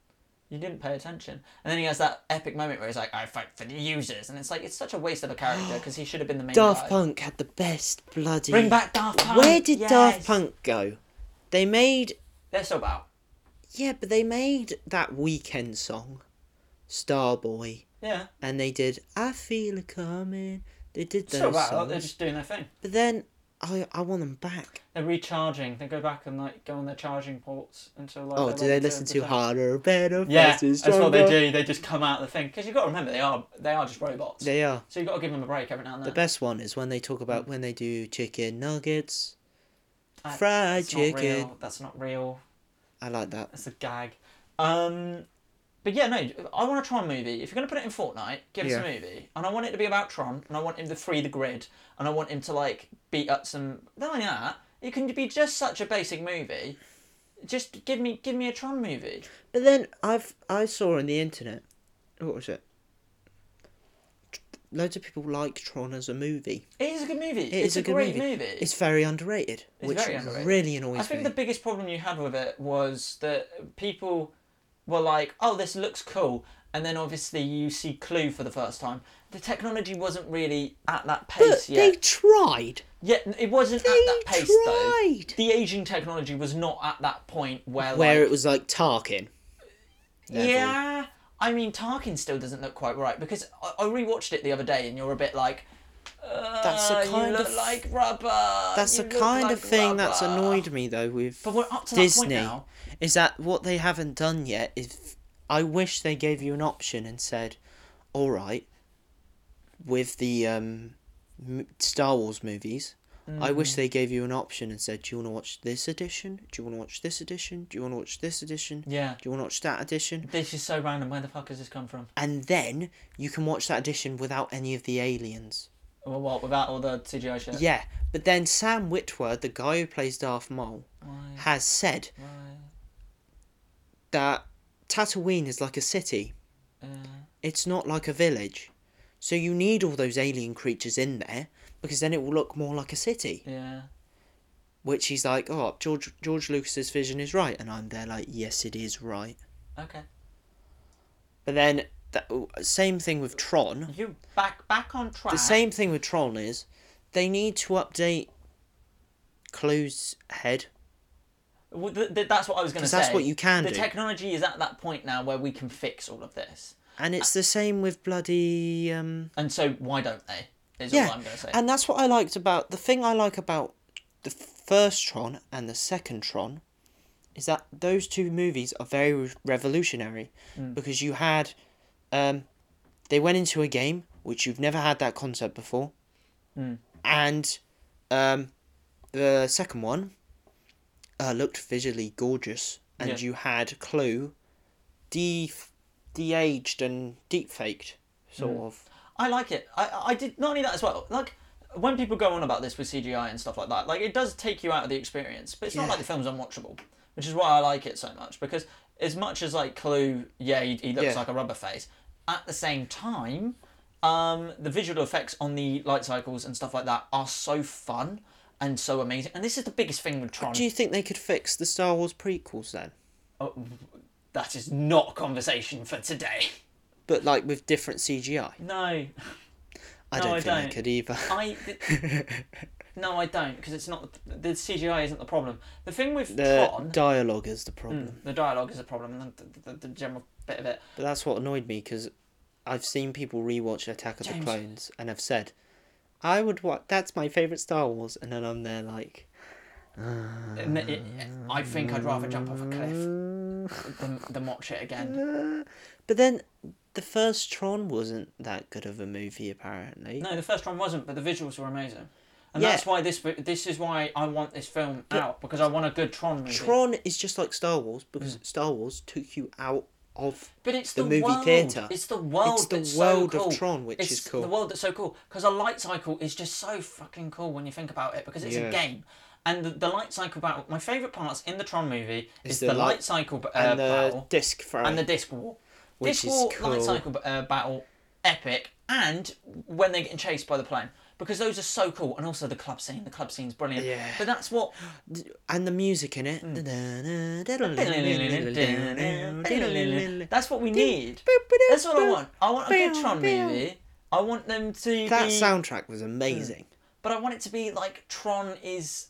[SPEAKER 1] You didn't pay attention, and then he has that epic moment where he's like, "I fight for the users," and it's like it's such a waste of a
[SPEAKER 2] *gasps*
[SPEAKER 1] character because he should have been the main
[SPEAKER 2] Daft
[SPEAKER 1] guy.
[SPEAKER 2] Punk had the best bloody.
[SPEAKER 1] Bring back Daft Punk.
[SPEAKER 2] Where did
[SPEAKER 1] yes.
[SPEAKER 2] Daft Punk go? They made
[SPEAKER 1] They're so bad.
[SPEAKER 2] yeah, but they made that weekend song, Starboy,
[SPEAKER 1] Yeah,
[SPEAKER 2] and they did I Feel It Coming. They did those
[SPEAKER 1] so bad. Like,
[SPEAKER 2] songs,
[SPEAKER 1] they're just doing their thing.
[SPEAKER 2] but then I I want them back.
[SPEAKER 1] They're recharging. They go back and like go on their charging ports until like.
[SPEAKER 2] Oh,
[SPEAKER 1] they're
[SPEAKER 2] do they
[SPEAKER 1] ready
[SPEAKER 2] listen to
[SPEAKER 1] pretend.
[SPEAKER 2] harder, better,
[SPEAKER 1] Yeah,
[SPEAKER 2] faster,
[SPEAKER 1] that's what they
[SPEAKER 2] stronger?
[SPEAKER 1] do. They just come out of the thing because you've got to remember they are they are just robots.
[SPEAKER 2] They are.
[SPEAKER 1] So you've got to give them a break every now and
[SPEAKER 2] The
[SPEAKER 1] then.
[SPEAKER 2] best one is when they talk about when they do chicken nuggets,
[SPEAKER 1] I- Mm.
[SPEAKER 2] fried
[SPEAKER 1] That's not
[SPEAKER 2] chicken.
[SPEAKER 1] real. That's not real.
[SPEAKER 2] I like that.
[SPEAKER 1] That's a gag. Um, but yeah, no, I want a Tron movie. If you're gonna put it in Fortnite, give us
[SPEAKER 2] Yeah.
[SPEAKER 1] a movie, and I want it to be about Tron, and I want him to free the grid, and I want him to like beat up some. Not only that, it can be just such a basic movie. Just give me give me a Tron movie.
[SPEAKER 2] But then I've I saw on the internet, what was it? Tr- Loads of people like Tron as a movie.
[SPEAKER 1] It is a good movie.
[SPEAKER 2] It
[SPEAKER 1] it's
[SPEAKER 2] is
[SPEAKER 1] a,
[SPEAKER 2] a good
[SPEAKER 1] great
[SPEAKER 2] movie.
[SPEAKER 1] movie.
[SPEAKER 2] It's very underrated,
[SPEAKER 1] It's
[SPEAKER 2] which
[SPEAKER 1] very underrated.
[SPEAKER 2] really
[SPEAKER 1] I
[SPEAKER 2] annoys
[SPEAKER 1] think
[SPEAKER 2] me.
[SPEAKER 1] the biggest problem you had with it was that people were like, "Oh, this looks cool," and then obviously you see Clue for the first time. The technology wasn't really at that
[SPEAKER 2] But
[SPEAKER 1] pace
[SPEAKER 2] they
[SPEAKER 1] yet.
[SPEAKER 2] tried.
[SPEAKER 1] Yeah, it wasn't at
[SPEAKER 2] They
[SPEAKER 1] that pace
[SPEAKER 2] tried.
[SPEAKER 1] though. The aging technology was not at that point where,
[SPEAKER 2] Where
[SPEAKER 1] like,
[SPEAKER 2] it was like Tarkin. level.
[SPEAKER 1] yeah. I mean, Tarkin still doesn't look quite right because I, I rewatched it the other day, and you're a bit like,
[SPEAKER 2] That's the
[SPEAKER 1] "Uh,
[SPEAKER 2] kind
[SPEAKER 1] you look
[SPEAKER 2] of-
[SPEAKER 1] like rubber.
[SPEAKER 2] That's
[SPEAKER 1] you
[SPEAKER 2] the
[SPEAKER 1] look
[SPEAKER 2] kind
[SPEAKER 1] like
[SPEAKER 2] of thing that's
[SPEAKER 1] rubber."
[SPEAKER 2] annoyed me though with
[SPEAKER 1] But we're up to that
[SPEAKER 2] Disney
[SPEAKER 1] point now.
[SPEAKER 2] is that what they haven't done yet is I wish they gave you an option and said, "All right, with the um, m- Star Wars movies, I
[SPEAKER 1] Mm.
[SPEAKER 2] wish they gave you an option and said, "Do you want to watch this edition? Do you want to watch this edition? Do you want to watch this edition?
[SPEAKER 1] Yeah.
[SPEAKER 2] Do you want to watch that edition?"
[SPEAKER 1] This is so random. Where the fuck has this come from?
[SPEAKER 2] And then you can watch that edition without any of the aliens.
[SPEAKER 1] Well, what without all the CGI shit?
[SPEAKER 2] Yeah, but then Sam Witwer, the guy who plays Darth Maul,
[SPEAKER 1] Why,
[SPEAKER 2] has said
[SPEAKER 1] why,
[SPEAKER 2] that Tatooine is like a city.
[SPEAKER 1] uh,
[SPEAKER 2] it's not like a village. So you need all those alien creatures in there because then it will look more like a city.
[SPEAKER 1] yeah.
[SPEAKER 2] Which he's like, oh, George George Lucas's vision is right, and I'm there like, yes, it is right.
[SPEAKER 1] Okay.
[SPEAKER 2] But then that same thing with Tron.
[SPEAKER 1] You back back on track.
[SPEAKER 2] The same thing with Tron is they need to update Clue's head.
[SPEAKER 1] Well, th- th- that's what I was going to
[SPEAKER 2] 'Cause
[SPEAKER 1] say.
[SPEAKER 2] that's what you can
[SPEAKER 1] The
[SPEAKER 2] do.
[SPEAKER 1] technology is at that point now where we can fix all of this,
[SPEAKER 2] And it's the same with bloody um
[SPEAKER 1] and so why don't they? Is all
[SPEAKER 2] yeah.
[SPEAKER 1] I'm going to say.
[SPEAKER 2] And that's what I liked about the thing I like about the first Tron and the second Tron is that those two movies are very re- revolutionary
[SPEAKER 1] Mm.
[SPEAKER 2] because you had um, they went into a game which you've never had that concept before,
[SPEAKER 1] Mm.
[SPEAKER 2] and um, the second one uh, looked visually gorgeous and
[SPEAKER 1] Yeah.
[SPEAKER 2] you had Clue de de-aged and deepfaked, sort
[SPEAKER 1] Mm.
[SPEAKER 2] of.
[SPEAKER 1] I like it. I, I did not only that as well. Like when people go on about this with CGI and stuff like that, like it does take you out of the experience. But it's not
[SPEAKER 2] Yeah.
[SPEAKER 1] like the film's unwatchable, which is why I like it so much. Because as much as like Clue, yeah, he, he looks
[SPEAKER 2] Yeah.
[SPEAKER 1] like a rubber face. At the same time, um, the visual effects on the light cycles and stuff like that are so fun and so amazing. And this is the biggest thing with Tron.
[SPEAKER 2] Do you think they could fix the Star Wars prequels then?
[SPEAKER 1] Oh, that is not a conversation for today.
[SPEAKER 2] But like with different CGI?
[SPEAKER 1] No,
[SPEAKER 2] I
[SPEAKER 1] No,
[SPEAKER 2] don't
[SPEAKER 1] I
[SPEAKER 2] think
[SPEAKER 1] don't.
[SPEAKER 2] they could
[SPEAKER 1] *laughs*
[SPEAKER 2] either.
[SPEAKER 1] I. th- no, I don't, because it's not the CGI isn't the problem. The thing with
[SPEAKER 2] the
[SPEAKER 1] Tron,
[SPEAKER 2] dialogue is the problem.
[SPEAKER 1] the dialogue is a problem, and the, the, the general bit of it.
[SPEAKER 2] But that's what annoyed me because I've seen people rewatch Attack of
[SPEAKER 1] James.
[SPEAKER 2] the Clones and have said, "I would watch. That's my favorite Star Wars," and then I'm there like,
[SPEAKER 1] And it- it- I think I'd rather jump off a cliff than, than watch it again.
[SPEAKER 2] "Uh." but then the first Tron wasn't that good of a movie apparently.
[SPEAKER 1] No, the first one wasn't, but the visuals were amazing, and
[SPEAKER 2] Yeah.
[SPEAKER 1] that's why this this is why I want this film out because I want a good Tron movie.
[SPEAKER 2] Tron is just like Star Wars because
[SPEAKER 1] Hmm.
[SPEAKER 2] Star Wars took you out of
[SPEAKER 1] But it's the,
[SPEAKER 2] the movie
[SPEAKER 1] world.
[SPEAKER 2] theatre.
[SPEAKER 1] It's the world.
[SPEAKER 2] It's the
[SPEAKER 1] that's
[SPEAKER 2] world
[SPEAKER 1] so
[SPEAKER 2] of
[SPEAKER 1] cool.
[SPEAKER 2] Tron, which
[SPEAKER 1] it's
[SPEAKER 2] is cool.
[SPEAKER 1] The world that's so cool because a light cycle is just so fucking cool when you think about it because it's a
[SPEAKER 2] Yeah.
[SPEAKER 1] game. And the, the light cycle battle. My favorite parts in the Tron movie is
[SPEAKER 2] Is
[SPEAKER 1] the,
[SPEAKER 2] the
[SPEAKER 1] light,
[SPEAKER 2] light-
[SPEAKER 1] cycle b- uh,
[SPEAKER 2] and the
[SPEAKER 1] battle
[SPEAKER 2] disc throwing.
[SPEAKER 1] and the disc war.
[SPEAKER 2] Which
[SPEAKER 1] disc
[SPEAKER 2] is
[SPEAKER 1] war,
[SPEAKER 2] cool.
[SPEAKER 1] light cycle b- uh, battle, epic, and when they're getting chased by the plane because those are so cool. And also the club scene. The club scene's brilliant.
[SPEAKER 2] Yeah.
[SPEAKER 1] But that's
[SPEAKER 2] *laughs*
[SPEAKER 1] what
[SPEAKER 2] and the music in it.
[SPEAKER 1] Mm. *laughs* That's what we need. That's what I want. I want a good Tron movie. I want them to
[SPEAKER 2] That
[SPEAKER 1] be,
[SPEAKER 2] soundtrack was amazing.
[SPEAKER 1] but I want it to be like Tron is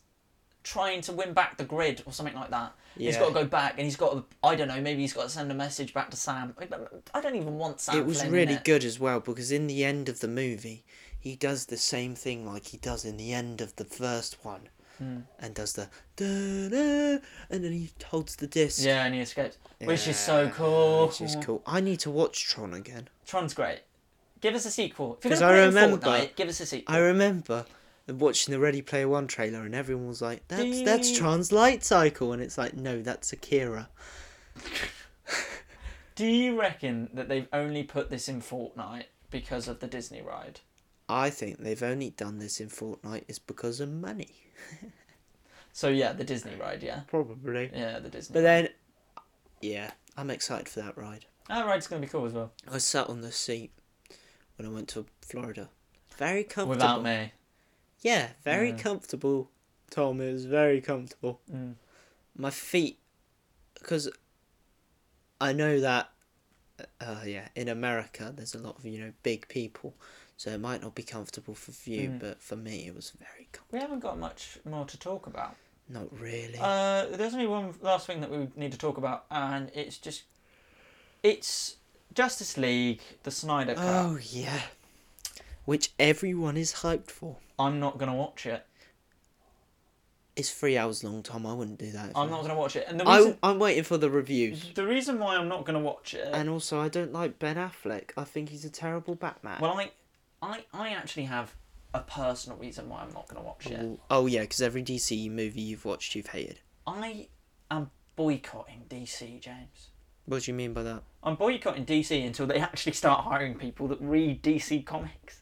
[SPEAKER 1] trying to win back the grid or something like that. He's
[SPEAKER 2] Yeah.
[SPEAKER 1] got to go back, and he's got. to- I don't know. Maybe he's got to send a message back to Sam. I don't- I don't even want Sam.
[SPEAKER 2] It was
[SPEAKER 1] Flynn in
[SPEAKER 2] really
[SPEAKER 1] it.
[SPEAKER 2] good as well because in the end of the movie, he does the same thing like he does in the end of the first one,
[SPEAKER 1] Mm.
[SPEAKER 2] and does the da-da, and then he holds the disc,
[SPEAKER 1] Yeah, and he escapes, which is so
[SPEAKER 2] Yeah,
[SPEAKER 1] cool.
[SPEAKER 2] which is cool. I need to watch Tron again.
[SPEAKER 1] Tron's great. Give us a sequel. If you're
[SPEAKER 2] 'Cause
[SPEAKER 1] gonna put
[SPEAKER 2] I
[SPEAKER 1] it in
[SPEAKER 2] remember-
[SPEAKER 1] Fortnite, give us a sequel.
[SPEAKER 2] I remember watching the Ready Player One trailer, and everyone was like, "That's
[SPEAKER 1] Ding.
[SPEAKER 2] that's Tron's light cycle," and it's like, "No, that's Akira."
[SPEAKER 1] Do you reckon that they've only put this in Fortnite because of the Disney ride?
[SPEAKER 2] I think they've only done this in Fortnite is because of money,
[SPEAKER 1] So yeah, the Disney ride, yeah.
[SPEAKER 2] probably.
[SPEAKER 1] Yeah, the Disney.
[SPEAKER 2] But then, yeah, I'm excited for that ride.
[SPEAKER 1] that ride's Ah, gonna be cool as well.
[SPEAKER 2] I sat on the seat when I went to Florida. Very comfortable.
[SPEAKER 1] Without me,
[SPEAKER 2] Yeah, very
[SPEAKER 1] Yeah.
[SPEAKER 2] comfortable. Tom, it was very comfortable.
[SPEAKER 1] Mm.
[SPEAKER 2] My feet, because I know that, uh, yeah, in America there's a lot of you know big people, so it might not be comfortable for you,
[SPEAKER 1] Mm.
[SPEAKER 2] but for me it was very com-
[SPEAKER 1] we haven't got much more to talk about.
[SPEAKER 2] not really.
[SPEAKER 1] Uh, there's only one last thing that we need to talk about, and it's just, it's Justice League, the Snyder Cut.
[SPEAKER 2] oh yeah, which everyone is hyped for.
[SPEAKER 1] I'm not gonna watch it.
[SPEAKER 2] It's three hours long, Tom. I wouldn't do that. if
[SPEAKER 1] I'm
[SPEAKER 2] I-
[SPEAKER 1] not gonna watch it. And the
[SPEAKER 2] I,
[SPEAKER 1] reason,
[SPEAKER 2] I'm waiting for the reviews.
[SPEAKER 1] the reason why I'm not gonna watch it.
[SPEAKER 2] And also, I don't like Ben Affleck. I think he's a terrible Batman.
[SPEAKER 1] well, I, I, I actually have a personal reason why I'm not gonna watch it.
[SPEAKER 2] Oh, oh yeah, because every DC movie you've watched, you've hated.
[SPEAKER 1] I am boycotting DC, James.
[SPEAKER 2] What do you mean by that?
[SPEAKER 1] I'm boycotting DC until they actually start hiring people that read DC comics.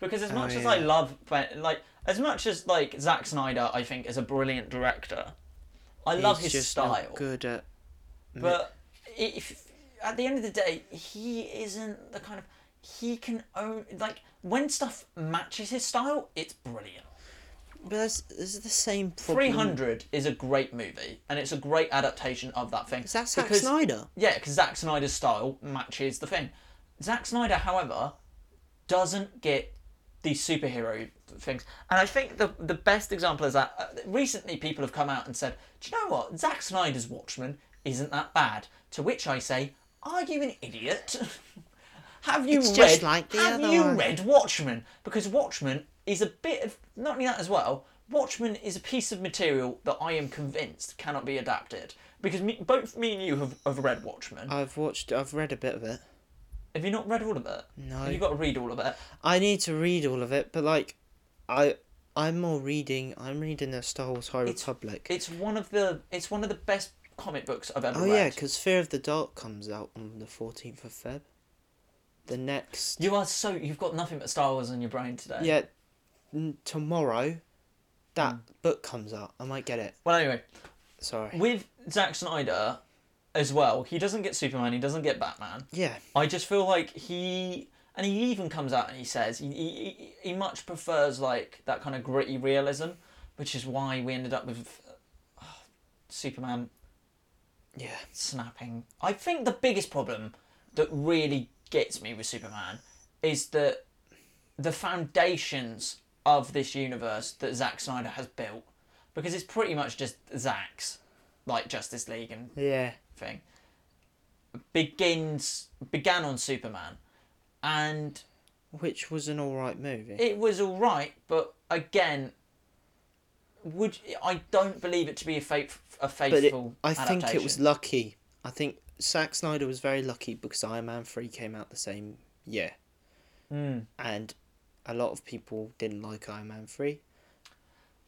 [SPEAKER 1] Because as
[SPEAKER 2] Oh,
[SPEAKER 1] much as
[SPEAKER 2] yeah.
[SPEAKER 1] I love, like, as much as like Zack Snyder, I think is a brilliant director. I love
[SPEAKER 2] He's
[SPEAKER 1] his
[SPEAKER 2] just not
[SPEAKER 1] style,
[SPEAKER 2] good at.
[SPEAKER 1] but if at the end of the day, he isn't the kind of he can own like when stuff matches his style, it's brilliant.
[SPEAKER 2] But that's, that's the same problem.
[SPEAKER 1] Three Hundred is a great movie, and it's a great adaptation of that thing.
[SPEAKER 2] Is that Zack
[SPEAKER 1] Because-
[SPEAKER 2] Snyder?
[SPEAKER 1] Yeah, because Zack Snyder's style matches the thing. Zack Snyder, however, doesn't get these superhero things. And I think the the best example is that uh, recently people have come out and said, "Do you know what? Zack Snyder's Watchmen isn't that bad." To which I say, "Are you an idiot? *laughs* have you
[SPEAKER 2] It's
[SPEAKER 1] read?
[SPEAKER 2] just like the
[SPEAKER 1] have
[SPEAKER 2] other
[SPEAKER 1] you
[SPEAKER 2] one."
[SPEAKER 1] read Watchmen? Because Watchmen is a bit of not only that as well. Watchmen is a piece of material that I am convinced cannot be adapted because me, both me and you have, have read Watchmen.
[SPEAKER 2] I've watched. I've read a bit of it.
[SPEAKER 1] Have you not read all of it?
[SPEAKER 2] No.
[SPEAKER 1] Have you got to read all of it?
[SPEAKER 2] I need to read all of it, but like, I, I'm more reading. I'm reading the Star Wars High
[SPEAKER 1] It's-
[SPEAKER 2] Republic.
[SPEAKER 1] It's one of the it's one of the best comic books I've ever
[SPEAKER 2] Oh
[SPEAKER 1] read.
[SPEAKER 2] yeah, because Fear of the Dark comes out on the fourteenth of Feb. The next
[SPEAKER 1] you are so you've got nothing but Star Wars in your brain today.
[SPEAKER 2] yeah, n- tomorrow, that
[SPEAKER 1] Hmm.
[SPEAKER 2] book comes out. I might get it.
[SPEAKER 1] Well, anyway,
[SPEAKER 2] Sorry.
[SPEAKER 1] with Zack Snyder as well, he doesn't get Superman, he doesn't get Batman.
[SPEAKER 2] Yeah,
[SPEAKER 1] I just feel like he and he even comes out and he says he he, he much prefers like that kind of gritty realism, which is why we ended up with uh, Superman
[SPEAKER 2] yeah.
[SPEAKER 1] snapping. I think the biggest problem that really gets me with Superman is that the foundations of this universe that Zack Snyder has built, because it's pretty much just Zack's, like Justice League and
[SPEAKER 2] Yeah.
[SPEAKER 1] thing, begins began on Superman, and
[SPEAKER 2] Which was an alright movie.
[SPEAKER 1] it was all right, but again. Would I don't believe it to be a, faith, a
[SPEAKER 2] but it,
[SPEAKER 1] faithful.
[SPEAKER 2] I think it was
[SPEAKER 1] adaptation.
[SPEAKER 2] lucky. I think Zack Snyder was very lucky because Iron Man 3 came out the same year.
[SPEAKER 1] Mm.
[SPEAKER 2] And a lot of people didn't like Iron Man 3.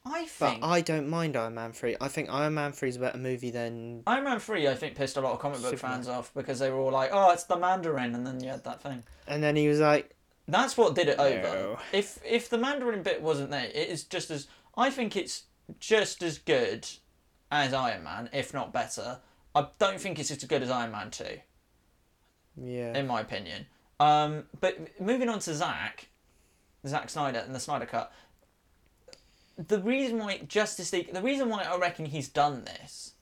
[SPEAKER 1] I
[SPEAKER 2] But
[SPEAKER 1] think
[SPEAKER 2] I don't mind Iron Man 3. I think Iron Man 3 is a better movie than.
[SPEAKER 1] Iron Man 3, I think, pissed a lot of comic book
[SPEAKER 2] Superman.
[SPEAKER 1] fans off because they were all like, oh, it's the Mandarin, and then you had that thing.
[SPEAKER 2] And then he was like,
[SPEAKER 1] That's what did it over.
[SPEAKER 2] No.
[SPEAKER 1] If if the Mandarin bit wasn't there, it is just as. I think it's just as good as Iron Man, if not better. I don't think it's as good as Iron Man 2,
[SPEAKER 2] yeah.
[SPEAKER 1] in my opinion. Um, but moving on to Zack, Zack Snyder and the Snyder Cut. The reason why Justice League, the reason why I reckon he's done this,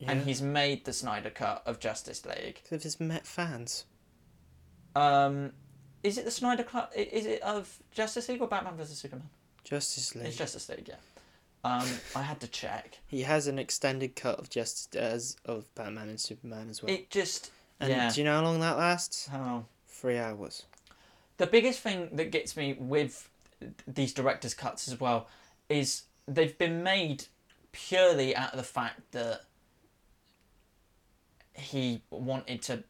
[SPEAKER 1] and
[SPEAKER 2] Yeah.
[SPEAKER 1] he's made the Snyder Cut of Justice League,
[SPEAKER 2] Because of his Met fans.
[SPEAKER 1] Um, is it the Snyder Cut? i- Is it of Justice League or Batman vs Superman?
[SPEAKER 2] Justice League.
[SPEAKER 1] It's Justice League, yeah. Um, I had to check.
[SPEAKER 2] He has an extended cut of just as of Batman and Superman as well.
[SPEAKER 1] It just
[SPEAKER 2] and
[SPEAKER 1] yeah.
[SPEAKER 2] do you know how long that lasts?
[SPEAKER 1] Oh.
[SPEAKER 2] Three hours.
[SPEAKER 1] The biggest thing that gets me with these director's cuts as well is they've been made purely out of the fact that he wanted to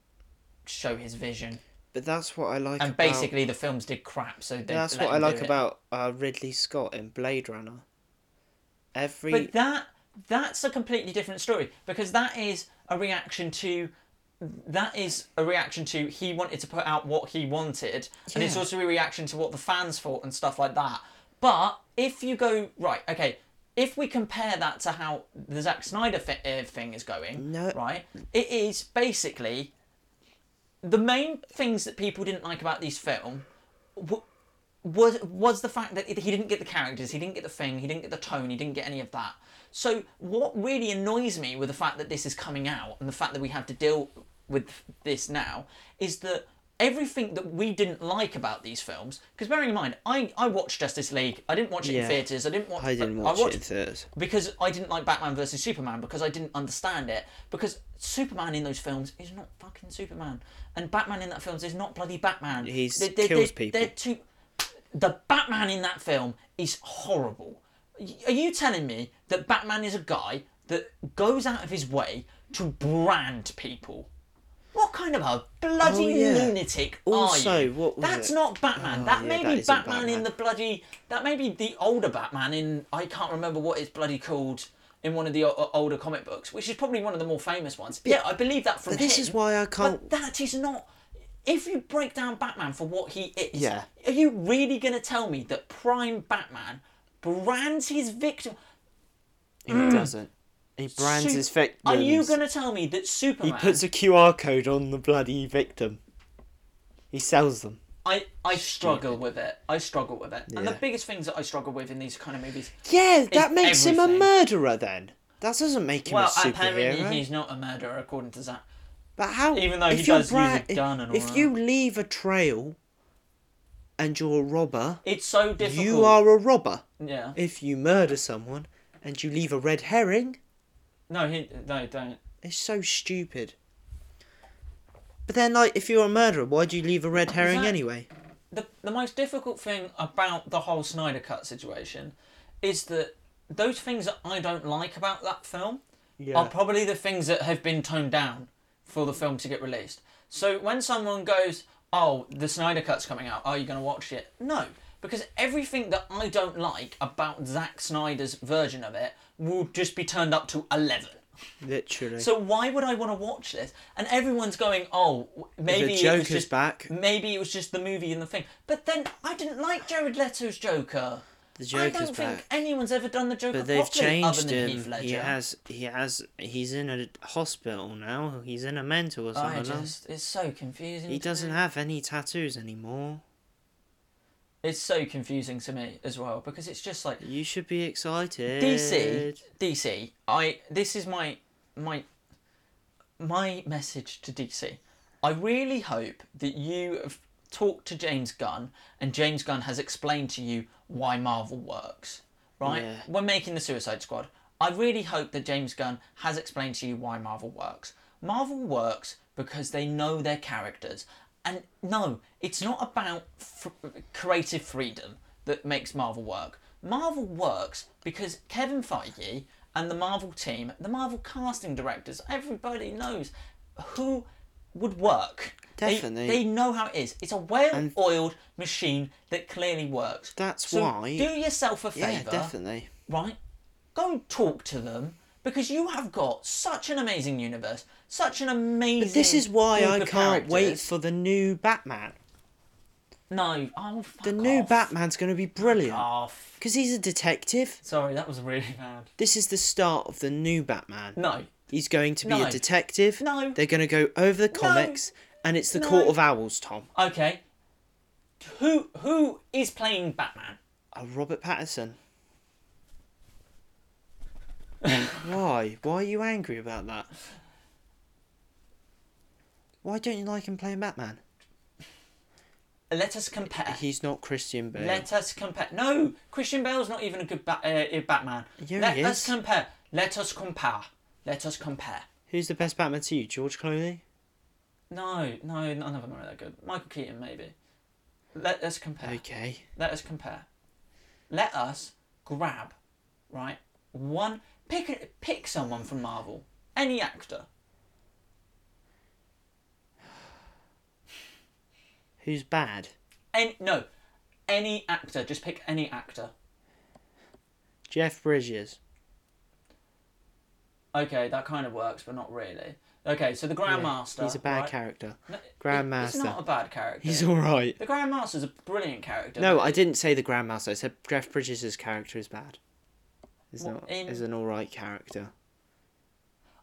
[SPEAKER 1] show his vision,
[SPEAKER 2] But that's what I like.
[SPEAKER 1] and
[SPEAKER 2] about,
[SPEAKER 1] basically the films did crap. So they
[SPEAKER 2] that's
[SPEAKER 1] let
[SPEAKER 2] what I
[SPEAKER 1] him do
[SPEAKER 2] like
[SPEAKER 1] it.
[SPEAKER 2] about uh, Ridley Scott in Blade Runner. Every
[SPEAKER 1] But that that's a completely different story because that is a reaction to that is a reaction to he wanted to put out what he wanted and it's
[SPEAKER 2] Yeah.
[SPEAKER 1] also a reaction to what the fans thought and stuff like that. But if you go right, okay, if we compare that to how the Zack Snyder thi- uh, thing is going,
[SPEAKER 2] No.
[SPEAKER 1] right? It is basically the main things that people didn't like about this film w- was was the fact that he didn't get the characters, he didn't get the thing, he didn't get the tone, he didn't get any of that. So what really annoys me with the fact that this is coming out and the fact that we have to deal with this now is that everything that we didn't like about these films because bearing in mind I, I watched Justice League I didn't watch it in
[SPEAKER 2] Yeah.
[SPEAKER 1] theatres I didn't watch
[SPEAKER 2] I didn't watch it in theaters.
[SPEAKER 1] because I didn't like Batman versus Superman because I didn't understand it because Superman in those films is not fucking Superman and Batman in that films is not bloody Batman.
[SPEAKER 2] He's- kills people.
[SPEAKER 1] They're too. The Batman in that film is horrible. Y- Are you telling me that Batman is a guy that goes out of his way to brand people? What kind of a bloody
[SPEAKER 2] Oh, yeah.
[SPEAKER 1] lunatic are
[SPEAKER 2] Also,
[SPEAKER 1] you?
[SPEAKER 2] what was
[SPEAKER 1] That's
[SPEAKER 2] it?
[SPEAKER 1] not Batman.
[SPEAKER 2] Oh,
[SPEAKER 1] that
[SPEAKER 2] yeah,
[SPEAKER 1] may
[SPEAKER 2] that
[SPEAKER 1] be
[SPEAKER 2] isn't
[SPEAKER 1] Batman, in
[SPEAKER 2] Batman.
[SPEAKER 1] the bloody. That may be the older Batman in. I can't remember what it's bloody called in one of the o- o- older comic books, which is probably one of the more famous ones. yeah, I believe that from
[SPEAKER 2] But this
[SPEAKER 1] him,
[SPEAKER 2] is why I can't-
[SPEAKER 1] But that is not. If you break down Batman for what he is,
[SPEAKER 2] Yeah.
[SPEAKER 1] are you really going to tell me that Prime Batman brands his victim?
[SPEAKER 2] He doesn't. He brands
[SPEAKER 1] Su-
[SPEAKER 2] his victims.
[SPEAKER 1] mm. Are you going to tell me that
[SPEAKER 2] He
[SPEAKER 1] Superman?
[SPEAKER 2] puts a QR code on the bloody victim. He sells them.
[SPEAKER 1] I I struggle with it. I struggle with it. And the
[SPEAKER 2] Yeah.
[SPEAKER 1] biggest things that I struggle with in these kind of movies
[SPEAKER 2] Yeah, that makes him a
[SPEAKER 1] everything.
[SPEAKER 2] murderer. Then that doesn't make him a
[SPEAKER 1] Well, apparently
[SPEAKER 2] superhero.
[SPEAKER 1] he's not a murderer, according to Zach.
[SPEAKER 2] But how?
[SPEAKER 1] Even though he
[SPEAKER 2] you're
[SPEAKER 1] does use a gun and all
[SPEAKER 2] if you leave a trail, and you're a robber,
[SPEAKER 1] It's so difficult.
[SPEAKER 2] you are a robber.
[SPEAKER 1] Yeah.
[SPEAKER 2] If you murder someone and you leave a red herring,
[SPEAKER 1] No, he. No, don't.
[SPEAKER 2] it's so stupid. But then, like, if you're a murderer, why do you leave a red herring
[SPEAKER 1] that-
[SPEAKER 2] anyway?
[SPEAKER 1] The the most difficult thing about the whole Snyder Cut situation is that those things that I don't like about that film
[SPEAKER 2] Yeah.
[SPEAKER 1] are probably the things that have been toned down for the film to get released. So when someone goes, "Oh, the Snyder Cut's coming out. Are you going to watch it?" No, because everything that I don't like about Zack Snyder's version of it will just be turned up to eleven.
[SPEAKER 2] Literally.
[SPEAKER 1] So why would I want to watch this? And everyone's going, oh, w- maybe it
[SPEAKER 2] the
[SPEAKER 1] was
[SPEAKER 2] Joker's
[SPEAKER 1] just
[SPEAKER 2] back.
[SPEAKER 1] maybe it was just the movie and the thing. But then I didn't like Jared Leto's Joker.
[SPEAKER 2] The
[SPEAKER 1] I
[SPEAKER 2] Joker's
[SPEAKER 1] don't
[SPEAKER 2] back.
[SPEAKER 1] think anyone's ever done the Joker
[SPEAKER 2] but they've
[SPEAKER 1] properly other
[SPEAKER 2] changed
[SPEAKER 1] than Heath
[SPEAKER 2] him.
[SPEAKER 1] Ledger.
[SPEAKER 2] He has. He has. He's in a hospital now. He's in a mental or
[SPEAKER 1] I
[SPEAKER 2] something. like that.
[SPEAKER 1] just it's so confusing.
[SPEAKER 2] He
[SPEAKER 1] to
[SPEAKER 2] doesn't
[SPEAKER 1] me.
[SPEAKER 2] have any tattoos anymore.
[SPEAKER 1] It's so confusing to me as well because it's just like
[SPEAKER 2] You should be excited.
[SPEAKER 1] DC, DC. I this is my my my message to DC. I really hope that you have talked to James Gunn and James Gunn has explained to you why Marvel works. Right?
[SPEAKER 2] Yeah.
[SPEAKER 1] We're making the Suicide Squad. I really hope that James Gunn has explained to you why Marvel works. Marvel works because they know their characters. And no, it's not about f- creative freedom that makes Marvel work. Marvel works because Kevin Feige and the Marvel team, the Marvel casting directors, everybody knows who would work. They-
[SPEAKER 2] Definitely.
[SPEAKER 1] They, know how it is. It's a well oiled machine that clearly works.
[SPEAKER 2] That's
[SPEAKER 1] So
[SPEAKER 2] why.
[SPEAKER 1] Do yourself a
[SPEAKER 2] yeah,
[SPEAKER 1] favour,
[SPEAKER 2] definitely.
[SPEAKER 1] right? Go and talk to them because you have got such an amazing universe, such an amazing.
[SPEAKER 2] This is why
[SPEAKER 1] group
[SPEAKER 2] I
[SPEAKER 1] of
[SPEAKER 2] can't wait
[SPEAKER 1] characters.
[SPEAKER 2] for the new Batman.
[SPEAKER 1] No, oh, fuck
[SPEAKER 2] The new
[SPEAKER 1] off.
[SPEAKER 2] Batman's going to be brilliant
[SPEAKER 1] Off.
[SPEAKER 2] because he's a detective.
[SPEAKER 1] Sorry, that was really bad.
[SPEAKER 2] This is the start of the new Batman.
[SPEAKER 1] No,
[SPEAKER 2] He's going to be
[SPEAKER 1] No.
[SPEAKER 2] a detective.
[SPEAKER 1] No.
[SPEAKER 2] They're going to go over the comics, and it's the
[SPEAKER 1] No.
[SPEAKER 2] Court of Owls, Tom.
[SPEAKER 1] okay. Who who is playing Batman?
[SPEAKER 2] Oh, Robert Patterson.
[SPEAKER 1] *laughs*
[SPEAKER 2] Why? Why are you angry about that? Why don't you like him playing Batman?
[SPEAKER 1] Let us compare.
[SPEAKER 2] He's not Christian Bale.
[SPEAKER 1] Let us compare. No, Christian Bale's not even a good ba- uh, uh, Batman.
[SPEAKER 2] Yeah,
[SPEAKER 1] Let
[SPEAKER 2] he
[SPEAKER 1] us
[SPEAKER 2] is.
[SPEAKER 1] compare. Let us compare. Let us compare.
[SPEAKER 2] Who's the best Batman to you, George Clooney?
[SPEAKER 1] No, no, none of them are that good. Michael Keaton, maybe. Let us compare.
[SPEAKER 2] Okay.
[SPEAKER 1] Let us compare. Let us grab, right? One. Pick pick someone from Marvel. Any actor.
[SPEAKER 2] Who's bad?
[SPEAKER 1] Any no. Any actor. Just pick any actor.
[SPEAKER 2] Jeff Bridges.
[SPEAKER 1] Okay, that kind of works, but not really. Okay, so the
[SPEAKER 2] Yeah,
[SPEAKER 1] Grandmaster.
[SPEAKER 2] He's a bad
[SPEAKER 1] right?
[SPEAKER 2] character.
[SPEAKER 1] No, He's
[SPEAKER 2] Grandmaster.
[SPEAKER 1] not a bad character.
[SPEAKER 2] *laughs* He's alright.
[SPEAKER 1] The Grand Master's a brilliant character.
[SPEAKER 2] No,
[SPEAKER 1] but
[SPEAKER 2] I didn't say the Grandmaster. I said Jeff Bridges' character is bad. Is
[SPEAKER 1] What,
[SPEAKER 2] not
[SPEAKER 1] in-
[SPEAKER 2] is an alright character.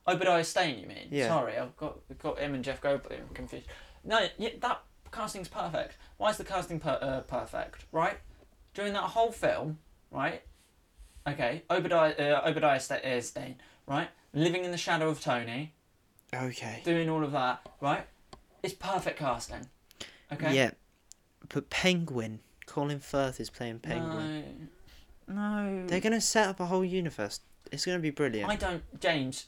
[SPEAKER 1] Obadiah Stane, you mean?
[SPEAKER 2] Yeah.
[SPEAKER 1] Sorry, I've got got him and Jeff Goldblum confused. No, yeah, that casting's perfect. Why is the casting per- uh, perfect? Right? During that whole film, right? Okay, Obadiah, uh, Obadiah Sta- uh, Stane, right? Living in the shadow of Tony,
[SPEAKER 2] Okay.
[SPEAKER 1] doing all of that, right? It's perfect casting. Okay?
[SPEAKER 2] Yeah. But Penguin. Colin Firth is playing Penguin.
[SPEAKER 1] No.
[SPEAKER 2] They're
[SPEAKER 1] No.
[SPEAKER 2] gonna set up a whole universe. It's gonna be brilliant.
[SPEAKER 1] I don't, James,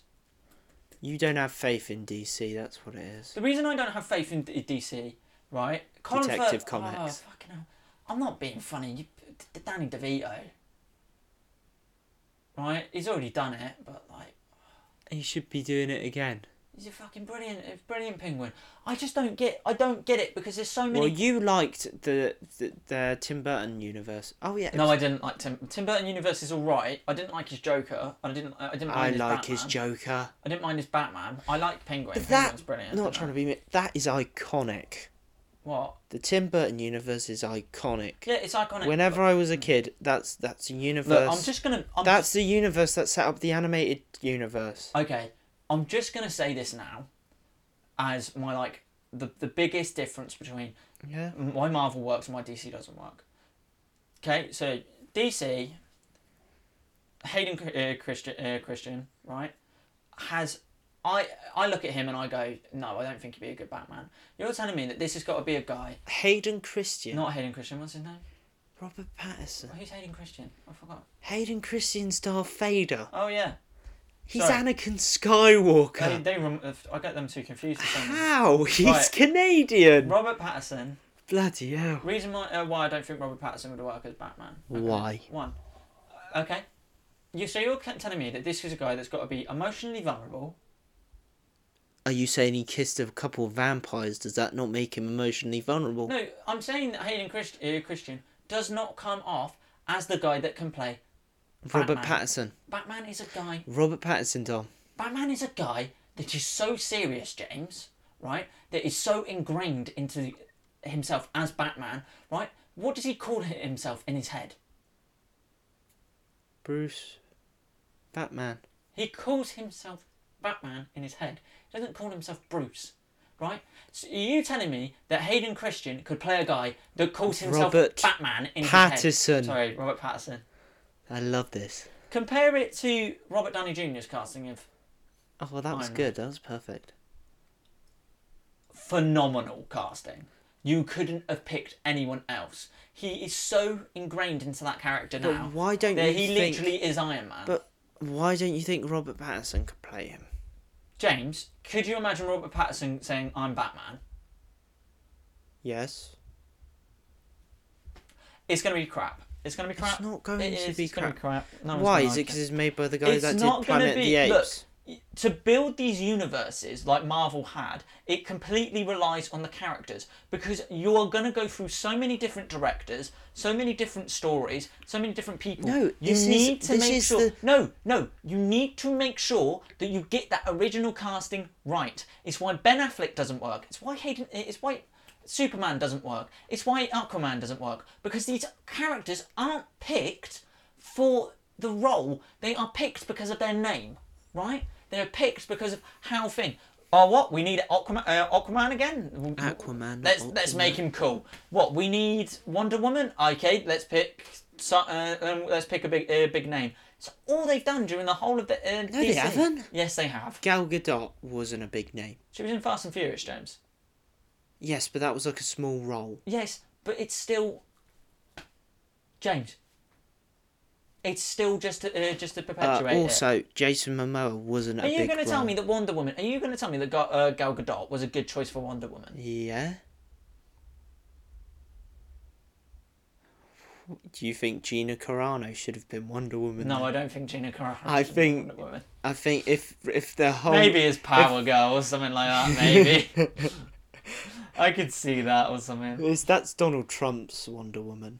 [SPEAKER 2] You don't have faith in DC. That's what it is.
[SPEAKER 1] The reason I don't have faith in D- DC, right?
[SPEAKER 2] Detective
[SPEAKER 1] Firth-
[SPEAKER 2] Comics.
[SPEAKER 1] Oh, fucking hell. I'm not being funny. You, D- D- Danny DeVito. Right? He's already done it, but like,
[SPEAKER 2] He should be doing it again.
[SPEAKER 1] he's a fucking brilliant, a brilliant penguin. I just don't get, I don't get it because there's so many.
[SPEAKER 2] Well, you liked the the, the Tim Burton universe. Oh yeah.
[SPEAKER 1] *laughs*
[SPEAKER 2] it
[SPEAKER 1] no,
[SPEAKER 2] was-
[SPEAKER 1] I didn't like Tim. Tim Burton Universe is all right. I didn't like his Joker. I didn't. I didn't mind
[SPEAKER 2] I
[SPEAKER 1] his
[SPEAKER 2] like
[SPEAKER 1] Batman.
[SPEAKER 2] his Joker.
[SPEAKER 1] I didn't mind his Batman. I like Penguin.
[SPEAKER 2] But that-
[SPEAKER 1] Penguin's brilliant.
[SPEAKER 2] Not trying to be. me- That is iconic.
[SPEAKER 1] What?
[SPEAKER 2] The Tim Burton universe is iconic.
[SPEAKER 1] Yeah, it's iconic.
[SPEAKER 2] Whenever I was a kid, that's that's a
[SPEAKER 1] Look,
[SPEAKER 2] universe.
[SPEAKER 1] I'm just gonna. I'm
[SPEAKER 2] that's the universe that set up the animated universe.
[SPEAKER 1] Okay, I'm just gonna say this now, as my like the the biggest difference between
[SPEAKER 2] Yeah.
[SPEAKER 1] why Marvel works and why DC doesn't work. Okay, so DC, Hayden Chr- uh, Christian, uh, Christian, right, has I I look at him and I go, no, I don't think he'd be a good Batman. You're telling me that this has got to be a guy,
[SPEAKER 2] Hayden Christian.
[SPEAKER 1] not Hayden Christian. What's his name?
[SPEAKER 2] Robert Patterson.
[SPEAKER 1] Who's Hayden Christian? I forgot.
[SPEAKER 2] Hayden Christian's Darth Vader.
[SPEAKER 1] Oh yeah,
[SPEAKER 2] He's
[SPEAKER 1] Sorry.
[SPEAKER 2] Anakin
[SPEAKER 1] they,
[SPEAKER 2] Skywalker.
[SPEAKER 1] they rem- I get them too confused.
[SPEAKER 2] *laughs*
[SPEAKER 1] with someone.
[SPEAKER 2] How? He's
[SPEAKER 1] Right.
[SPEAKER 2] Canadian.
[SPEAKER 1] Robert Patterson.
[SPEAKER 2] Bloody hell.
[SPEAKER 1] Reason why, uh, why I don't think Robert Pattinson would work as Batman. Okay.
[SPEAKER 2] Why?
[SPEAKER 1] One. Uh, Okay. You so you're c- telling me that this is a guy that's got to be emotionally vulnerable.
[SPEAKER 2] Are you saying he kissed a couple of vampires? Does that not make him emotionally vulnerable?
[SPEAKER 1] No, I'm saying that Hayden Christ- uh, Christian does not come off as the guy that can play
[SPEAKER 2] Robert
[SPEAKER 1] Batman.
[SPEAKER 2] Patterson.
[SPEAKER 1] Batman. Is a guy.
[SPEAKER 2] Robert Patterson, Dom.
[SPEAKER 1] Batman is a guy that is so serious, James, right? That is so ingrained into himself as Batman, right? What does he call himself in his head?
[SPEAKER 2] Bruce, Batman.
[SPEAKER 1] He calls himself Batman in his head. He doesn't call himself Bruce, right? So are you telling me that Hayden Christian could play a guy that calls himself
[SPEAKER 2] Robert
[SPEAKER 1] Batman in
[SPEAKER 2] Pattinson.
[SPEAKER 1] his head? Sorry, Robert Patterson.
[SPEAKER 2] I love this.
[SPEAKER 1] Compare it to Robert Downey Jr.'s casting of
[SPEAKER 2] Oh, well, that was
[SPEAKER 1] Iron Man.
[SPEAKER 2] good. That was perfect.
[SPEAKER 1] phenomenal casting. You couldn't have picked anyone else. He is so ingrained into that character
[SPEAKER 2] But
[SPEAKER 1] now.
[SPEAKER 2] why don't
[SPEAKER 1] that
[SPEAKER 2] you
[SPEAKER 1] he
[SPEAKER 2] think-
[SPEAKER 1] literally is Iron Man.
[SPEAKER 2] But why don't you think Robert Pattinson could play him?
[SPEAKER 1] James, could you imagine Robert Pattinson saying, "I'm Batman"?
[SPEAKER 2] Yes.
[SPEAKER 1] It's going to be crap. It's going to be crap.
[SPEAKER 2] not going
[SPEAKER 1] It
[SPEAKER 2] to
[SPEAKER 1] is.
[SPEAKER 2] be
[SPEAKER 1] It's gonna
[SPEAKER 2] crap.
[SPEAKER 1] No one's
[SPEAKER 2] why
[SPEAKER 1] gonna
[SPEAKER 2] is it?
[SPEAKER 1] like
[SPEAKER 2] Because it's made by the guy
[SPEAKER 1] It's
[SPEAKER 2] that
[SPEAKER 1] not
[SPEAKER 2] did
[SPEAKER 1] gonna
[SPEAKER 2] Planet of the
[SPEAKER 1] be- look,
[SPEAKER 2] Apes.
[SPEAKER 1] to build these universes like Marvel had, it completely relies on the characters because you are going to go through so many different directors, so many different stories, so many different people.
[SPEAKER 2] No,
[SPEAKER 1] you
[SPEAKER 2] this is-
[SPEAKER 1] need to
[SPEAKER 2] this
[SPEAKER 1] make
[SPEAKER 2] is
[SPEAKER 1] sure.
[SPEAKER 2] the-
[SPEAKER 1] No, no, you need to make sure that you get that original casting right. It's why Ben Affleck doesn't work. It's why Hayden. eh, It's why. Superman doesn't work. It's why Aquaman doesn't work because these characters aren't picked for the role. They are picked because of their name, right? They're picked because of how thing. Oh, what? We need Aquaman, uh, Aquaman again?
[SPEAKER 2] Uh, Aquaman,
[SPEAKER 1] Let's
[SPEAKER 2] not
[SPEAKER 1] let's
[SPEAKER 2] Aquaman.
[SPEAKER 1] make him cool. What? We need Wonder Woman. Okay, let's pick. So, uh, um, let's pick a big uh, big name. So all they've done during the whole of the uh,
[SPEAKER 2] they
[SPEAKER 1] DC
[SPEAKER 2] haven't.
[SPEAKER 1] Yes, they have.
[SPEAKER 2] Gal Gadot wasn't a big name.
[SPEAKER 1] She was in Fast and Furious, James.
[SPEAKER 2] Yes, but that was like a small role.
[SPEAKER 1] Yes, but it's still James. It's still just to, uh, just to
[SPEAKER 2] Uh,
[SPEAKER 1] perpetuate it.
[SPEAKER 2] also, Jason Momoa wasn't a
[SPEAKER 1] Are you
[SPEAKER 2] big
[SPEAKER 1] going to tell
[SPEAKER 2] role.
[SPEAKER 1] me that Wonder Woman? Are you going to tell me that Ga- uh, Gal Gadot was a good choice for Wonder Woman?
[SPEAKER 2] Yeah. Do you think Gina Carano should have been Wonder Woman?
[SPEAKER 1] No,
[SPEAKER 2] then?
[SPEAKER 1] I don't think Gina Carano.
[SPEAKER 2] I
[SPEAKER 1] should be
[SPEAKER 2] think-
[SPEAKER 1] Wonder Woman.
[SPEAKER 2] I think if if the whole
[SPEAKER 1] maybe it's Power Girl or something like that. Maybe
[SPEAKER 2] *laughs*
[SPEAKER 1] I could see that or something.
[SPEAKER 2] It's- that's Donald Trump's
[SPEAKER 1] *laughs*
[SPEAKER 2] Wonder Woman,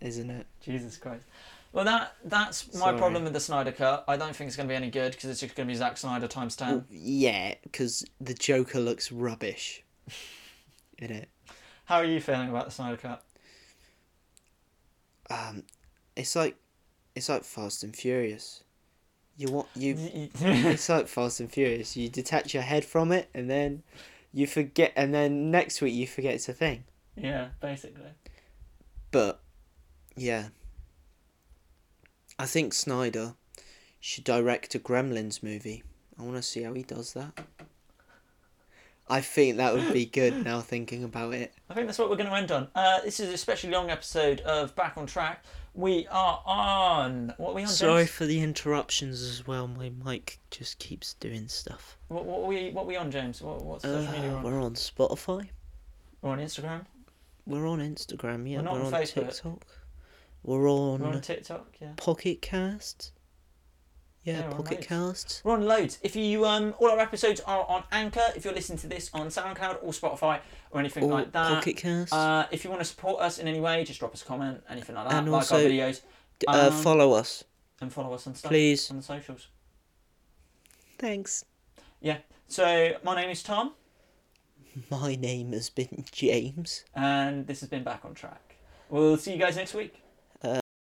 [SPEAKER 2] isn't it?
[SPEAKER 1] Jesus Christ. Well, that that's my
[SPEAKER 2] Sorry.
[SPEAKER 1] problem with the Snyder Cut. I don't think it's going to be any good because it's just going to be Zack Snyder times ten.
[SPEAKER 2] Yeah, because the Joker looks rubbish. In it,
[SPEAKER 1] How are you feeling about the Snyder Cut?
[SPEAKER 2] um, it's like it's like Fast and Furious. You want
[SPEAKER 1] *laughs*
[SPEAKER 2] you it's like Fast and Furious. You detach your head from it, and then you forget, and then next week you forget it's a thing.
[SPEAKER 1] yeah, basically.
[SPEAKER 2] But yeah, I think Snyder should direct a Gremlins movie. I want to see how he does that. I think that would be good. Now thinking about it,
[SPEAKER 1] I think that's what we're going to end on. Uh, this is an especially long episode of Back on Track. We are on. What are we on?
[SPEAKER 2] sorry
[SPEAKER 1] James?
[SPEAKER 2] for the interruptions as well. My mic just keeps doing stuff.
[SPEAKER 1] What, what are we what are we on, James? What, what social media we're
[SPEAKER 2] Uh,
[SPEAKER 1] on?
[SPEAKER 2] we're on Spotify.
[SPEAKER 1] We're on Instagram.
[SPEAKER 2] We're on Instagram. Yeah,
[SPEAKER 1] We're
[SPEAKER 2] we're,
[SPEAKER 1] not on
[SPEAKER 2] on,
[SPEAKER 1] Facebook.
[SPEAKER 2] TikTok. We're on,
[SPEAKER 1] We're on TikTok. Yeah.
[SPEAKER 2] Pocket Cast. Yeah,
[SPEAKER 1] Yeah, we're on
[SPEAKER 2] Pocket
[SPEAKER 1] loads.
[SPEAKER 2] Cast.
[SPEAKER 1] We're on loads. If you um, all our episodes are on Anchor. If you're listening to this on SoundCloud or Spotify or anything
[SPEAKER 2] Or
[SPEAKER 1] like that.
[SPEAKER 2] Pocket Cast. Uh,
[SPEAKER 1] Uh, if you want to support us in any way, just drop us a comment, anything like that.
[SPEAKER 2] And
[SPEAKER 1] like our
[SPEAKER 2] also-
[SPEAKER 1] videos um,
[SPEAKER 2] Uh, follow us,
[SPEAKER 1] and follow us on stuff
[SPEAKER 2] please.
[SPEAKER 1] on the socials.
[SPEAKER 2] Thanks.
[SPEAKER 1] Yeah. So my name is Tom,
[SPEAKER 2] My name has been James.
[SPEAKER 1] and this has been Back on Track. We'll see you guys next week.